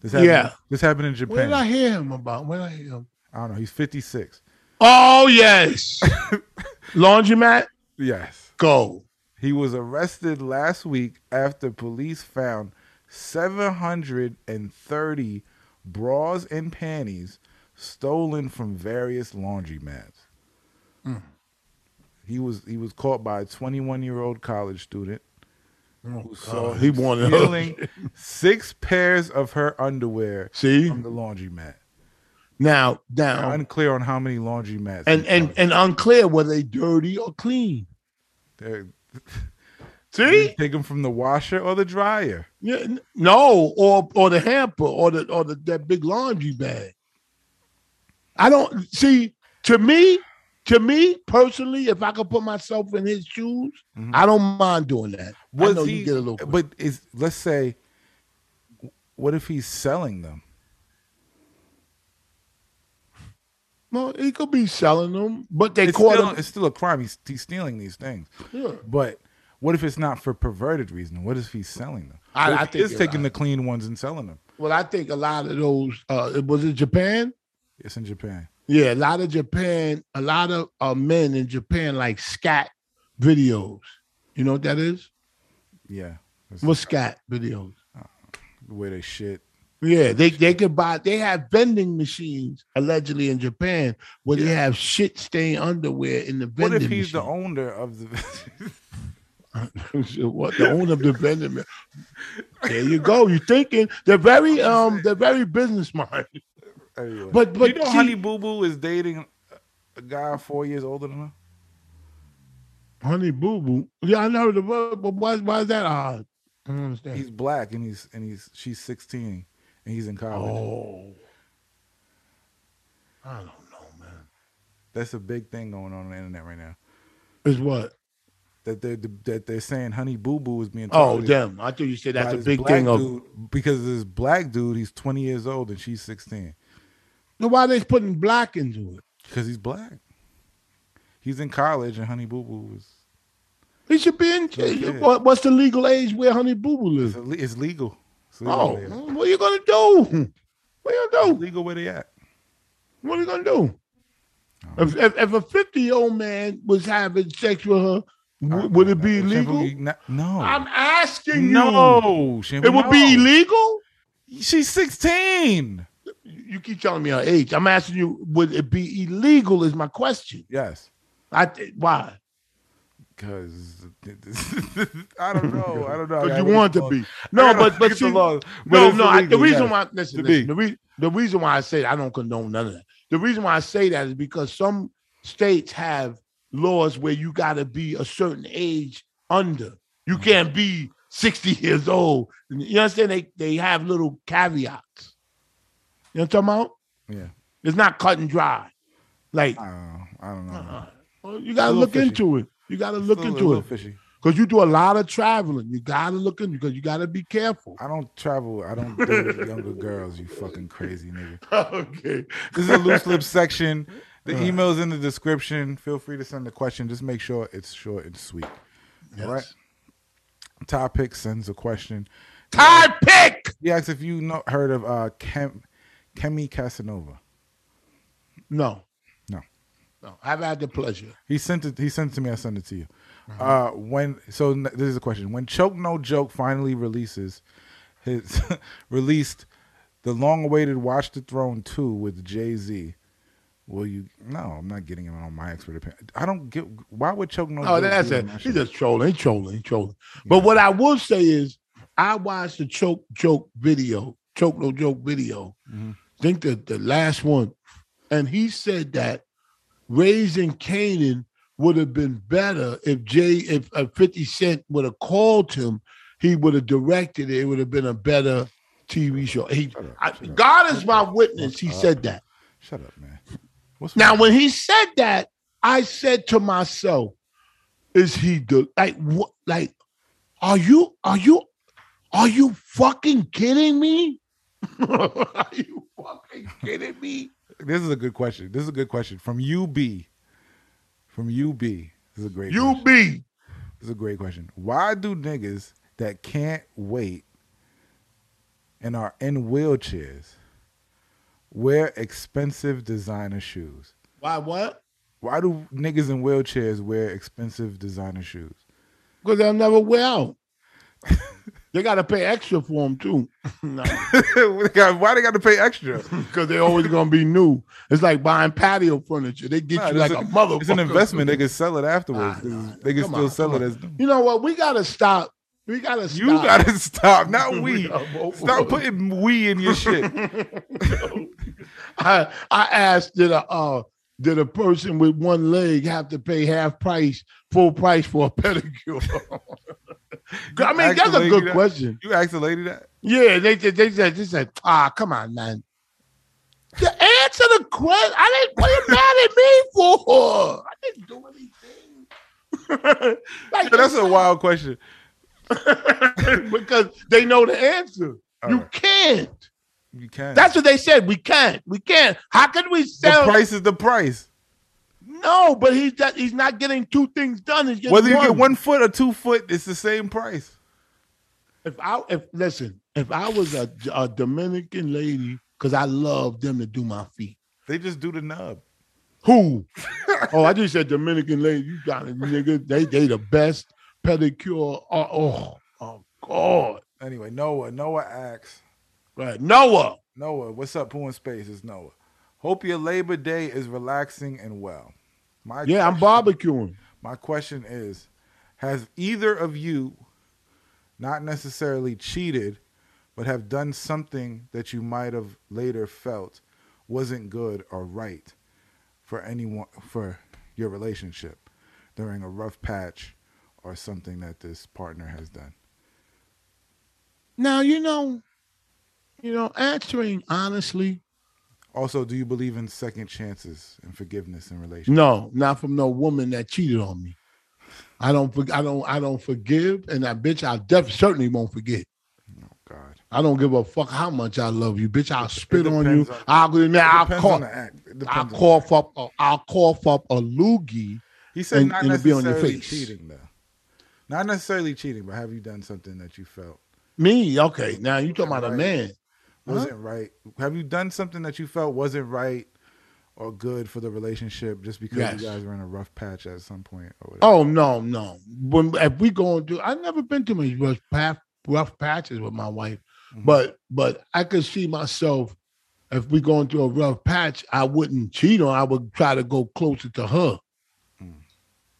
S3: This happened,
S2: Yeah.
S3: This happened in Japan.
S2: Where did I hear him about? Where did I hear him?
S3: I don't know. He's 56.
S2: Oh yes, laundromat.
S3: Yes.
S2: Go.
S3: He was arrested last week after police found 730 bras and panties stolen from various laundromats.
S2: Mm.
S3: He was he was caught by a 21 year old college student who saw
S2: Oh, he
S3: him
S2: wanted her.
S3: stealing six pairs of her underwear
S2: See
S3: from the laundromat.
S2: now, down
S3: Unclear on how many laundromats. he
S2: Um, and and
S3: found.
S2: and unclear were they dirty or clean.
S3: They're-
S2: See,
S3: take them from the washer or the dryer.
S2: Yeah, n- no, or or the hamper or the or the that big laundry bag. I don't see to me, to me personally, if I could put myself in his shoes, I don't mind doing that. I know you get a little
S3: Mm-hmm. but is let's say what if he's selling them
S2: no, he could be selling them, but they
S3: it's
S2: caught
S3: still,
S2: him.
S3: it's still a crime he's, he's stealing these things
S2: Yeah.
S3: but what if it's not for perverted reason what if he's selling them
S2: I-
S3: What if
S2: I
S3: he
S2: think
S3: is
S2: you're
S3: taking
S2: right.
S3: the clean ones and selling them
S2: Well, I think a lot of those uh it was in Japan.
S3: it's in japan
S2: Yeah, a lot of Japan, a lot of uh, men in Japan like scat videos. You know what that is?
S3: yeah that's
S2: What's scat videos?
S3: the way they shit
S2: Yeah, they they could buy. They have vending machines allegedly in Japan where they have shit stained underwear in the
S3: what
S2: vending
S3: if he's the
S2: machine.
S3: owner of the
S2: The what the owner of the vending? ma- There you go. You thinking they're very um they're very business minded.
S3: Anyway.
S2: But- but
S3: you know
S2: see-
S3: honey boo boo is dating a guy four years older than her
S2: Honey Boo Boo. Yeah, I know the word, but why why is that odd? I don't understand.
S3: he's black and he's and he's she's 16 and he's in college
S2: Oh, I don't know, man.
S3: that's a big thing going on on the internet right now
S2: It's what?
S3: that they're that they're saying Honey Boo Boo is being
S2: Oh,
S3: targeted
S2: damn! I thought you said
S3: by
S2: that's a
S3: this
S2: big
S3: black
S2: thing. Of
S3: dude because this black dude he's twenty years old and she's sixteen.
S2: So why they putting black into it?
S3: because he's black. He's in college, and Honey Boo Boo was
S2: He should be in.
S3: Yeah.
S2: what- What's the legal age where Honey Boo Boo
S3: it's,
S2: lives?
S3: le- it's legal. It's legal
S2: Oh,
S3: where they at.
S2: what are you gonna do? What you gonna
S3: It's
S2: do?
S3: legal where they at.
S2: What are you gonna do? If, if, if a fifty year old man was having sex with her, w- would it be
S3: Shampoo,
S2: illegal?
S3: you not- No,
S2: I'm asking you.
S3: no, Shampoo,
S2: It would
S3: no.
S2: be illegal.
S3: She's sixteen.
S2: You keep telling me her age. I'm asking you, would it be illegal? Is my question.
S3: Yes,
S2: I th- why?
S3: because I don't know. I don't know. I
S2: Because
S3: gotta
S2: you
S3: look at
S2: want
S3: the
S2: it to
S3: law.
S2: be.
S3: I
S2: No,
S3: gotta
S2: but
S3: look
S2: but
S3: at the
S2: she,
S3: law. But
S2: no
S3: it's
S2: no. I, the
S3: illegal,
S2: reason
S3: yes.
S2: why listen,
S3: To
S2: listen
S3: be.
S2: the, re- the reason why I say that, I don't condone none of that. The reason why I say that is because some states have laws where you got to be a certain age under.
S3: Mm.
S2: You can't be sixty years old. You understand? They they have little caveats. You know what I'm talking about?
S3: Yeah.
S2: It's not cut and dry. Like
S3: I don't know. I don't know.
S2: uh, well, you got to
S3: little
S2: look
S3: fishy.
S2: into it. You got to
S3: It's
S2: look
S3: a little-
S2: into
S3: little
S2: it
S3: Fishy.
S2: because you do a lot of traveling. You got to look in because you got to be careful.
S3: I don't travel. I don't date younger girls. You fucking crazy nigga.
S2: okay.
S3: This is a loose lip section. The email's in the description. Feel free to send a question. Just make sure it's short and sweet.
S2: Yes.
S3: All right. Topic sends a question.
S2: Tie pick.
S3: He asks if you know, heard of uh, Kem, Kemi Casanova.
S2: No.
S3: No.
S2: No. I've had the pleasure.
S3: He sent it. He sent it to me. I sent it to you.
S2: Uh-huh.
S3: Uh, when so n- this is a question. When Choke No Joke finally releases his released the long-awaited Watch the Throne two with Jay Z, will you? No, I'm not getting him on my expert opinion. I don't get why would Choke No.
S2: Oh,
S3: Joke
S2: that's
S3: be on
S2: it.
S3: my show?
S2: He's just trolling. He's trolling. He's trolling. But what I will say is, I watched the choke joke video, choke no joke video.
S3: Mhm.
S2: I think the, the last one, and he said that raising Canaan would have been better if Jay, if uh, Fifty Cent would have called him, he would have directed it. It would have been a better TV show. He,
S3: Shut up,
S2: I,
S3: shut up.
S2: God is my witness. He
S3: Shut up.
S2: said that.
S3: Shut up, man. What's
S2: Now, when he said that, I said to myself, "Is he the like what? Like, are you are you are you fucking kidding me? are you fucking kidding me?
S3: this is a good question. This is a good question from UB. From UB, this is a great.
S2: You
S3: question.
S2: be
S3: This is a great question. Why do niggas that can't wait and are in wheelchairs wear expensive designer shoes?
S2: why what?
S3: Why do niggas in wheelchairs wear expensive designer shoes?
S2: Because they'll never wear out. they got to pay extra for them too,
S3: They got- Why they got to pay extra?
S2: because they're always gonna be new. It's like buying patio furniture. They get
S3: Nah,
S2: you like
S3: it's
S2: a,
S3: a-
S2: motherfucker.
S3: It's an investment. They can sell it
S2: Nah,
S3: afterwards. 'cause
S2: nah,
S3: they can
S2: come
S3: still
S2: on,
S3: sell
S2: come
S3: it
S2: on.
S3: as.
S2: You know what? We gotta stop. We gotta stop.
S3: You gotta stop, not we.
S2: No.
S3: Stop putting we in your shit.
S2: I I asked did a uh did a person with one leg have to pay half price, full price for a pedicure? I mean, that's a
S3: Actually,
S2: good
S3: that-
S2: question.
S3: You asked the lady that.
S2: Yeah, they said they said they said, ah, come on, man. The answer the question. I didn't what you mad at me for? I didn't do anything. like,
S3: Yeah, that's a wild question.
S2: because they know the answer.
S3: All
S2: you
S3: right.
S2: can't.
S3: You can't.
S2: That's what they said. We can't. We can't. How can we
S3: the
S2: sell?
S3: price is the price.
S2: No, but he's that he's not getting two things done. He's getting
S3: Whether you
S2: one.
S3: get one foot or two foot, it's the same price.
S2: If I if listen, if I was a, a Dominican lady, because I love them to do my feet.
S3: They just do the nub.
S2: Who? oh, I just said Dominican lady. You got it, nigga. They they the best pedicure. Oh, oh, oh God.
S3: Anyway, Noah, Noah asks,
S2: Right. Noah.
S3: Noah, what's up, Pooh in Space? It's Noah. Hope your Labor Day is relaxing and well. My
S2: Yeah, I'm
S3: question-
S2: barbecuing.
S3: My question is, has either of you not necessarily cheated, but have done something that you might have later felt wasn't good or right for anyone for your relationship during a rough patch or something that this partner has done?
S2: Now you know, you know, answering honestly.
S3: Also, do you believe in second chances and forgiveness in relationships?
S2: No, not from no woman that cheated on me. I don't. forg- I don't. I don't forgive, and I bitch. I def- certainly won't forget.
S3: Oh God.
S2: I don't give a fuck how much I love you, bitch. I'll spit on you.
S3: depends on-
S2: I'll go in there. I'll
S3: Depends
S2: cough.
S3: on the act. It
S2: I'll
S3: depends on-
S2: cough up. A, I'll cough up a loogie.
S3: He said
S2: and-
S3: not
S2: and it'll be on
S3: necessarily
S2: your face.
S3: cheating though. Not necessarily cheating, but have you done something that you felt
S2: Me, okay. Now you talking about a
S3: Right.
S2: man?
S3: wasn't right? Have you done something that you felt wasn't right or good for the relationship just because
S2: Yes.
S3: you guys were in a rough patch at some point or whatever?
S2: Oh no, no. When if we going to, I've never been to many rough path, rough patches with my wife,
S3: Mm-hmm.
S2: but but I could see myself if we going through a rough patch, I wouldn't cheat on. I would try to go closer to her.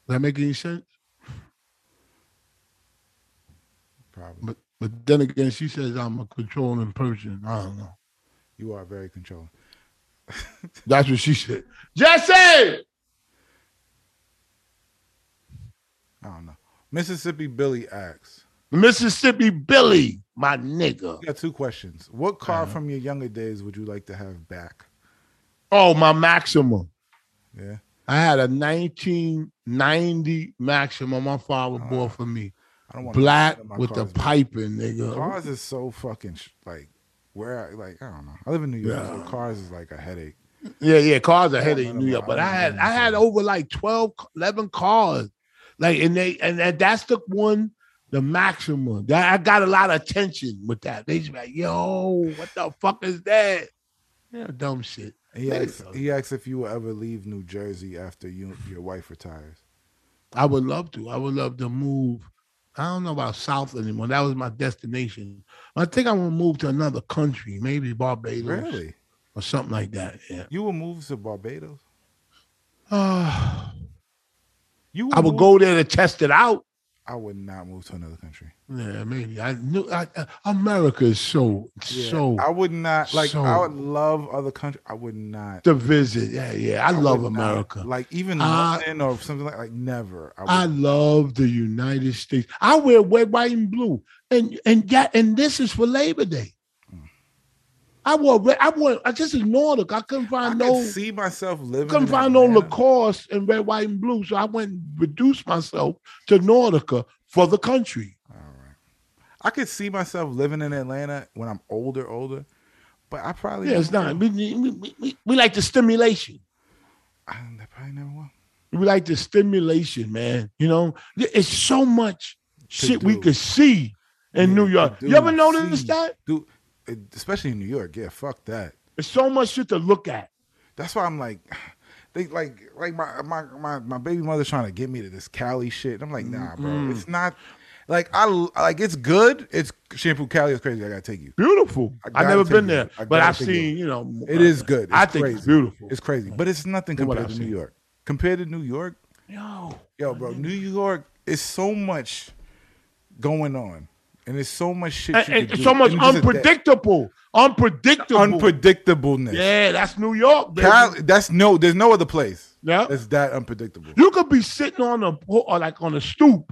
S2: That make any sense?
S3: problem.
S2: But but then again, she says I'm a controlling person. I don't know.
S3: You are very controlling.
S2: That's what she said. Jesse.
S3: I don't know. Mississippi Billy asks.
S2: Mississippi Billy, my nigga.
S3: I got two questions. What car
S2: Uh-huh.
S3: from your younger days would you like to have back?
S2: Oh, my Maxima.
S3: Yeah.
S2: I had a 1990 Maxima my father bought for me.
S3: Ah, I don't want
S2: Black
S3: none of my
S2: with the
S3: cars, man.
S2: piping, nigga.
S3: Cars is so fucking sh- like where I like I don't know. I live in New York, so cars is like a headache.
S2: Yeah, yeah, cars are headed
S3: none
S2: in
S3: of
S2: New
S3: my-
S2: York, but
S3: I
S2: I
S3: don't
S2: had
S3: know.
S2: I had over like 12, 11 cars, like and they and that, that's the one, the maximum. That I got a lot of attention with that. They just like, yo, what the fuck is that? Yeah, dumb shit.
S3: He
S2: Nigga,
S3: asks, he asks if you will ever leave New Jersey after you your wife retires.
S2: I would love to. I would love to move. I don't know about South anymore. That was my destination. I think I'm gonna move to another country, maybe Barbados
S3: Really?
S2: or something like that. Yeah.
S3: You will move to Barbados? You
S2: I would
S3: move-
S2: go there to test it out.
S3: I would not move to another country.
S2: Yeah, maybe. I knew I, I- America is so
S3: Yeah,
S2: so
S3: I would not like
S2: so-
S3: I would love other country. I would not
S2: to visit. Yeah, yeah. I,
S3: I
S2: love
S3: would not.
S2: America.
S3: Like even
S2: I-
S3: London or something like like never. I would,
S2: I love the United States. I wear red, white, and blue, and and that and this is for Labor Day.
S3: Hmm.
S2: I wore red. I wore. I just ignored it. I couldn't
S3: I
S2: find
S3: could
S2: no.
S3: see myself living.
S2: couldn't
S3: in
S2: find no
S3: Atlanta.
S2: Lacoste in red, white, and blue. So I went and reduced myself to Nordica for the country.
S3: I could see myself living in Atlanta when I'm older, older, but I probably
S2: Yeah, it's
S3: never
S2: not.
S3: will.
S2: We, we, we- we, we like the stimulation.
S3: I, I probably never will.
S2: We like the stimulation, man. You know, There- it's so much shit we
S3: do.
S2: could see in New
S3: Yeah,
S2: York.
S3: to
S2: you ever
S3: do,
S2: notice
S3: see,
S2: that?
S3: do- especially in New York, yeah, fuck that.
S2: There's so much shit to look at.
S3: That's why I'm like, they like like my my my, my baby mother's trying to get me to this Cali shit. I'm like, nah, bro,
S2: Mm-hmm.
S3: it's not. Like I like it's good. It's shampoo Cali is crazy. I gotta take you.
S2: Beautiful.
S3: I
S2: I've
S3: gotta
S2: never
S3: take
S2: been
S3: you.
S2: there,
S3: I
S2: but
S3: gotta
S2: I've
S3: take you.
S2: seen, you know,
S3: It is good.
S2: I
S3: It's
S2: think
S3: crazy.
S2: it's beautiful.
S3: It's crazy, but it's nothing
S2: From what
S3: compared
S2: I've
S3: to New
S2: seen.
S3: York. Compared to New York,
S2: Yo,
S3: yo,
S2: Mm-hmm.
S3: bro, New York is so much going on, and it's so much shit.
S2: and,
S3: you
S2: and
S3: could do
S2: so much
S3: in just a day.
S2: unpredictable, unpredictable,
S3: unpredictableness.
S2: Yeah, that's New York, baby.
S3: Cali, that's no. There's no other place.
S2: Yeah.
S3: that's that unpredictable.
S2: You could be sitting on a po- or like on a stoop,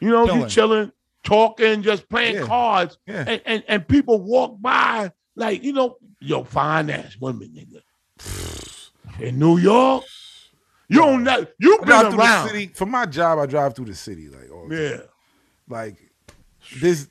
S2: you know, you
S3: Chilling.
S2: chilling, talking, just playing
S3: Yeah.
S2: cards,
S3: Yeah.
S2: and, and and people walk by like you know, yo, fine ass women, nigga. In New York, you don't know you've
S3: I
S2: been
S3: drive through
S2: around.
S3: the city for my job. I drive through the city like all the time.
S2: Yeah,
S3: like this.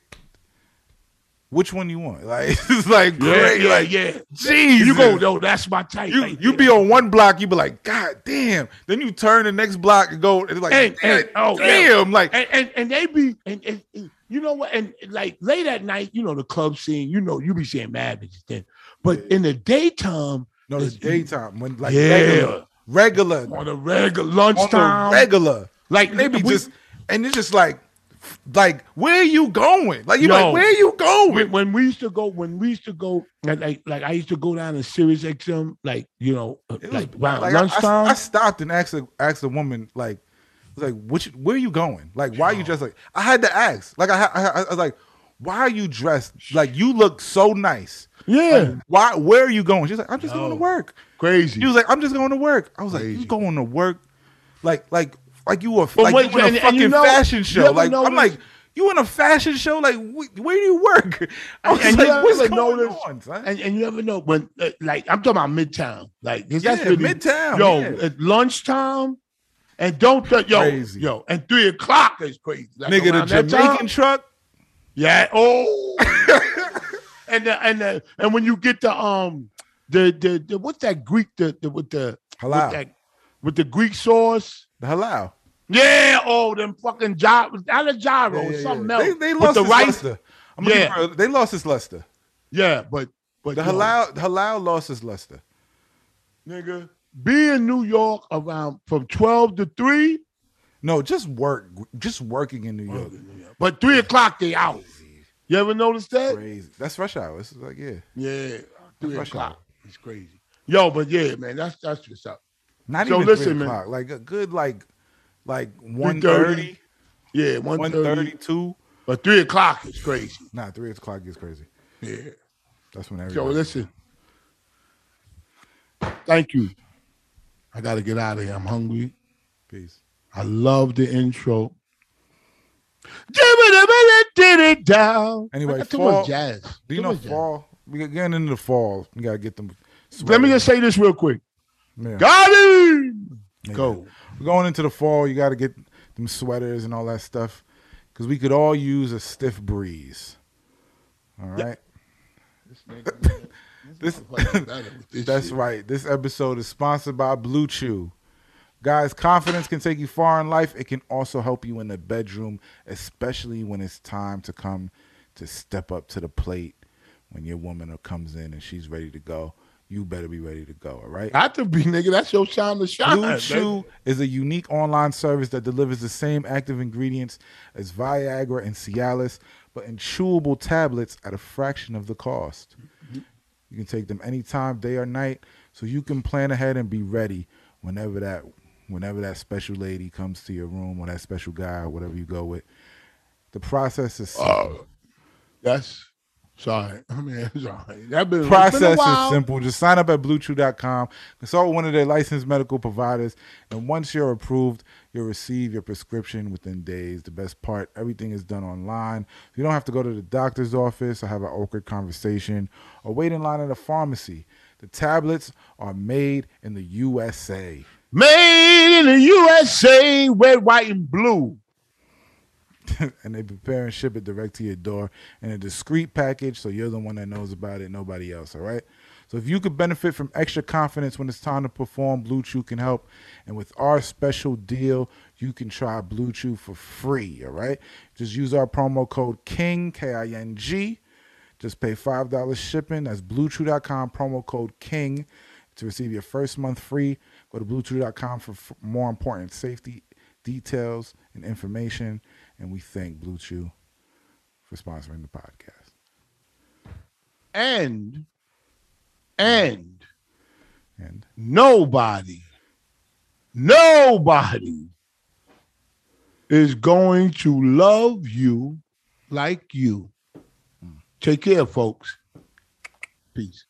S3: Which one you want? Like it's like
S2: yeah,
S3: great.
S2: yeah,
S3: like
S2: yeah.
S3: Jesus.
S2: You go, yo, that's my type.
S3: You,
S2: right
S3: you
S2: there.
S3: be on one block, you be like, God damn. Then you turn the next block and go, it's like,
S2: Hey,
S3: "God
S2: hey, oh,
S3: damn. Like,
S2: and, and and they be and, and- and you know what and like late at night you know the club scene you know you be seeing mad bitches then but in the daytime
S3: no, it's daytime. When like
S2: Yeah.
S3: regular, regular,
S2: on the regular
S3: on
S2: lunchtime
S3: the regular,
S2: like
S3: maybe
S2: we-
S3: just, and it's just like, like, where are you going? Like, you
S2: Yo.
S3: like, where are you
S2: when,
S3: going?
S2: when we used to go when we used to go like like, like I used to go down to Sirius XM like you know uh,
S3: It was-
S2: like around
S3: like, I- I-
S2: lunchtime
S3: I, stopped and asked a, asked a woman like, I was like, which where are you going? Like, why are you dressed like? I had to ask. Like, I, ha- I, I was like, why are you dressed like? You look so nice.
S2: yeah
S3: Like, why? Where are you going? She's like, I'm just going
S2: No.
S3: to work.
S2: crazy
S3: She was like, I'm just going to work. I was like,
S2: Crazy.
S3: you going to work? Like, like, like you were
S2: But
S3: like
S2: wait,
S3: you in a
S2: and- and
S3: fucking
S2: you know-
S3: fashion
S2: you
S3: show.
S2: ever
S3: Like, I'm
S2: notice-
S3: like, you in a fashion show? Like, wh- where do you work? I was
S2: and
S3: like,
S2: you ever
S3: what's going
S2: notice-
S3: on, son?
S2: And, and you never know when, uh, like, I'm talking about Midtown. Like, this that's
S3: Yeah,
S2: really,
S3: Midtown,
S2: Yo,
S3: yeah.
S2: at lunchtime, and don't th- yo
S3: Crazy.
S2: yo, and three o'clock is crazy. Like,
S3: Nigga, the
S2: around that
S3: Jamaican
S2: time-
S3: truck.
S2: yeah. Oh, and the, and the, and when you get the um the the, the what's that Greek the, the with the
S3: Halal.
S2: with, that, with the Greek sauce.
S3: The halal.
S2: Yeah, oh, them fucking gyros, not a gyro,
S3: Yeah, yeah,
S2: something
S3: yeah.
S2: else.
S3: They, they
S2: With
S3: lost
S2: the
S3: his
S2: rice.
S3: luster. I'm gonna
S2: Yeah.
S3: keep real, they lost his luster.
S2: Yeah, but but
S3: The
S2: yo,
S3: halal halal lost his luster.
S2: nigga, be in New York around from twelve to three,
S3: No, just work, just working in
S2: Oh,
S3: New York.
S2: but three o'clock they out. You ever notice that?
S3: Crazy. That's rush hour. It's like yeah,
S2: Yeah, three
S3: Rush
S2: o'clock.
S3: hour.
S2: It's crazy. Yo, but yeah, man, that's that's what's up.
S3: not
S2: So
S3: even
S2: listen,
S3: three
S2: man.
S3: o'clock. Like a good like like 1.30,
S2: 3:30. Yeah, one
S3: 1.30,
S2: thirty,
S3: 2.
S2: but three o'clock is crazy.
S3: Nah, three o'clock gets crazy.
S2: Yeah.
S3: That's when
S2: Yo,
S3: everybody.
S2: listen. Thank you. I gotta get out of here. I'm hungry.
S3: Peace.
S2: I love the intro. Give it a minute, did it down.
S3: Anyway,
S2: I got too
S3: fall-
S2: much jazz.
S3: Do you
S2: Too
S3: know
S2: much jazz.
S3: fall? We get- getting into the fall. We gotta get them.
S2: Let me just say this real quick.
S3: Yeah.
S2: Got him. Go.
S3: We're going into the fall. You gotta get them sweaters and all that stuff because we could all use a stiff breeze. All right. This That's right. This episode is sponsored by Blue Chew. Guys, confidence can take you far in life. It can also help you in the bedroom, especially when it's time to come to step up to the plate. When your woman comes in and she's ready to go, you better be ready to go, all right?
S2: Got to be, nigga. That's your time to shine.
S3: Blue
S2: baby.
S3: Chew is a unique online service that delivers the same active ingredients as Viagra and Cialis, but in chewable tablets at a fraction of the cost. You can take them anytime, day or night, so you can plan ahead and be ready whenever that whenever that special lady comes to your room or that special guy or whatever you go with. The process is
S2: Oh, that's sorry. I mean, sorry. That been, it's been a
S3: process is
S2: while.
S3: simple. Just sign up at bluechew.com, consult with one of their licensed medical providers, and once you're approved, you'll receive your prescription within days. The best part, everything is done online. You don't have to go to the doctor's office or have an awkward conversation or wait in line at a pharmacy. The tablets are made in the USA.
S2: Made in the USA, red, white, and blue.
S3: and they prepare and ship it direct to your door in a discreet package so you're the one that knows about it nobody else all right so if you could benefit from extra confidence when it's time to perform blue chew can help and with our special deal you can try blue chew for free all right just use our promo code king k-i-n-g just pay $5 shipping. That's bluechew.com, promo code KING to receive your first month free. Go to bluechew.com for f- more important safety details and information. And we thank Blue Chew for sponsoring the podcast.
S2: And, and
S3: And
S2: nobody, nobody is going to love you like you. Take care, folks. Peace.